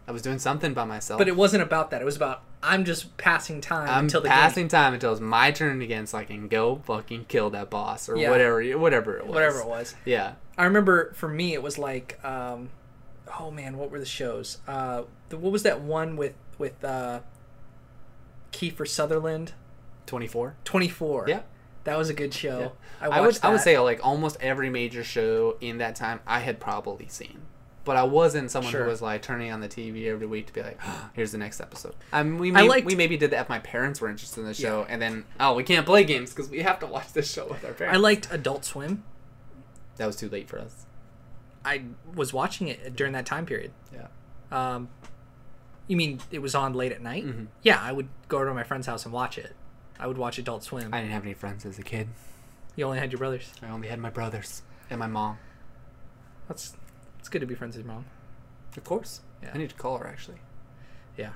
Speaker 2: I was doing something by myself.
Speaker 1: But it wasn't about that. It was about I'm just passing time
Speaker 2: I'm
Speaker 1: until the
Speaker 2: passing
Speaker 1: game,
Speaker 2: time until it's my turn again, so I can go fucking kill that boss or
Speaker 1: Yeah.
Speaker 2: whatever, whatever it was.
Speaker 1: whatever it was.
Speaker 2: Yeah.
Speaker 1: I remember for me it was like, um, oh man, what were the shows? Uh, the, what was that one with with uh, Kiefer Sutherland?
Speaker 2: 24.
Speaker 1: Twenty Four.
Speaker 2: Yeah.
Speaker 1: that was a good show.
Speaker 2: Yeah.
Speaker 1: I,
Speaker 2: I,
Speaker 1: watched
Speaker 2: would I would
Speaker 1: that.
Speaker 2: say like almost every major show in that time I had probably seen. But I wasn't someone
Speaker 1: Sure.
Speaker 2: who was like turning on the TV every week to be like, "Ah, "Here's the next episode." I mean, we
Speaker 1: I
Speaker 2: may,
Speaker 1: liked-
Speaker 2: we maybe did that if my parents were interested in the show, and then oh, we can't play games because we have to watch this show with our parents.
Speaker 1: I liked Adult Swim.
Speaker 2: that was too late for us.
Speaker 1: I was watching it during that time period.
Speaker 2: Yeah.
Speaker 1: Um, you mean it was on late at night?
Speaker 2: Mm-hmm.
Speaker 1: Yeah, I would go over to my friend's house and watch it. I would watch Adult Swim.
Speaker 2: I didn't have any friends as a kid.
Speaker 1: you only had your brothers.
Speaker 2: I only had my brothers and my mom.
Speaker 1: That's it's good to be friends with your mom.
Speaker 2: Of course.
Speaker 1: Yeah.
Speaker 2: I need to call her actually.
Speaker 1: Yeah.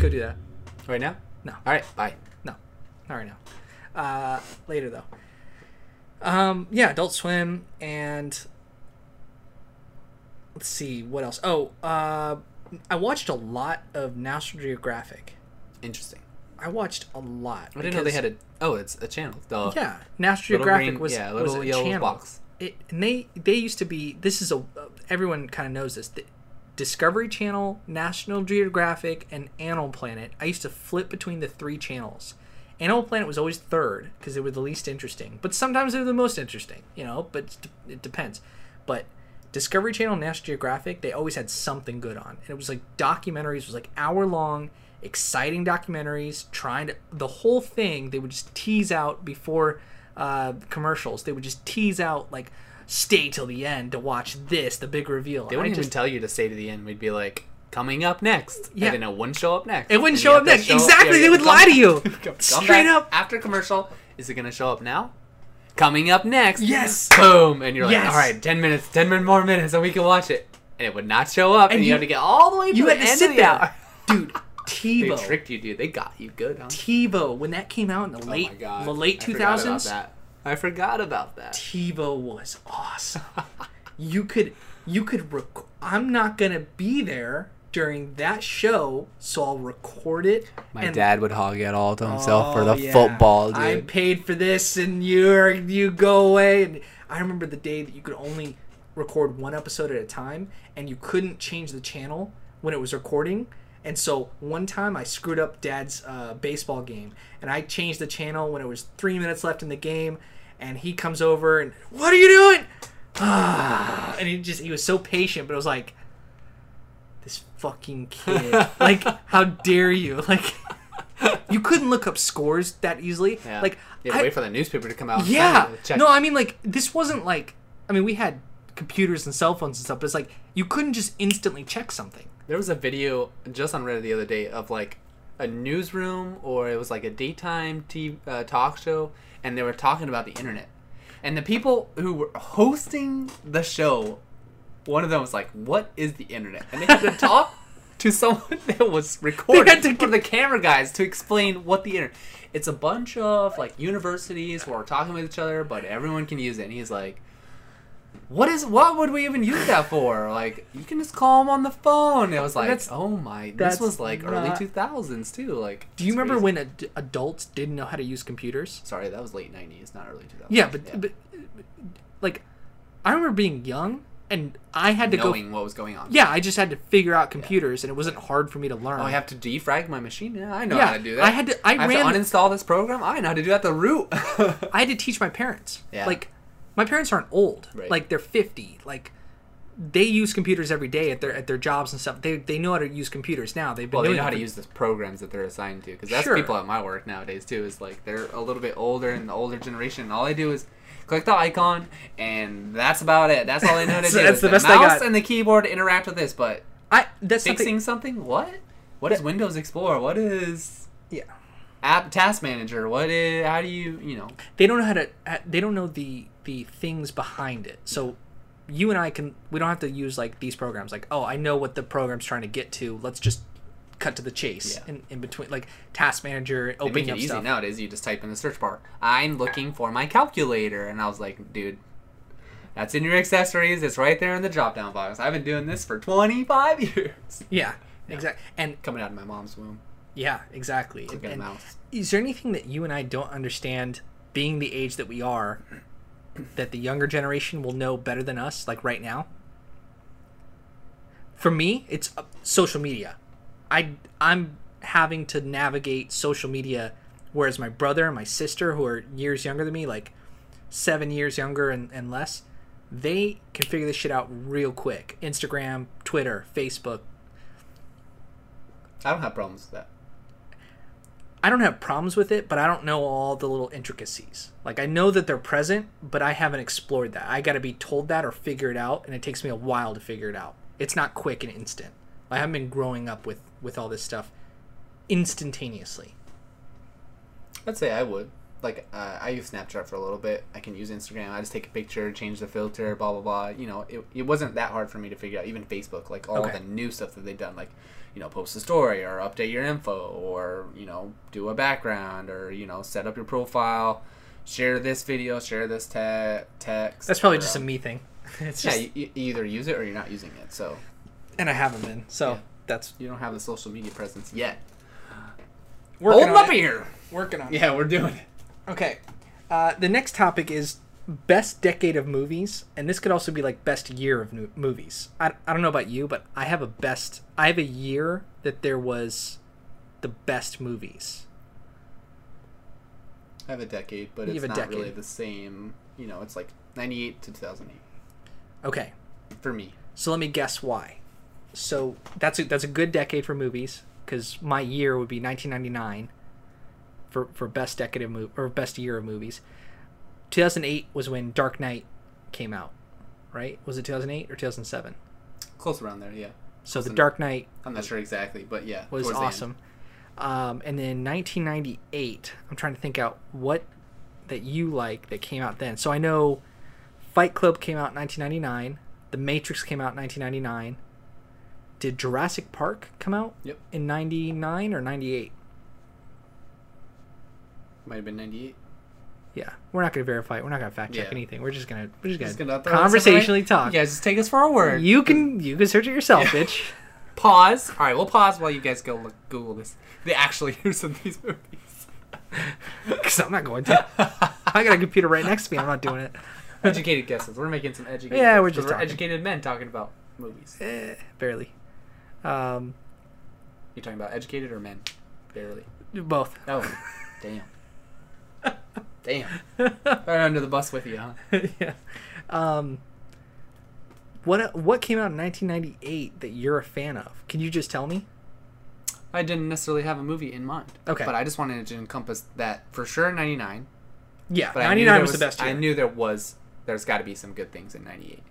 Speaker 1: Go do that.
Speaker 2: Right now?
Speaker 1: No.
Speaker 2: All right. Bye.
Speaker 1: No, not right now. Uh, later though. Um, yeah, Adult Swim and let's see what else. Oh, uh, I watched a lot of National Geographic.
Speaker 2: Interesting.
Speaker 1: I watched a lot.
Speaker 2: I didn't know they
Speaker 1: because-
Speaker 2: had a. Oh, it's a channel. The
Speaker 1: Yeah, National
Speaker 2: Uh, Little
Speaker 1: Geographic
Speaker 2: green-
Speaker 1: was
Speaker 2: yeah,
Speaker 1: was
Speaker 2: little
Speaker 1: a
Speaker 2: yellow
Speaker 1: channel.
Speaker 2: box.
Speaker 1: It, and they they used to be. This is a everyone kind of knows this. The Discovery Channel, National Geographic, and Animal Planet. I used to flip between the three channels. Animal Planet was always third because they were the least interesting, but sometimes they were the most interesting. You know, but it's de- it depends. But Discovery Channel, National Geographic, they always had something good on, and it was like documentaries. It was like hour long, exciting documentaries. Trying to the whole thing, they would just tease out before uh, commercials. They would just tease out like, stay till the end to watch this, the big reveal.
Speaker 2: They
Speaker 1: And I
Speaker 2: wouldn't
Speaker 1: just,
Speaker 2: even tell you to stay to the end. We'd be like, coming up next.
Speaker 1: Yeah.
Speaker 2: And then it wouldn't show up next.
Speaker 1: It wouldn't
Speaker 2: And
Speaker 1: show
Speaker 2: you
Speaker 1: up
Speaker 2: have to
Speaker 1: next. exactly.
Speaker 2: yeah,
Speaker 1: they
Speaker 2: have
Speaker 1: would
Speaker 2: to
Speaker 1: lie
Speaker 2: come
Speaker 1: to you.
Speaker 2: back- come
Speaker 1: Straight
Speaker 2: back
Speaker 1: up.
Speaker 2: After commercial, is it going to show up now? Coming up next.
Speaker 1: Yes.
Speaker 2: Boom. And you're like,
Speaker 1: Yes.
Speaker 2: all right, 10 minutes, 10 min- more minutes, and we can watch it. And it would not show up. And,
Speaker 1: And
Speaker 2: you,
Speaker 1: you-
Speaker 2: have to get all the way to
Speaker 1: You
Speaker 2: the
Speaker 1: had to
Speaker 2: end of
Speaker 1: sit
Speaker 2: the
Speaker 1: down.
Speaker 2: hour.
Speaker 1: Dude,
Speaker 2: They
Speaker 1: TiVo.
Speaker 2: tricked you, dude. They got you good, huh?
Speaker 1: TiVo when that came out in the late the late
Speaker 2: Oh I forgot about
Speaker 1: 2000s.
Speaker 2: that. I forgot about that.
Speaker 1: TiVo was awesome. you could you could rec- I'm not going to be there during that show, so I'll record it
Speaker 2: My
Speaker 1: and
Speaker 2: dad would hog it all to himself for
Speaker 1: Oh,
Speaker 2: the
Speaker 1: yeah.
Speaker 2: football, dude.
Speaker 1: I paid for this and you're you go away and I remember the day that you could only record one episode at a time and you couldn't change the channel when it was recording. And so one time I screwed up dad's uh, baseball game and I changed the channel when it was three minutes left in the game and he comes over and what are you doing? Ah, and he just he was so patient but it was like this fucking kid like how dare you like you couldn't look up scores that easily
Speaker 2: Yeah.
Speaker 1: like
Speaker 2: you had to
Speaker 1: I,
Speaker 2: wait for the newspaper to come out. and
Speaker 1: yeah
Speaker 2: finally check.
Speaker 1: no i mean like this wasn't like i mean we had computers and cell phones and stuff but it's like you couldn't just instantly check something
Speaker 2: There was a video just on Reddit the other day of like a newsroom or it was like a daytime TV, uh, talk show, and they were talking about the internet. And the people who were hosting the show, one of them was like, "What is the internet?" And they had to talk to someone that was recording
Speaker 1: to-
Speaker 2: for the camera guys to explain what the internet. It's a bunch of like universities who are talking with each other, but everyone can use it. And he's like, what is what would we even use that for? Like you can just call him on the phone. It was like,
Speaker 1: That's-
Speaker 2: oh my, this
Speaker 1: that's
Speaker 2: was like early
Speaker 1: not-
Speaker 2: two thousands too. Like,
Speaker 1: do you
Speaker 2: it's
Speaker 1: remember
Speaker 2: crazy.
Speaker 1: when ad- adults didn't know how to use computers
Speaker 2: Sorry, that was late nineties, not early two thousands.
Speaker 1: yeah but, but like i remember being young and i had to go
Speaker 2: knowing what was going on.
Speaker 1: yeah i just had to figure out computers and it wasn't hard for me to learn
Speaker 2: Oh, I have to defrag my machine. Yeah, I know
Speaker 1: yeah,
Speaker 2: how to do that.
Speaker 1: I had to. I,
Speaker 2: I have
Speaker 1: ran.
Speaker 2: to uninstall this program. I know how to do that the root.
Speaker 1: I had to teach my parents.
Speaker 2: Yeah.
Speaker 1: Like, my parents aren't old.
Speaker 2: Right.
Speaker 1: Like they're fifty. Like, they use computers every day at their at their jobs and stuff. They they know how to use computers now. They've been
Speaker 2: well, they
Speaker 1: doing
Speaker 2: know
Speaker 1: it
Speaker 2: how to
Speaker 1: for-
Speaker 2: use the programs that they're assigned to because that's
Speaker 1: Sure.
Speaker 2: people at my work nowadays too. Is like they're a little bit older and the older generation. And all they do is click the icon and that's about it. That's all they know how to
Speaker 1: So
Speaker 2: do.
Speaker 1: that's
Speaker 2: is
Speaker 1: the best I
Speaker 2: mouse
Speaker 1: got.
Speaker 2: and the keyboard interact with this, but
Speaker 1: I that's
Speaker 2: fixing
Speaker 1: something.
Speaker 2: something. What? What is Windows Explorer? What is
Speaker 1: Yeah.
Speaker 2: App Task Manager? What is? How do you you know?
Speaker 1: They don't know how to. uh, They don't know the the things behind it. So. You and I can. We don't have to use like these programs. Like, oh, I know what the program's trying to get to. Let's just cut to the chase.
Speaker 2: Yeah.
Speaker 1: In, in between, like task manager,
Speaker 2: They make
Speaker 1: opening
Speaker 2: it
Speaker 1: up
Speaker 2: easy
Speaker 1: stuff.
Speaker 2: nowadays. You just type in the search bar. I'm looking for my calculator, and I was like, dude. That's in your accessories. It's right there in the drop down box. I've been doing this for 25 years.
Speaker 1: Yeah, exactly. And
Speaker 2: coming out of my mom's womb.
Speaker 1: yeah, exactly.
Speaker 2: Look at a
Speaker 1: And-
Speaker 2: mouse.
Speaker 1: is there anything that you and I don't understand being the age that we are that the younger generation will know better than us like right now? For me, it's uh, social media. I I'm having to navigate social media whereas my brother and my sister who are years younger than me like 7 years younger and, and less they can figure this shit out real quick. Instagram, Twitter, Facebook.
Speaker 2: I don't have problems with that.
Speaker 1: I don't have problems with it, but I don't know all the little intricacies. Like I know that they're present, but I haven't explored that. I got to be told that or figure it out, and it takes me a while to figure it out. It's not quick and instant. I haven't been growing up with with all this stuff instantaneously.
Speaker 2: I'd say I would. Like, uh, I use Snapchat for a little bit. I can use Instagram. I just take a picture, change the filter, blah, blah, blah. You know, it, it wasn't that hard for me to figure out. Even Facebook, like all
Speaker 1: Okay.
Speaker 2: the new stuff that they've done, like, you know, post a story or update your info or, you know, do a background or, you know, set up your profile, share this video, share this te- text.
Speaker 1: That's probably
Speaker 2: or,
Speaker 1: just a
Speaker 2: um,
Speaker 1: me thing. It's
Speaker 2: Yeah,
Speaker 1: just
Speaker 2: you, you either use it or you're not using it. So
Speaker 1: and I haven't been. So
Speaker 2: Yeah.
Speaker 1: that's
Speaker 2: you don't have the social media presence yet.
Speaker 3: Working
Speaker 2: Hold
Speaker 3: on
Speaker 2: up
Speaker 3: it.
Speaker 2: here.
Speaker 3: Working on it.
Speaker 2: Yeah, we're doing it.
Speaker 1: okay. Uh, the next topic is best decade of movies, and this could also be like best year of new- movies. I, I don't know about you, but I have a best. I have a year that there was the best movies.
Speaker 2: I have a decade, but
Speaker 1: You
Speaker 2: it's
Speaker 1: have a
Speaker 2: not really
Speaker 1: decade.
Speaker 2: the same. You know, it's like 98 to 2008
Speaker 1: Okay,
Speaker 2: for me.
Speaker 1: so let me guess why. So that's a, that's a good decade for movies because my year would be 1999 for for best decade of mo- or best year of movies. 2008 was when Dark Knight came out, right? Was it 2008 or 2007?
Speaker 2: Close around there, yeah.
Speaker 1: So The
Speaker 2: Awesome.
Speaker 1: Dark Knight
Speaker 2: I'm not sure exactly, but yeah,
Speaker 1: was
Speaker 2: towards the end.
Speaker 1: awesome. Um, and then 1998, I'm trying to think out what that you like that came out then. So I know Fight Club came out in 1999, The Matrix came out in 1999. Did Jurassic Park come out
Speaker 2: Yep.
Speaker 1: in 99 or 98?
Speaker 2: Might have been 98.
Speaker 1: Yeah, we're not gonna verify. it. We're not gonna fact check
Speaker 2: Yeah.
Speaker 1: anything. We're just gonna we're just gonna,
Speaker 2: Just gonna throw it
Speaker 1: conversationally
Speaker 2: You
Speaker 1: talk.
Speaker 2: guys just take us for a word.
Speaker 1: You can you can search it yourself,
Speaker 2: Yeah.
Speaker 1: bitch.
Speaker 2: pause. All right, we'll pause while you guys go look, Google this. The actual years of these movies.
Speaker 1: Because I'm not going to. I got a computer right next to me. I'm not doing it.
Speaker 2: educated guesses. We're making some educated.
Speaker 1: Yeah, we're
Speaker 2: guesses, 'cause
Speaker 1: just talking.
Speaker 2: educated men talking about movies.
Speaker 1: Eh, barely. Um,
Speaker 2: You're talking about educated or men? Barely.
Speaker 1: both.
Speaker 2: Oh, damn. Damn. Right under the bus with you, huh?
Speaker 1: yeah. Um, what uh, what came out in 1998 that you're a fan of? Can you just tell me?
Speaker 2: I didn't necessarily have a movie in mind.
Speaker 1: Okay.
Speaker 2: But I just wanted to encompass that for sure. 99.
Speaker 1: Yeah,
Speaker 2: But I knew
Speaker 1: 99
Speaker 2: there
Speaker 1: was, the best year.
Speaker 2: I knew there was. There's got to be some good things in '98.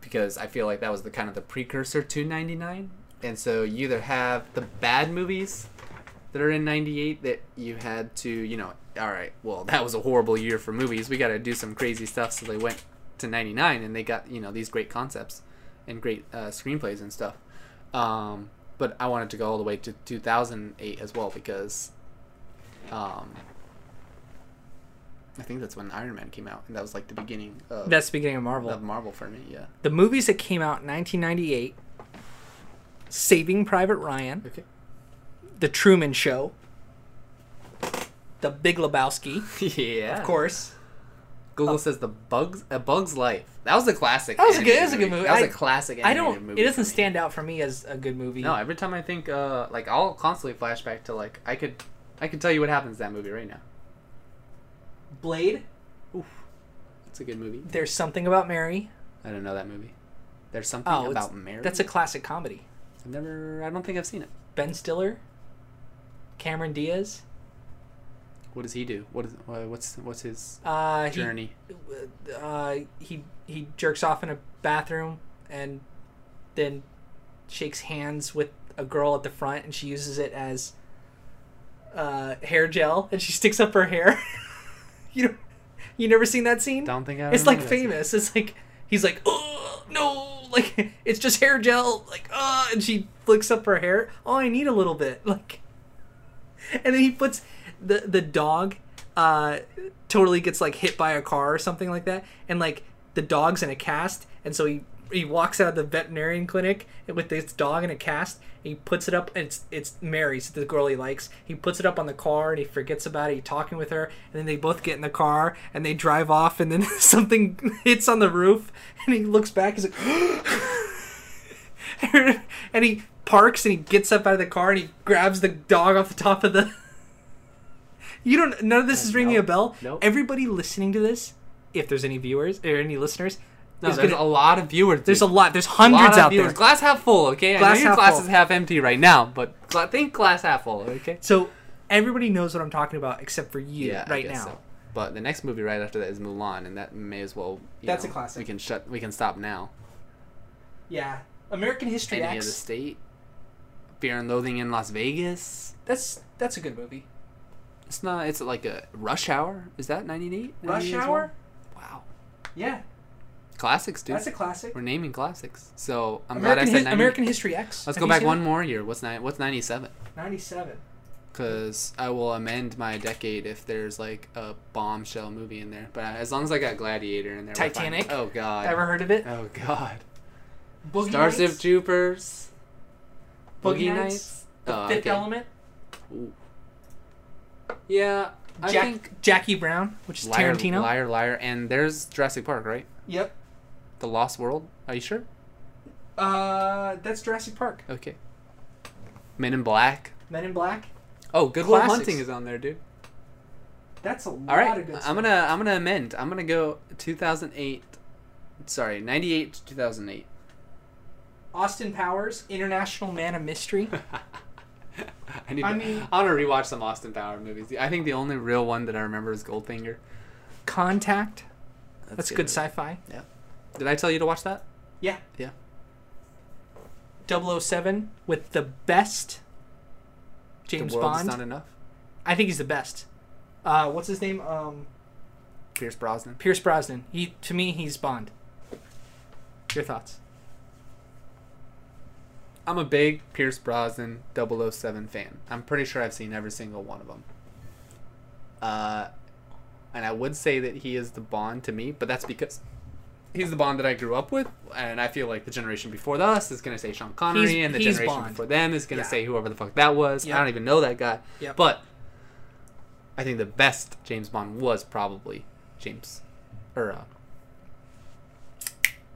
Speaker 2: Because I feel like that was the kind of the precursor to '99, and so you either have the bad movies that are in '98 that you had to, you know, all right, well that was a horrible year for movies. We got to do some crazy stuff, so they went to '99 and they got you know these great concepts and great uh, screenplays and stuff. Um, but I wanted to go all the way to 2008 as well because um, I think that's when Iron Man came out, and that was like the beginning of,
Speaker 1: That's the beginning of Marvel.
Speaker 2: of Marvel for me. Yeah.
Speaker 1: the movies that came out in 1998: Saving Private Ryan,
Speaker 2: Okay.
Speaker 1: The Truman Show, The Big Lebowski,
Speaker 2: yeah.
Speaker 1: of course.
Speaker 2: Google says the Bugs a Bug's Life. That was a classic.
Speaker 1: That was a good-
Speaker 2: animated
Speaker 1: that was a good movie.
Speaker 2: That was a
Speaker 1: I-
Speaker 2: classic.
Speaker 1: I
Speaker 2: animated
Speaker 1: don't.
Speaker 2: Movie
Speaker 1: It
Speaker 2: for
Speaker 1: doesn't
Speaker 2: me.
Speaker 1: stand out for me as a good movie.
Speaker 2: No, every time I think, uh, like I'll constantly flash back to like I could, I could tell you what happens to that movie right now.
Speaker 1: Blade.
Speaker 2: It's a good movie.
Speaker 1: There's something about Mary.
Speaker 2: I don't know that movie. There's something
Speaker 1: Oh,
Speaker 2: about
Speaker 1: it's-
Speaker 2: Mary.
Speaker 1: That's a classic comedy.
Speaker 2: I've never. I don't think I've seen it.
Speaker 1: Ben Stiller, Cameron Diaz.
Speaker 2: What does he do? What is? wha- What's what's his
Speaker 1: Uh, he,
Speaker 2: journey?
Speaker 1: uh, he he jerks off in a bathroom and then shakes hands with a girl at the front, and she uses it as uh, hair gel, and she sticks up her hair. you know, you never seen that scene?
Speaker 2: don't think I.
Speaker 1: it's like
Speaker 2: remember that scene.
Speaker 1: famous. It's like he's like, oh no, like it's just hair gel, like uh, and she flicks up her hair. Oh, I need a little bit, like, and then he puts the the dog, uh, totally gets like hit by a car or something like that, and like the dog's in a cast, and so he he walks out of the veterinarian clinic with this dog in a cast. He puts it up. and It's it's Mary's the girl he likes. He puts it up on the car and he forgets about it. He talking with her, and then they both get in the car and they drive off. And then something hits on the roof, and he looks back. He's like, and he parks and he gets up out of the car and he grabs the dog off the top of the. You don't. None of this is ringing
Speaker 2: Uh, Nope.
Speaker 1: a bell.
Speaker 2: Nope.
Speaker 1: Everybody listening to this, if there's any viewers or any listeners,
Speaker 2: No,
Speaker 1: is
Speaker 2: there's
Speaker 1: gonna-
Speaker 2: a lot of viewers.
Speaker 1: there's a
Speaker 2: dude.
Speaker 1: lot. There's
Speaker 2: A lot
Speaker 1: hundreds
Speaker 2: of
Speaker 1: out
Speaker 2: viewers.
Speaker 1: there.
Speaker 2: Glass half full, okay.
Speaker 1: Glass
Speaker 2: I know your
Speaker 1: half
Speaker 2: glass
Speaker 1: full.
Speaker 2: is half empty right now, but gla- think glass half full, okay.
Speaker 1: So everybody knows what I'm talking about except for you
Speaker 2: Yeah, I
Speaker 1: right
Speaker 2: guess
Speaker 1: now.
Speaker 2: so. But the next movie right after that is Mulan, and that may as well. you
Speaker 1: That's
Speaker 2: know,
Speaker 1: a classic.
Speaker 2: We can shut. We can stop now.
Speaker 1: Yeah. American History
Speaker 2: Enemy of
Speaker 1: X.
Speaker 2: the State, Fear and Loathing in Las Vegas.
Speaker 1: That's that's a good movie.
Speaker 2: It's not. It's like a Rush Hour. Is that ninety eight?
Speaker 1: Rush Hour?
Speaker 2: Wow.
Speaker 1: Yeah.
Speaker 2: Classics, dude.
Speaker 1: That's a classic.
Speaker 2: We're naming classics. So I'm
Speaker 1: American,
Speaker 2: glad I
Speaker 1: His-
Speaker 2: said 90.
Speaker 1: American History X.
Speaker 2: Let's
Speaker 1: Have
Speaker 2: go
Speaker 1: you
Speaker 2: back
Speaker 1: seen
Speaker 2: one
Speaker 1: it?
Speaker 2: more year. What's nine? What's ninety seven?
Speaker 1: 97.
Speaker 2: Cause I will amend my decade if there's like a bombshell movie in there. But as long as I got Gladiator in there, we're fine.
Speaker 1: Titanic?
Speaker 2: Oh God.
Speaker 1: Ever heard of it?
Speaker 2: Oh God.
Speaker 1: Boogie
Speaker 2: Starship
Speaker 1: Nights?
Speaker 2: Troopers.
Speaker 1: Boogie Nights? The
Speaker 2: Oh,
Speaker 1: Fifth
Speaker 2: okay.
Speaker 1: Element?
Speaker 2: Ooh. Yeah, I
Speaker 1: Jack-
Speaker 2: think
Speaker 1: Jackie Brown, which is
Speaker 2: liar,
Speaker 1: Tarantino.
Speaker 2: liar, liar, and there's Jurassic Park, right?
Speaker 1: Yep.
Speaker 2: The Lost World. Are you sure?
Speaker 1: Uh, that's Jurassic Park.
Speaker 2: Okay. Men in Black.
Speaker 1: Men in Black.
Speaker 2: Oh, Good Will
Speaker 1: Classics.
Speaker 2: Hunting is on there, dude.
Speaker 1: That's a lot
Speaker 2: All right, I'm gonna I'm gonna amend. I'm gonna go 2008. Sorry, 98 to 2008.
Speaker 1: Austin Powers, International Man of Mystery.
Speaker 2: I need.
Speaker 1: I
Speaker 2: to,
Speaker 1: mean-
Speaker 2: I want to rewatch some Austin Power movies. I think the only real one that I remember is Goldfinger.
Speaker 1: Contact. That's, good
Speaker 2: movie.
Speaker 1: sci-fi.
Speaker 2: Did I tell you to watch that?
Speaker 1: Yeah.
Speaker 2: Yeah.
Speaker 1: 007 with the best James
Speaker 2: the world is
Speaker 1: Bond.
Speaker 2: not enough.
Speaker 1: I think he's the best. Uh, what's his name? Um,
Speaker 2: Pierce Brosnan.
Speaker 1: Pierce Brosnan. He to me he's Bond. Your thoughts?
Speaker 2: I'm a big Pierce Brosnan 007 fan. I'm pretty sure I've seen every single one of them. Uh, and I would say that he is the Bond to me, but that's because he's the Bond that I grew up with, and I feel like the generation before us is gonna say Sean Connery,
Speaker 1: He's-
Speaker 2: and the
Speaker 1: he's
Speaker 2: generation
Speaker 1: Bond.
Speaker 2: before them is gonna
Speaker 1: Yeah.
Speaker 2: say whoever the fuck that was.
Speaker 1: Yep.
Speaker 2: I don't even know that guy,
Speaker 1: Yep.
Speaker 2: but I think the best James Bond was probably James, or uh,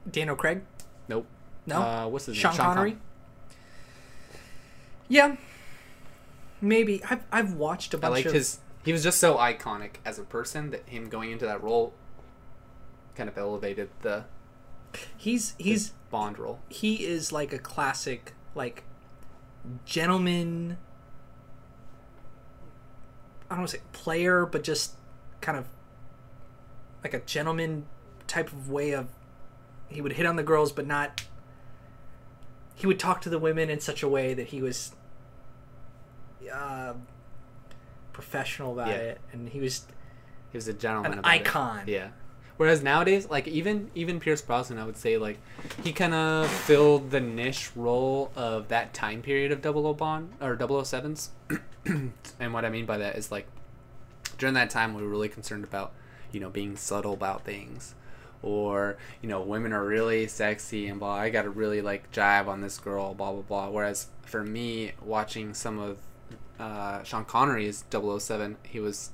Speaker 1: Daniel Craig.
Speaker 2: nope,
Speaker 1: No.
Speaker 2: uh, what's his
Speaker 1: Sean,
Speaker 2: name?
Speaker 1: Connery.
Speaker 2: Con-
Speaker 1: yeah. Maybe I've I've watched a
Speaker 2: I
Speaker 1: bunch
Speaker 2: liked
Speaker 1: of
Speaker 2: his. He was just so iconic as a person that him going into that role kind of elevated the
Speaker 1: he's he's
Speaker 2: Bond role.
Speaker 1: he is like a classic like gentleman I don't want to say player but just kind of like a gentleman type of way of he would hit on the girls but not he would talk to the women in such a way that he was uh, professional about
Speaker 2: Yeah.
Speaker 1: it and he was
Speaker 2: He was a gentleman.
Speaker 1: An
Speaker 2: about it.
Speaker 1: icon.
Speaker 2: Yeah. Whereas nowadays, like even even Pierce Brosnan, I would say like he kind of filled the niche role of that time period of 00 Bond or 007s. and what I mean by that is like during that time we were really concerned about you know being subtle about things or you know women are really sexy and blah i gotta really like jive on this girl blah blah blah whereas for me watching some of uh, sean connery's 007 he was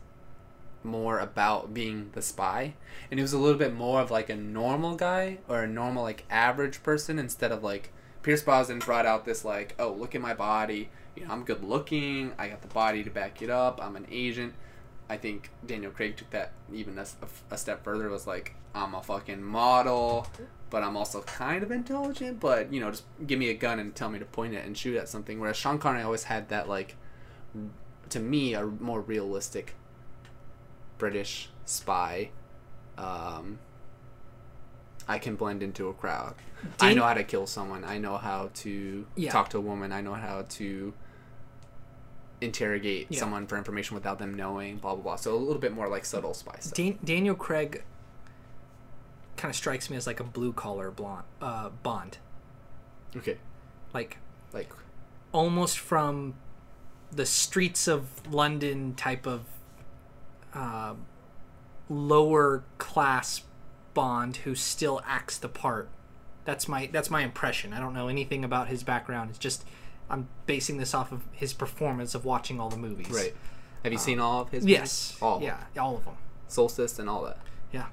Speaker 2: more about being the spy and he was a little bit more of like a normal guy or a normal like average person instead of like pierce brosnan brought out this like oh look at my body you know i'm good looking i got the body to back it up i'm an agent i think daniel craig took that even a, s- a f- a step further was like i'm a fucking model but i'm also kind of intelligent but you know just give me a gun and tell me to point it and shoot at something whereas sean connery always had that like to me a more realistic British spy. Um, I can blend into a crowd. I
Speaker 1: Did-
Speaker 2: know how to kill someone. I know how to
Speaker 1: Yeah.
Speaker 2: talk to a woman. I know how to interrogate
Speaker 1: Yeah.
Speaker 2: someone for information without them knowing. Blah blah blah. So a little bit more like subtle spy stuff.
Speaker 1: Dan- Daniel Craig kind of strikes me as like a blue collar blonde uh, Bond,
Speaker 2: Okay,
Speaker 1: like
Speaker 2: like
Speaker 1: almost from the streets of London type of uh, lower class Bond who still acts the part. That's my that's my impression. I don't know anything about his background. It's just I'm basing this off of his performance of watching all the movies.
Speaker 2: right. Have you seen all of his? movies?
Speaker 1: Uh, Yes.
Speaker 2: All.
Speaker 1: yeah. All of them.
Speaker 2: Solstice and all that.
Speaker 1: Yeah.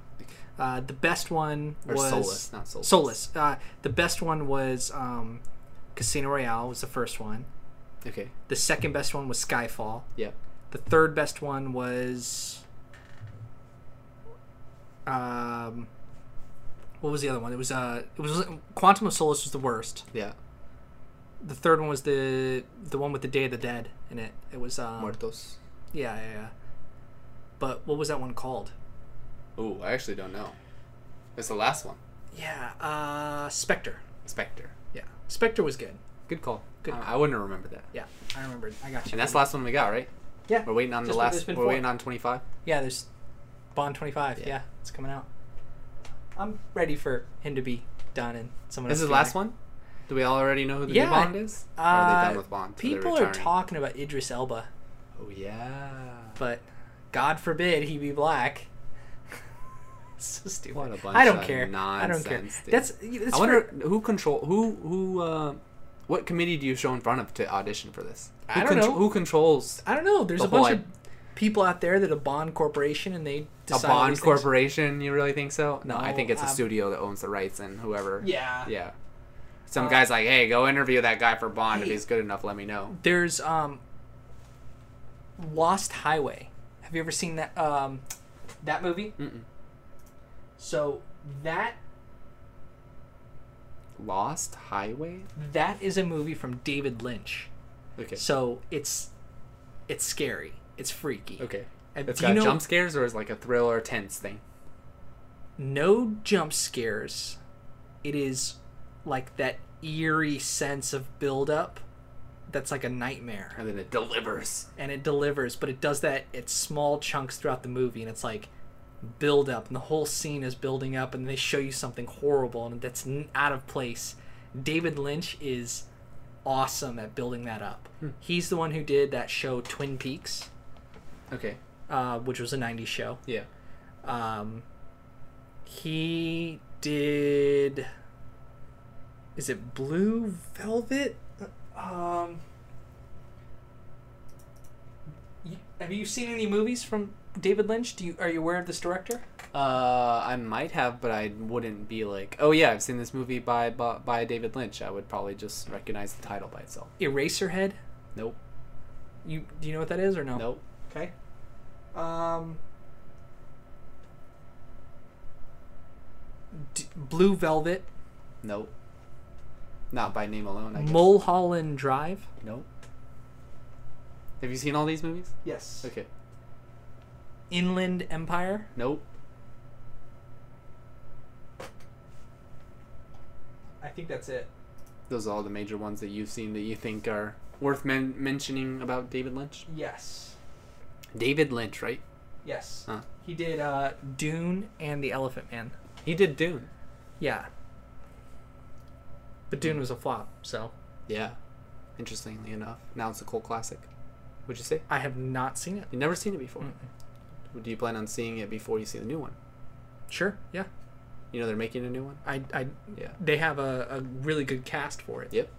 Speaker 1: Uh, the best one
Speaker 2: Or
Speaker 1: was
Speaker 2: Solus, not Solstice.
Speaker 1: Solus. Uh, the best one was um, Casino Royale was the first one.
Speaker 2: Okay.
Speaker 1: The second best one was Skyfall.
Speaker 2: Yep.
Speaker 1: The third best one was um, what was the other one? It was uh, it was Quantum of Solace was the worst.
Speaker 2: Yeah.
Speaker 1: The third one was the the one with the Day of the Dead in it. It was um,
Speaker 2: Muertos.
Speaker 1: yeah, yeah, yeah. But what was that one called?
Speaker 2: Ooh, I actually don't know. It's the last one.
Speaker 1: Yeah, uh, Spectre.
Speaker 2: Spectre.
Speaker 1: Yeah, Spectre was good.
Speaker 2: Good call.
Speaker 1: Good
Speaker 2: Uh, I wouldn't have remembered that.
Speaker 1: Yeah, I remembered. I got you.
Speaker 2: And that's the last one we got, right?
Speaker 1: Yeah.
Speaker 2: We're waiting on
Speaker 1: Just-
Speaker 2: the
Speaker 1: there's
Speaker 2: last.
Speaker 1: been
Speaker 2: We're
Speaker 1: four.
Speaker 2: waiting on twenty five.
Speaker 1: Yeah, there's Bond 25. Yeah.
Speaker 2: Yeah.
Speaker 1: it's coming out. I'm ready for him to be done and someone
Speaker 2: This
Speaker 1: else
Speaker 2: is the
Speaker 1: be
Speaker 2: last
Speaker 1: there.
Speaker 2: one. Do we already know who the
Speaker 1: Yeah.
Speaker 2: new Bond is? Or
Speaker 1: Uh,
Speaker 2: are they done with Bond? So they're
Speaker 1: People are
Speaker 2: retiring?
Speaker 1: talking about Idris Elba,
Speaker 2: Oh yeah.
Speaker 1: but God forbid he be black. so stupid.
Speaker 2: What a bunch
Speaker 1: I don't
Speaker 2: of
Speaker 1: care. I don't care.
Speaker 2: nonsense, dude.
Speaker 1: That's, that's
Speaker 2: I wonder
Speaker 1: for-
Speaker 2: who control who who uh, what committee do you show in front of to audition for this?
Speaker 1: I
Speaker 2: Who
Speaker 1: don't know.
Speaker 2: Who controls
Speaker 1: I don't know. There's
Speaker 2: the
Speaker 1: a bunch
Speaker 2: whole
Speaker 1: of people out there that a Bond corporation and they
Speaker 2: a
Speaker 1: decide all
Speaker 2: Bond
Speaker 1: these things.
Speaker 2: corporation? You really think so? No, I
Speaker 1: No,
Speaker 2: think it's a
Speaker 1: um,
Speaker 2: studio that owns the rights and whoever.
Speaker 1: Yeah. Uh,
Speaker 2: Yeah. Some guy's like, hey, go interview that guy for Bond. if
Speaker 1: hey.
Speaker 2: he's good enough, let me know.
Speaker 1: There's um Lost Highway. Have you ever seen that um that movie?
Speaker 2: Mm-mm.
Speaker 1: So that
Speaker 2: Lost Highway?
Speaker 1: that is a movie from David Lynch.
Speaker 2: Okay.
Speaker 1: So it's it's scary. It's freaky.
Speaker 2: Okay.
Speaker 1: And
Speaker 2: It's
Speaker 1: do
Speaker 2: got
Speaker 1: you know-
Speaker 2: jump scares or is it like a thriller tense thing?
Speaker 1: No jump scares. It is like that eerie sense of buildup that's like a nightmare
Speaker 2: and then it delivers.
Speaker 1: and it delivers, but it does that at small chunks throughout the movie, and it's like build up, and the whole scene is building up, and they show you something horrible and that's n- out of place. David Lynch is awesome at building that up. He's the one who did that show Twin Peaks,
Speaker 2: Okay.
Speaker 1: uh, which was a '90s show.
Speaker 2: Yeah.
Speaker 1: Um, he did. Is it Blue Velvet? Um, y- have you seen any movies from David Lynch? Do you are you aware of this director?
Speaker 2: Uh, I might have, but I wouldn't be like, oh yeah, I've seen this movie by by, by David Lynch. I would probably just recognize the title by itself.
Speaker 1: Eraserhead.
Speaker 2: Nope.
Speaker 1: You do you know what that is or no?
Speaker 2: Nope.
Speaker 1: Okay. Um. D- Blue Velvet,
Speaker 2: Nope. Not by name alone. I guess.
Speaker 1: Mulholland Drive.
Speaker 2: Nope. Have you seen all these movies?
Speaker 1: Yes.
Speaker 2: Okay.
Speaker 1: Inland Empire.
Speaker 2: Nope.
Speaker 1: I think that's it.
Speaker 2: Those are all the major ones that you've seen that you think are worth men- mentioning about David Lynch.
Speaker 1: Yes.
Speaker 2: David Lynch, right?
Speaker 1: Yes.
Speaker 2: Huh.
Speaker 1: He did uh, Dune and The Elephant Man.
Speaker 2: He did Dune.
Speaker 1: Yeah. But Dune was a flop, so
Speaker 2: Yeah. Interestingly enough, now it's a cult classic. Would you say?
Speaker 1: I have not seen it.
Speaker 2: You've never seen it before. Do you plan on seeing it before you see the new one?
Speaker 1: Sure. Yeah.
Speaker 2: You know they're making a new one.
Speaker 1: I, I
Speaker 2: Yeah.
Speaker 1: they have a, a really good cast for it.
Speaker 2: Yep.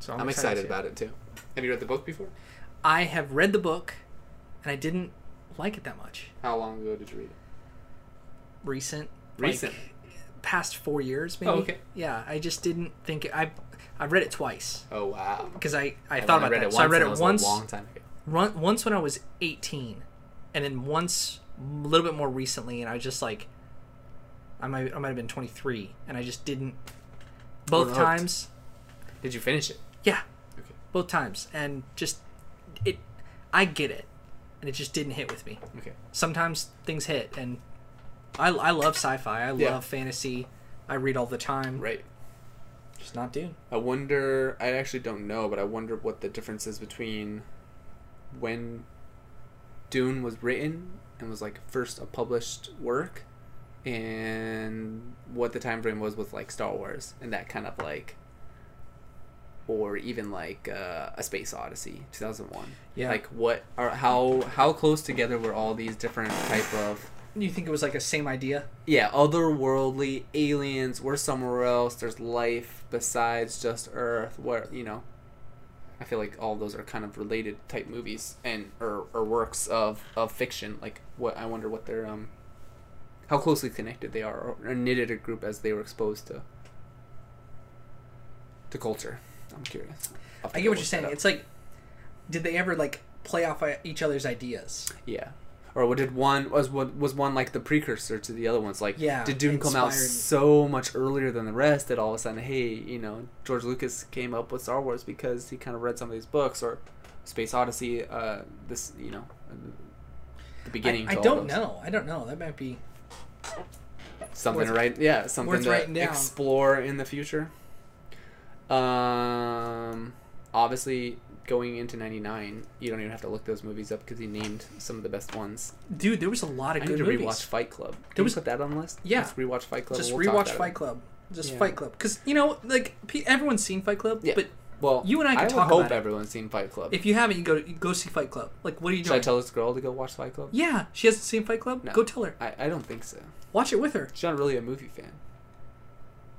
Speaker 1: So
Speaker 2: I'm, excited about it too. Have you read the book before?
Speaker 1: it. I have read the book and I didn't like it that much.
Speaker 2: How long ago did you read it?
Speaker 1: Recent. like,
Speaker 2: Recent. Oh,
Speaker 1: past 4 years maybe.
Speaker 2: okay.
Speaker 1: Yeah, I just didn't think it, I I read it twice
Speaker 2: oh wow.
Speaker 1: because I, I
Speaker 2: I've
Speaker 1: thought
Speaker 2: only
Speaker 1: about that. So I
Speaker 2: once,
Speaker 1: read
Speaker 2: and
Speaker 1: it
Speaker 2: was
Speaker 1: once.
Speaker 2: a long time ago.
Speaker 1: run, once when I was 18, and then once a little bit more recently, and I was just like, I might I might have been 23, and I just didn't. Both
Speaker 2: Weren't hooked.
Speaker 1: times,
Speaker 2: Did you finish it?
Speaker 1: yeah,
Speaker 2: Okay.
Speaker 1: both times, and just it, I get it, and it just didn't hit with me.
Speaker 2: Okay.
Speaker 1: Sometimes things hit, and I I love sci-fi, I
Speaker 2: Yeah.
Speaker 1: love fantasy, I read all the time.
Speaker 2: Right.
Speaker 1: Just not Dune.
Speaker 2: I wonder. I actually don't know, but I wonder what the difference is between when Dune was written and was like first a published work, and what the time frame was with like Star Wars and that kind of like, or even like uh, a Space Odyssey, two thousand one.
Speaker 1: Yeah.
Speaker 2: Like what are how how close together were all these different type of
Speaker 1: You think it was like a same idea?
Speaker 2: yeah, otherworldly aliens. We're somewhere else. There's life besides just Earth. Where you know, I feel like all those are kind of related type movies and or, or works of of fiction. Like what I wonder what they're um, how closely connected they are or, or knitted a group as they were exposed to to culture. I'm curious. I'll have to
Speaker 1: I get
Speaker 2: go
Speaker 1: what
Speaker 2: look
Speaker 1: you're
Speaker 2: that
Speaker 1: saying.
Speaker 2: up.
Speaker 1: It's like, did they ever like play off uh, each other's ideas?
Speaker 2: Yeah. Or what did one was what was one like the precursor to the other ones? Like,
Speaker 1: Yeah,
Speaker 2: did Dune come out
Speaker 1: inspired.
Speaker 2: so much earlier than the rest that all of a sudden, hey, you know, George Lucas came up with Star Wars because he kind of read some of these books or Space Odyssey, uh, this you know, the beginning.
Speaker 1: I, I
Speaker 2: to all
Speaker 1: don't
Speaker 2: those.
Speaker 1: know. I don't know. That might be.
Speaker 2: something to
Speaker 1: Worth-
Speaker 2: write. Yeah, something
Speaker 1: worth
Speaker 2: to
Speaker 1: writing down.
Speaker 2: explore in the future. Um, obviously, going into '99, you don't even have to look those movies up because he named some of the best ones.
Speaker 1: Dude, there was a lot of
Speaker 2: I need
Speaker 1: good
Speaker 2: to
Speaker 1: movies.
Speaker 2: rewatch Fight Club. Can
Speaker 1: There
Speaker 2: we
Speaker 1: was-
Speaker 2: put that on the list?
Speaker 1: Yeah.
Speaker 2: Let's rewatch Fight Club.
Speaker 1: Just
Speaker 2: and we'll talk
Speaker 1: rewatch
Speaker 2: about it.
Speaker 1: Fight Club. Just
Speaker 2: Yeah.
Speaker 1: Fight Club, because you know, like pe- everyone's seen Fight Club,
Speaker 2: Yeah.
Speaker 1: but
Speaker 2: Well,
Speaker 1: You and I can
Speaker 2: would
Speaker 1: talk
Speaker 2: hope
Speaker 1: about it.
Speaker 2: everyone's seen Fight Club.
Speaker 1: if you haven't, you go you go see Fight Club. Like, what are you
Speaker 2: Should I
Speaker 1: doing?
Speaker 2: tell this girl to go watch Fight Club?
Speaker 1: yeah, she hasn't seen Fight Club.
Speaker 2: No.
Speaker 1: Go tell her.
Speaker 2: I, I don't think so.
Speaker 1: Watch it with her.
Speaker 2: She's not really a movie fan.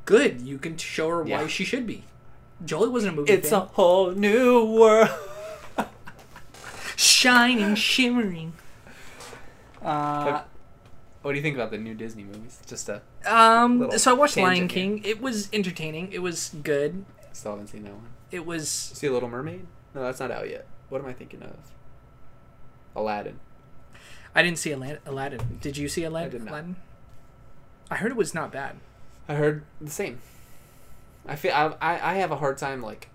Speaker 1: Good. You can show her
Speaker 2: Yeah.
Speaker 1: why she should be. Jolie wasn't a movie fan.
Speaker 2: whole new world.
Speaker 1: shining, shimmering. Uh,
Speaker 2: what do you think about the new Disney movies? Just uh, a
Speaker 1: um.
Speaker 2: little
Speaker 1: So I watched Lion
Speaker 2: tangent here.
Speaker 1: King. It was entertaining. It was good.
Speaker 2: still haven't seen that one.
Speaker 1: It was
Speaker 2: See Little Mermaid? No, that's not out yet. What am I thinking of? Aladdin.
Speaker 1: I didn't see Aladdin. Aladdin. Did you see Aladdin?
Speaker 2: I did not.
Speaker 1: Aladdin? I heard it was not bad.
Speaker 2: I heard the same. I feel I, I I have a hard time like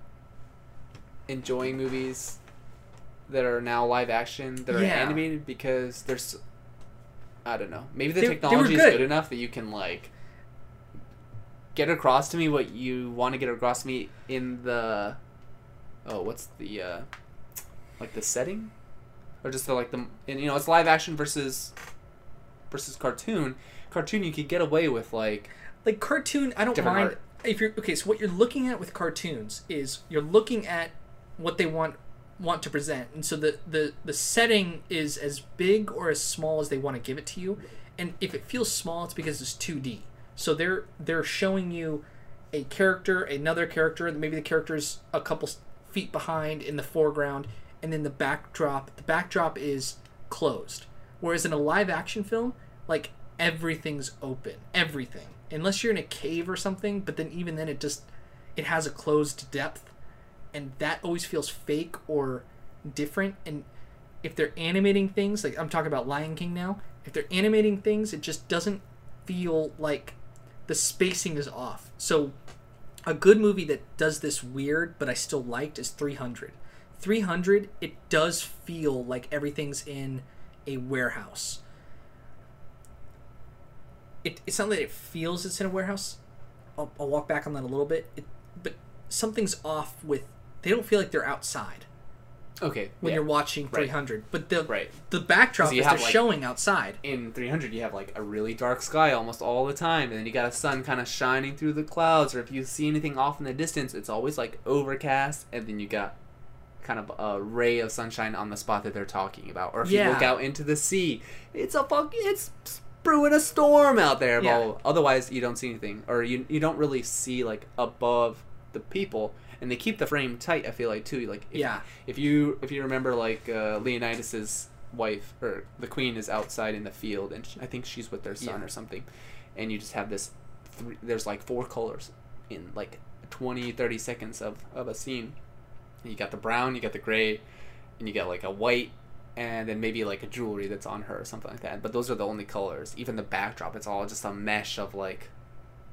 Speaker 2: enjoying movies that are now live action that are
Speaker 1: Yeah.
Speaker 2: animated because there's I don't know maybe the
Speaker 1: They- they were
Speaker 2: technology is
Speaker 1: good.
Speaker 2: good enough that you can like get across to me what you want to get across to me in the oh what's the uh like the setting or just the like the and you know it's live action versus versus cartoon cartoon you could get away with like
Speaker 1: like cartoon i don't
Speaker 2: Different
Speaker 1: mind
Speaker 2: art.
Speaker 1: if you're okay so what you're looking at with cartoons is you're looking at what they want want to present and so the the the setting is as big or as small as they want to give it to you and if it feels small it's because it's 2d so they're they're showing you a character another character and maybe the character's a couple s- feet behind in the foreground and then the backdrop the backdrop is closed whereas in a live action film like everything's open everything unless you're in a cave or something but then even then it just it has a closed depth and that always feels fake or different and if they're animating things like i'm talking about lion king now if they're animating things it just doesn't feel like the spacing is off so a good movie that does this weird but i still liked is 300 300 it does feel like everything's in a warehouse it, it's not that it feels it's in a warehouse I'll, I'll walk back on that a little bit it, but something's off with they don't feel like they're outside
Speaker 2: okay
Speaker 1: when
Speaker 2: yeah.
Speaker 1: you're watching 300 but the
Speaker 2: Right.
Speaker 1: the backdrop
Speaker 2: 'Cause you
Speaker 1: is they're
Speaker 2: have, like-
Speaker 1: showing outside
Speaker 2: in 300 you have like a really dark sky almost all the time and then you got a sun kind of shining through the clouds or if you see anything off in the distance it's always like overcast and then you got kind of a ray of sunshine on the spot that they're talking about or if you look
Speaker 1: Yeah.
Speaker 2: out into the sea it's a fuck it's brewing a storm out there
Speaker 1: Yeah.
Speaker 2: but otherwise you don't see anything or you, you don't really see like above the people and they keep the frame tight i feel like too like if,
Speaker 1: Yeah.
Speaker 2: if you if you remember like uh, leonidas's wife or the queen is outside in the field and sh i think she's with their son
Speaker 1: Yeah.
Speaker 2: or something and you just have this three, there's like four colors in like 20 30 seconds of of a scene you got the brown you got the gray and you got like a white and then maybe like a jewelry that's on her or something like that but those are the only colors even the backdrop it's all just a mesh of like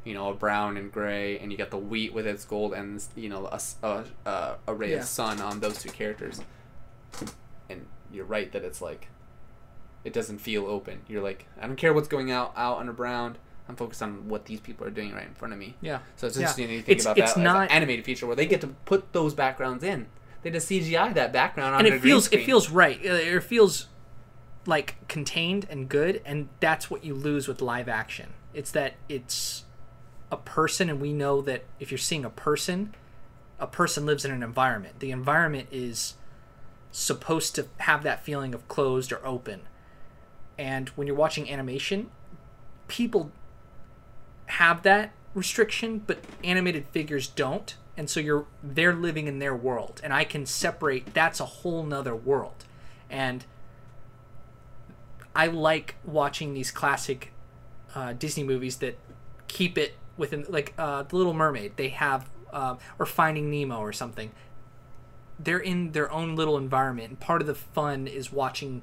Speaker 2: you know a brown and gray and you got the wheat with its gold and you know a, s- a, a- a ray
Speaker 1: Yeah.
Speaker 2: of sun on those two characters and you're right that it's like it doesn't feel open you're like i don't care what's going out out on the ground i'm focused on what these people are doing right in front of me
Speaker 1: yeah
Speaker 2: so it's
Speaker 1: Yeah.
Speaker 2: interesting that you think
Speaker 1: It's-
Speaker 2: about
Speaker 1: it's
Speaker 2: that as
Speaker 1: not-
Speaker 2: an animated feature where they get to put those backgrounds in. They just CGI that background on
Speaker 1: and
Speaker 2: their
Speaker 1: it
Speaker 2: green
Speaker 1: feels
Speaker 2: screen.
Speaker 1: it feels right Uh, it feels like contained and good and that's what you lose with live action it's that it's a person and we know that if you're seeing a person a person lives in an environment the environment is supposed to have that feeling of closed or open and when you're watching animation people have that restriction, but animated figures don't. And so you're they're living in their world, and I can separate. That's a whole nother world, and I like watching these classic uh, Disney movies that keep it within, like uh, The Little Mermaid. They have uh, or Finding Nemo or something. They're in their own little environment, and part of the fun is watching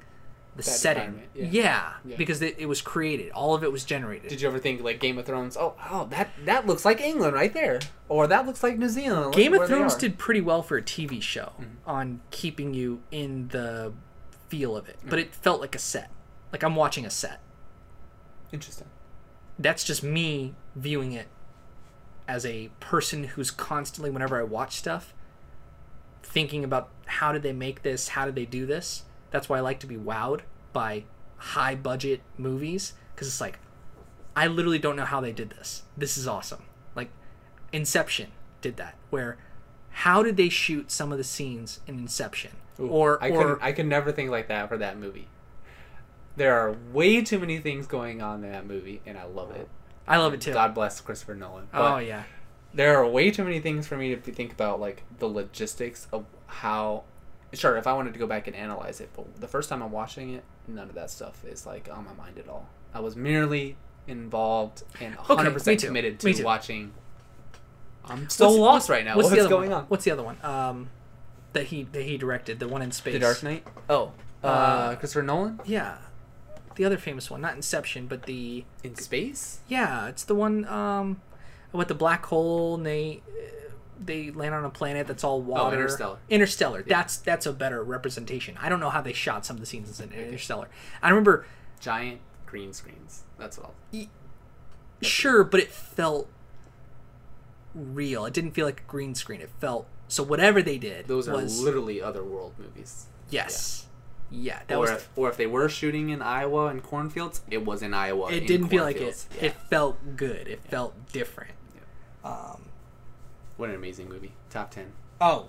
Speaker 1: the setting.
Speaker 2: environment,
Speaker 1: Yeah.
Speaker 2: yeah. Yeah.
Speaker 1: because it, it was created. All of it was generated.
Speaker 2: Did you ever think like Game of Thrones? Oh, oh, that that looks like England right there, or that looks like New Zealand. look
Speaker 1: Game of
Speaker 2: where they
Speaker 1: Thrones
Speaker 2: are. Mm-hmm.
Speaker 1: did pretty well for a TV show on keeping you in the feel of it,
Speaker 2: Mm-hmm.
Speaker 1: but it felt like a set. Like I'm watching a set.
Speaker 2: interesting.
Speaker 1: That's just me viewing it as a person who's constantly, whenever I watch stuff, thinking about how did they make this? How did they do this? That's why I like to be wowed by high budget movies because it's like, I literally don't know how they did this. This is awesome. Like, Inception did that, where how did they shoot some of the scenes in Inception? or
Speaker 2: I
Speaker 1: or
Speaker 2: could I could never think like that for that movie. There are way too many things going on in that movie, and I love it.
Speaker 1: I love it too.
Speaker 2: God bless Christopher Nolan. but-
Speaker 1: oh yeah,
Speaker 2: there are way too many things for me to think about like the logistics of how sure if i wanted to go back and analyze it but the first time i'm watching it none of that stuff is like on my mind at all i was merely involved and 100%
Speaker 1: me too.
Speaker 2: committed
Speaker 1: Me
Speaker 2: to
Speaker 1: too.
Speaker 2: watching i'm so
Speaker 1: What's-
Speaker 2: lost right now what's,
Speaker 1: the other
Speaker 2: going
Speaker 1: one?
Speaker 2: on
Speaker 1: What's the other one? Um, that he that he directed, the one in space.
Speaker 2: the dark knight oh uh,
Speaker 1: Uh,
Speaker 2: christopher nolan
Speaker 1: Yeah, the other famous one, not Inception, but the
Speaker 2: in space
Speaker 1: yeah, it's the one um, with the black hole and they uh, they land on a planet that's all water.
Speaker 2: Interstellar.
Speaker 1: Interstellar. That's that's a better representation. I don't know how they shot some of the scenes in Interstellar. I remember
Speaker 2: giant green screens that's all
Speaker 1: sure, but it felt
Speaker 6: real. It didn't feel like a green screen. It felt so whatever they did
Speaker 2: Those are
Speaker 6: was
Speaker 2: literally other world movies.
Speaker 6: yes. Yeah, that
Speaker 2: or,
Speaker 6: was
Speaker 2: if, or if they were shooting in Iowa and cornfields, it was in Iowa.
Speaker 6: it
Speaker 2: in
Speaker 6: didn't feel like it.
Speaker 2: cornfields. Yeah.
Speaker 6: It felt good. It felt different. Um,
Speaker 2: What an amazing movie. Top 10.
Speaker 6: oh,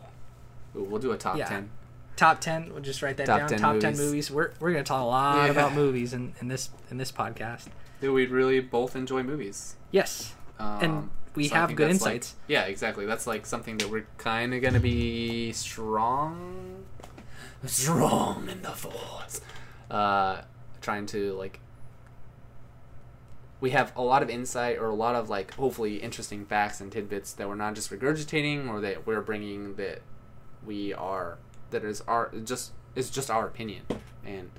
Speaker 2: Ooh, we'll do a top
Speaker 6: Yeah.
Speaker 2: 10.
Speaker 6: top 10, we'll just write that
Speaker 2: Top
Speaker 6: down.
Speaker 2: 10
Speaker 6: top 10
Speaker 2: movies.
Speaker 6: movies. We're we're going to talk a lot
Speaker 2: Yeah.
Speaker 6: about movies in, in this in this podcast.
Speaker 2: Dude, we really both enjoy movies.
Speaker 6: Yes.
Speaker 2: Um,
Speaker 6: And we
Speaker 2: I
Speaker 6: have
Speaker 2: think
Speaker 6: good
Speaker 2: that's like-
Speaker 6: insights.
Speaker 2: yeah, exactly. That's like something that we're kind of going to be strong, strong in the force. Uh, trying to like, we have a lot of insight or a lot of like hopefully interesting facts and tidbits that we're not just regurgitating or that we're bringing that we are that is our just is just our opinion and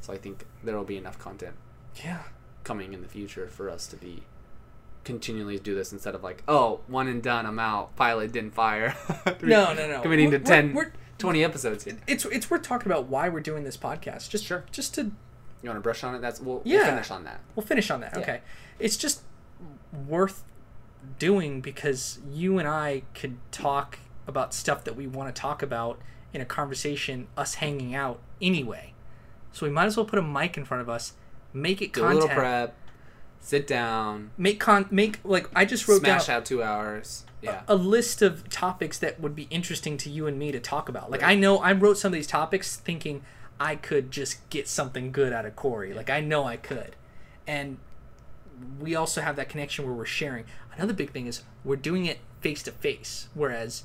Speaker 2: so I think there will be enough content
Speaker 1: Yeah.
Speaker 2: coming in the future for us to be continually do this instead of like oh one and done i'm out pilot didn't fire
Speaker 1: No, no, no.
Speaker 2: committing to
Speaker 1: We're-
Speaker 2: 10
Speaker 1: we're-
Speaker 2: 20 episodes here.
Speaker 1: It's it's worth talking about why we're doing this podcast. Just
Speaker 2: Sure.
Speaker 1: Just to
Speaker 2: you want to brush on it that's we'll, we'll
Speaker 1: Yeah.
Speaker 2: finish on that
Speaker 1: we'll finish on that. Okay. It's just worth doing because you and I could talk about stuff that we want to talk about in a conversation, us hanging out anyway. So we might as well put a mic in front of us, make it
Speaker 2: do a little
Speaker 1: content,
Speaker 2: prep sit down
Speaker 1: make con, make like I just wrote down
Speaker 2: smash out two hours yeah
Speaker 1: a list of topics that would be interesting to you and me to talk about. Like I know I wrote some of these topics thinking I could just get something good out of Corey. Like I know I could. And we also have that connection where we're sharing. Another big thing is we're doing it face to face. Whereas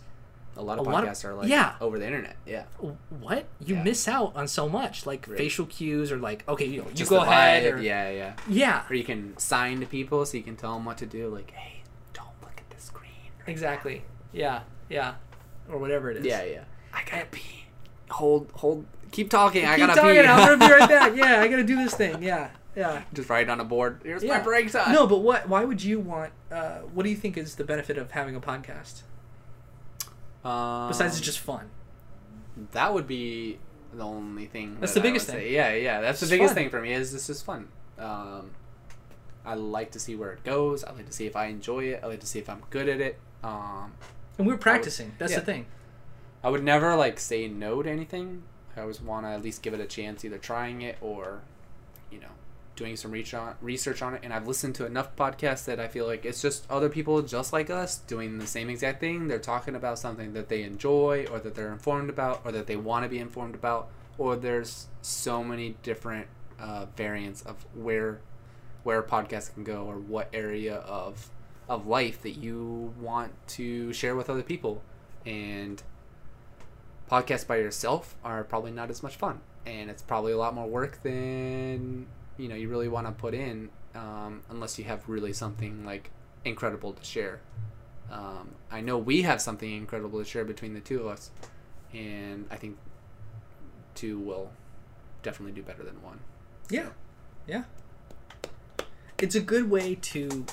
Speaker 2: a lot of
Speaker 1: a lot of-
Speaker 2: podcasts are like
Speaker 1: yeah.
Speaker 2: over the internet yeah
Speaker 1: w- what? You
Speaker 2: Yeah.
Speaker 1: miss out on so much. Like facial cues or like, okay, you know, you
Speaker 2: Just
Speaker 1: go
Speaker 2: the
Speaker 1: ahead.
Speaker 2: vibe,
Speaker 1: Or,
Speaker 2: yeah yeah
Speaker 1: yeah.
Speaker 2: or you can sign to people so you can tell them what to do like hey don't look at the screen
Speaker 1: Exactly. Yeah. Yeah. Or whatever it is.
Speaker 2: yeah yeah i gotta pee hold hold keep talking i
Speaker 1: Keep
Speaker 2: gotta
Speaker 1: talking,
Speaker 2: pee
Speaker 1: I'm gonna be right back. Yeah, I gotta do this thing. Yeah. Yeah.
Speaker 2: just write it on a board. Here's my
Speaker 1: Yeah.
Speaker 2: break time.
Speaker 1: No, but what? Why would you want? Uh, what do you think is the benefit of having a podcast
Speaker 2: Um,
Speaker 1: besides it's just fun?
Speaker 2: that would be the only thing.
Speaker 1: That's
Speaker 2: that
Speaker 1: the
Speaker 2: I
Speaker 1: biggest
Speaker 2: would
Speaker 1: thing.
Speaker 2: say. Yeah, yeah. That's the
Speaker 1: It's
Speaker 2: biggest
Speaker 1: fun.
Speaker 2: thing for me is this is fun. Um, I like to see where it goes. I like to see if I enjoy it. I like to see if I'm good at it. Um,
Speaker 1: And we're practicing. That's
Speaker 2: oh, yeah.
Speaker 1: the thing.
Speaker 2: I would never like say no to anything. I always want to at least give it a chance, either trying it or, you know, doing some reach on, research on it. And I've listened to enough podcasts that I feel like it's just other people just like us doing the same exact thing. They're talking about something that they enjoy or that they're informed about or that they want to be informed about. Or there's so many different uh, variants of where where podcasts can go or what area of of life that you want to share with other people and podcasts by yourself are probably not as much fun and it's probably a lot more work than you know you really want to put in um, unless you have really something like incredible to share um, i know we have something incredible to share between the two of us and i think two will definitely do better than one
Speaker 1: Yeah, yeah. It's a good way to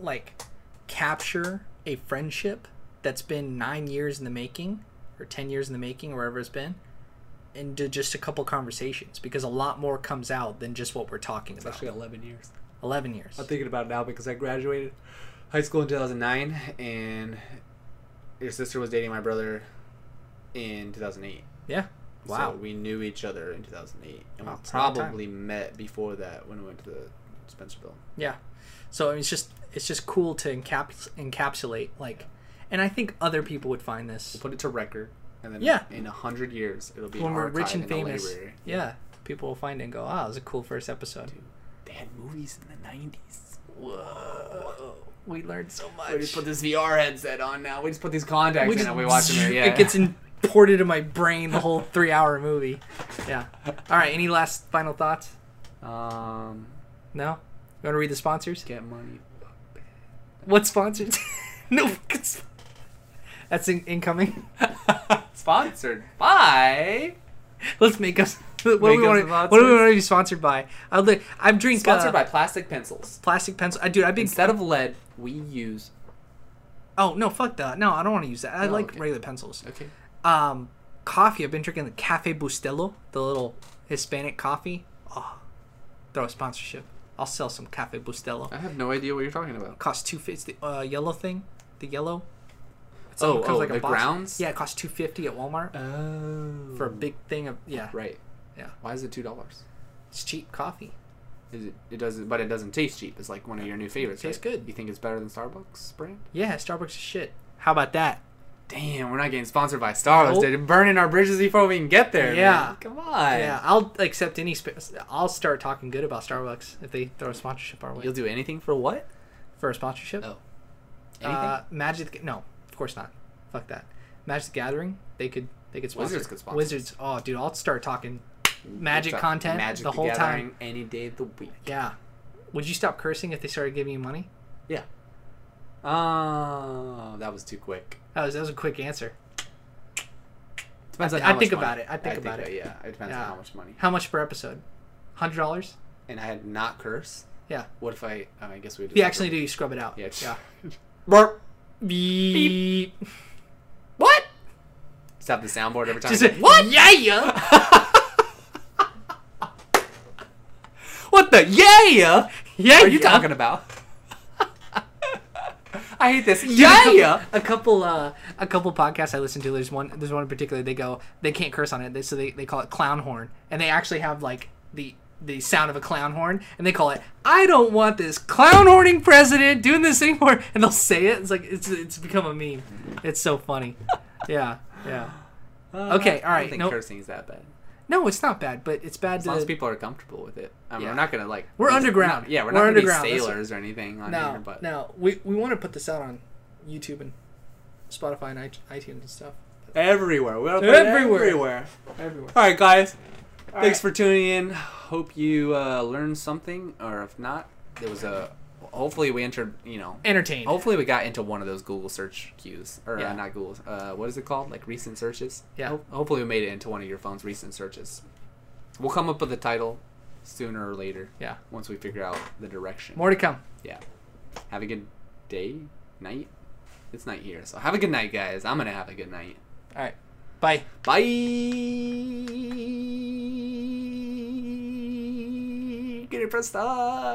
Speaker 1: like capture a friendship that's been nine years in the making or ten years in the making, or wherever it's been, into just a couple conversations because a lot more comes out than just what we're talking about.
Speaker 2: 11 years
Speaker 1: Eleven years.
Speaker 2: I'm thinking about it now because I graduated high school in 2009, and your sister was dating my brother in 2008.
Speaker 1: Yeah. Wow.
Speaker 2: So we knew each other in 2008, and
Speaker 1: Wow,
Speaker 2: we
Speaker 1: it's a long time.
Speaker 2: probably met before that when we went to the Spencerville.
Speaker 1: Yeah. So I mean, it's just it's just cool to encaps- encapsulate like, and I think other people would find this
Speaker 2: Put it to record, and then
Speaker 1: Yeah.
Speaker 2: in a hundred years it'll be
Speaker 1: when we're
Speaker 2: archived
Speaker 1: rich and
Speaker 2: in a
Speaker 1: famous.
Speaker 2: library.
Speaker 1: Yeah, people will find it and go, "Ah, it was a cool first episode."
Speaker 2: They had movies in the 90s.
Speaker 1: Whoa, we learned so
Speaker 2: We just
Speaker 1: much.
Speaker 2: put this VR headset on now. We just put these contacts in and we watch them. Yeah,
Speaker 1: It gets imported in my brain the whole three-hour movie. Yeah. All right. Any last final thoughts?
Speaker 2: um,
Speaker 1: No. You want to read the sponsors?
Speaker 2: get money.
Speaker 1: What sponsors? no. it's- That's in- incoming.
Speaker 2: Sponsored by.
Speaker 1: Let's make us. What do
Speaker 2: Make
Speaker 1: we
Speaker 2: us
Speaker 1: want? What do we
Speaker 2: sponsors.
Speaker 1: want to be sponsored by? I would. li- I'm drink.
Speaker 2: Sponsored
Speaker 1: uh,
Speaker 2: by plastic pencils.
Speaker 1: plastic pencil. I dude, I've been.
Speaker 2: Instead of lead, we use.
Speaker 1: Oh no, fuck that. No, I don't want to use that. I
Speaker 2: Oh,
Speaker 1: like
Speaker 2: okay.
Speaker 1: regular pencils.
Speaker 2: Okay.
Speaker 1: Um, coffee. I've been drinking the Cafe Bustelo, the little Hispanic coffee. Oh, throw a sponsorship. I'll sell some Cafe Bustelo.
Speaker 2: Uh. I have no idea what you're talking about.
Speaker 1: Cost two fifty. It's the uh, yellow thing. the yellow. It's
Speaker 2: Oh,
Speaker 1: it comes
Speaker 2: oh, the
Speaker 1: box.
Speaker 2: grounds?
Speaker 1: Yeah, it costs two fifty at Walmart
Speaker 2: Oh.
Speaker 1: for a big thing of yeah.
Speaker 2: Right.
Speaker 1: Yeah.
Speaker 2: Why is it two dollars?
Speaker 1: It's cheap coffee.
Speaker 2: Is it? It doesn't. But it doesn't taste cheap. It's like one of your new favorites.
Speaker 1: Tastes
Speaker 2: right?
Speaker 1: good.
Speaker 2: You think it's better than Starbucks brand?
Speaker 1: Yeah, Starbucks is shit. How about that?
Speaker 2: Damn, we're not getting sponsored by Starbucks.
Speaker 1: Nope.
Speaker 2: They're burning our bridges before we can get there. man.
Speaker 1: Yeah.
Speaker 2: Come on.
Speaker 1: Yeah, I'll accept any. Sp- I'll start talking good about Starbucks if they throw a sponsorship our way.
Speaker 2: You'll do anything for what?
Speaker 1: for a sponsorship.
Speaker 2: Oh. Anything?
Speaker 1: Uh, Magic. the Ga- No, of course not. Fuck that. Magic the Gathering. They could. They could sponsor.
Speaker 2: Wizards could sponsor.
Speaker 1: Wizards. Oh, dude, I'll start talking magic
Speaker 2: What's up?
Speaker 1: content the whole
Speaker 2: Gathering Any day of the week.
Speaker 1: Yeah. Would you stop cursing if they started giving you money?
Speaker 2: Yeah. Oh, that was too quick.
Speaker 1: That was that was a quick answer.
Speaker 2: Depends on
Speaker 1: I
Speaker 2: how much
Speaker 1: think
Speaker 2: money.
Speaker 1: about it. I think about it.
Speaker 2: Yeah, it depends
Speaker 1: Yeah.
Speaker 2: on how much money.
Speaker 1: How much per episode? Hundred dollars.
Speaker 2: And I had not curse.
Speaker 1: Yeah.
Speaker 2: What if I? oh, I guess we.
Speaker 1: If you accidentally do, you scrub it out.
Speaker 2: Yeah.
Speaker 1: Yeah.
Speaker 2: Burp.
Speaker 1: Beep.
Speaker 2: What? Stop the soundboard every time.
Speaker 1: Just
Speaker 2: I
Speaker 1: a,
Speaker 2: go,
Speaker 1: what? Yeah, yeah.
Speaker 2: What the yeah?
Speaker 1: Yeah,
Speaker 2: What are you
Speaker 1: yeah.
Speaker 2: talking about? I hate this.
Speaker 1: Dude,
Speaker 2: Yeah,
Speaker 1: a
Speaker 2: yeah.
Speaker 1: couple- A couple, uh, a couple podcasts I listen to. There's one. There's one in particular. They go. They can't curse on it. They, so they, they call it clown horn, and they actually have like the the sound of a clown horn, and they call it. I don't want this clown horning president doing this anymore. And they'll say it. It's like it's it's become a meme. It's so funny. Yeah, yeah. Okay, all
Speaker 2: Uh, I
Speaker 1: right,
Speaker 2: don't think
Speaker 1: nope.
Speaker 2: cursing is that bad.
Speaker 1: No, it's not bad, but it's bad
Speaker 2: As long as
Speaker 1: to.
Speaker 2: people are comfortable with it. I mean,
Speaker 1: Yeah.
Speaker 2: we're not gonna like.
Speaker 1: We're underground.
Speaker 2: not- yeah, we're,
Speaker 1: We're
Speaker 2: not gonna
Speaker 1: underground,
Speaker 2: be
Speaker 1: that's-
Speaker 2: sailors or anything on here,
Speaker 7: No,
Speaker 2: but
Speaker 7: no, we we want to put this out on YouTube and Spotify and iTu- iTunes and stuff.
Speaker 2: everywhere. We're
Speaker 7: Everywhere.
Speaker 2: everywhere.
Speaker 7: Everywhere.
Speaker 2: All right, guys. Thanks for tuning in. Hope you uh, learned something, or if not, there was a. Hopefully, we entered. You know.
Speaker 1: Entertained.
Speaker 2: Hopefully, we got into one of those Google search cues, or uh,
Speaker 1: Yeah.
Speaker 2: not Google. Uh, what is it called? Like recent searches.
Speaker 1: Yeah.
Speaker 2: Ho- hopefully, we made it into one of your phone's recent searches. We'll come up with a title sooner or later.
Speaker 1: Yeah.
Speaker 2: Once we figure out the direction.
Speaker 1: More to come.
Speaker 2: Yeah. Have a good day, night. It's night here, so have a good night, guys. I'm gonna have a good night.
Speaker 1: All right. Bye.
Speaker 2: Bye. Get it pressed up.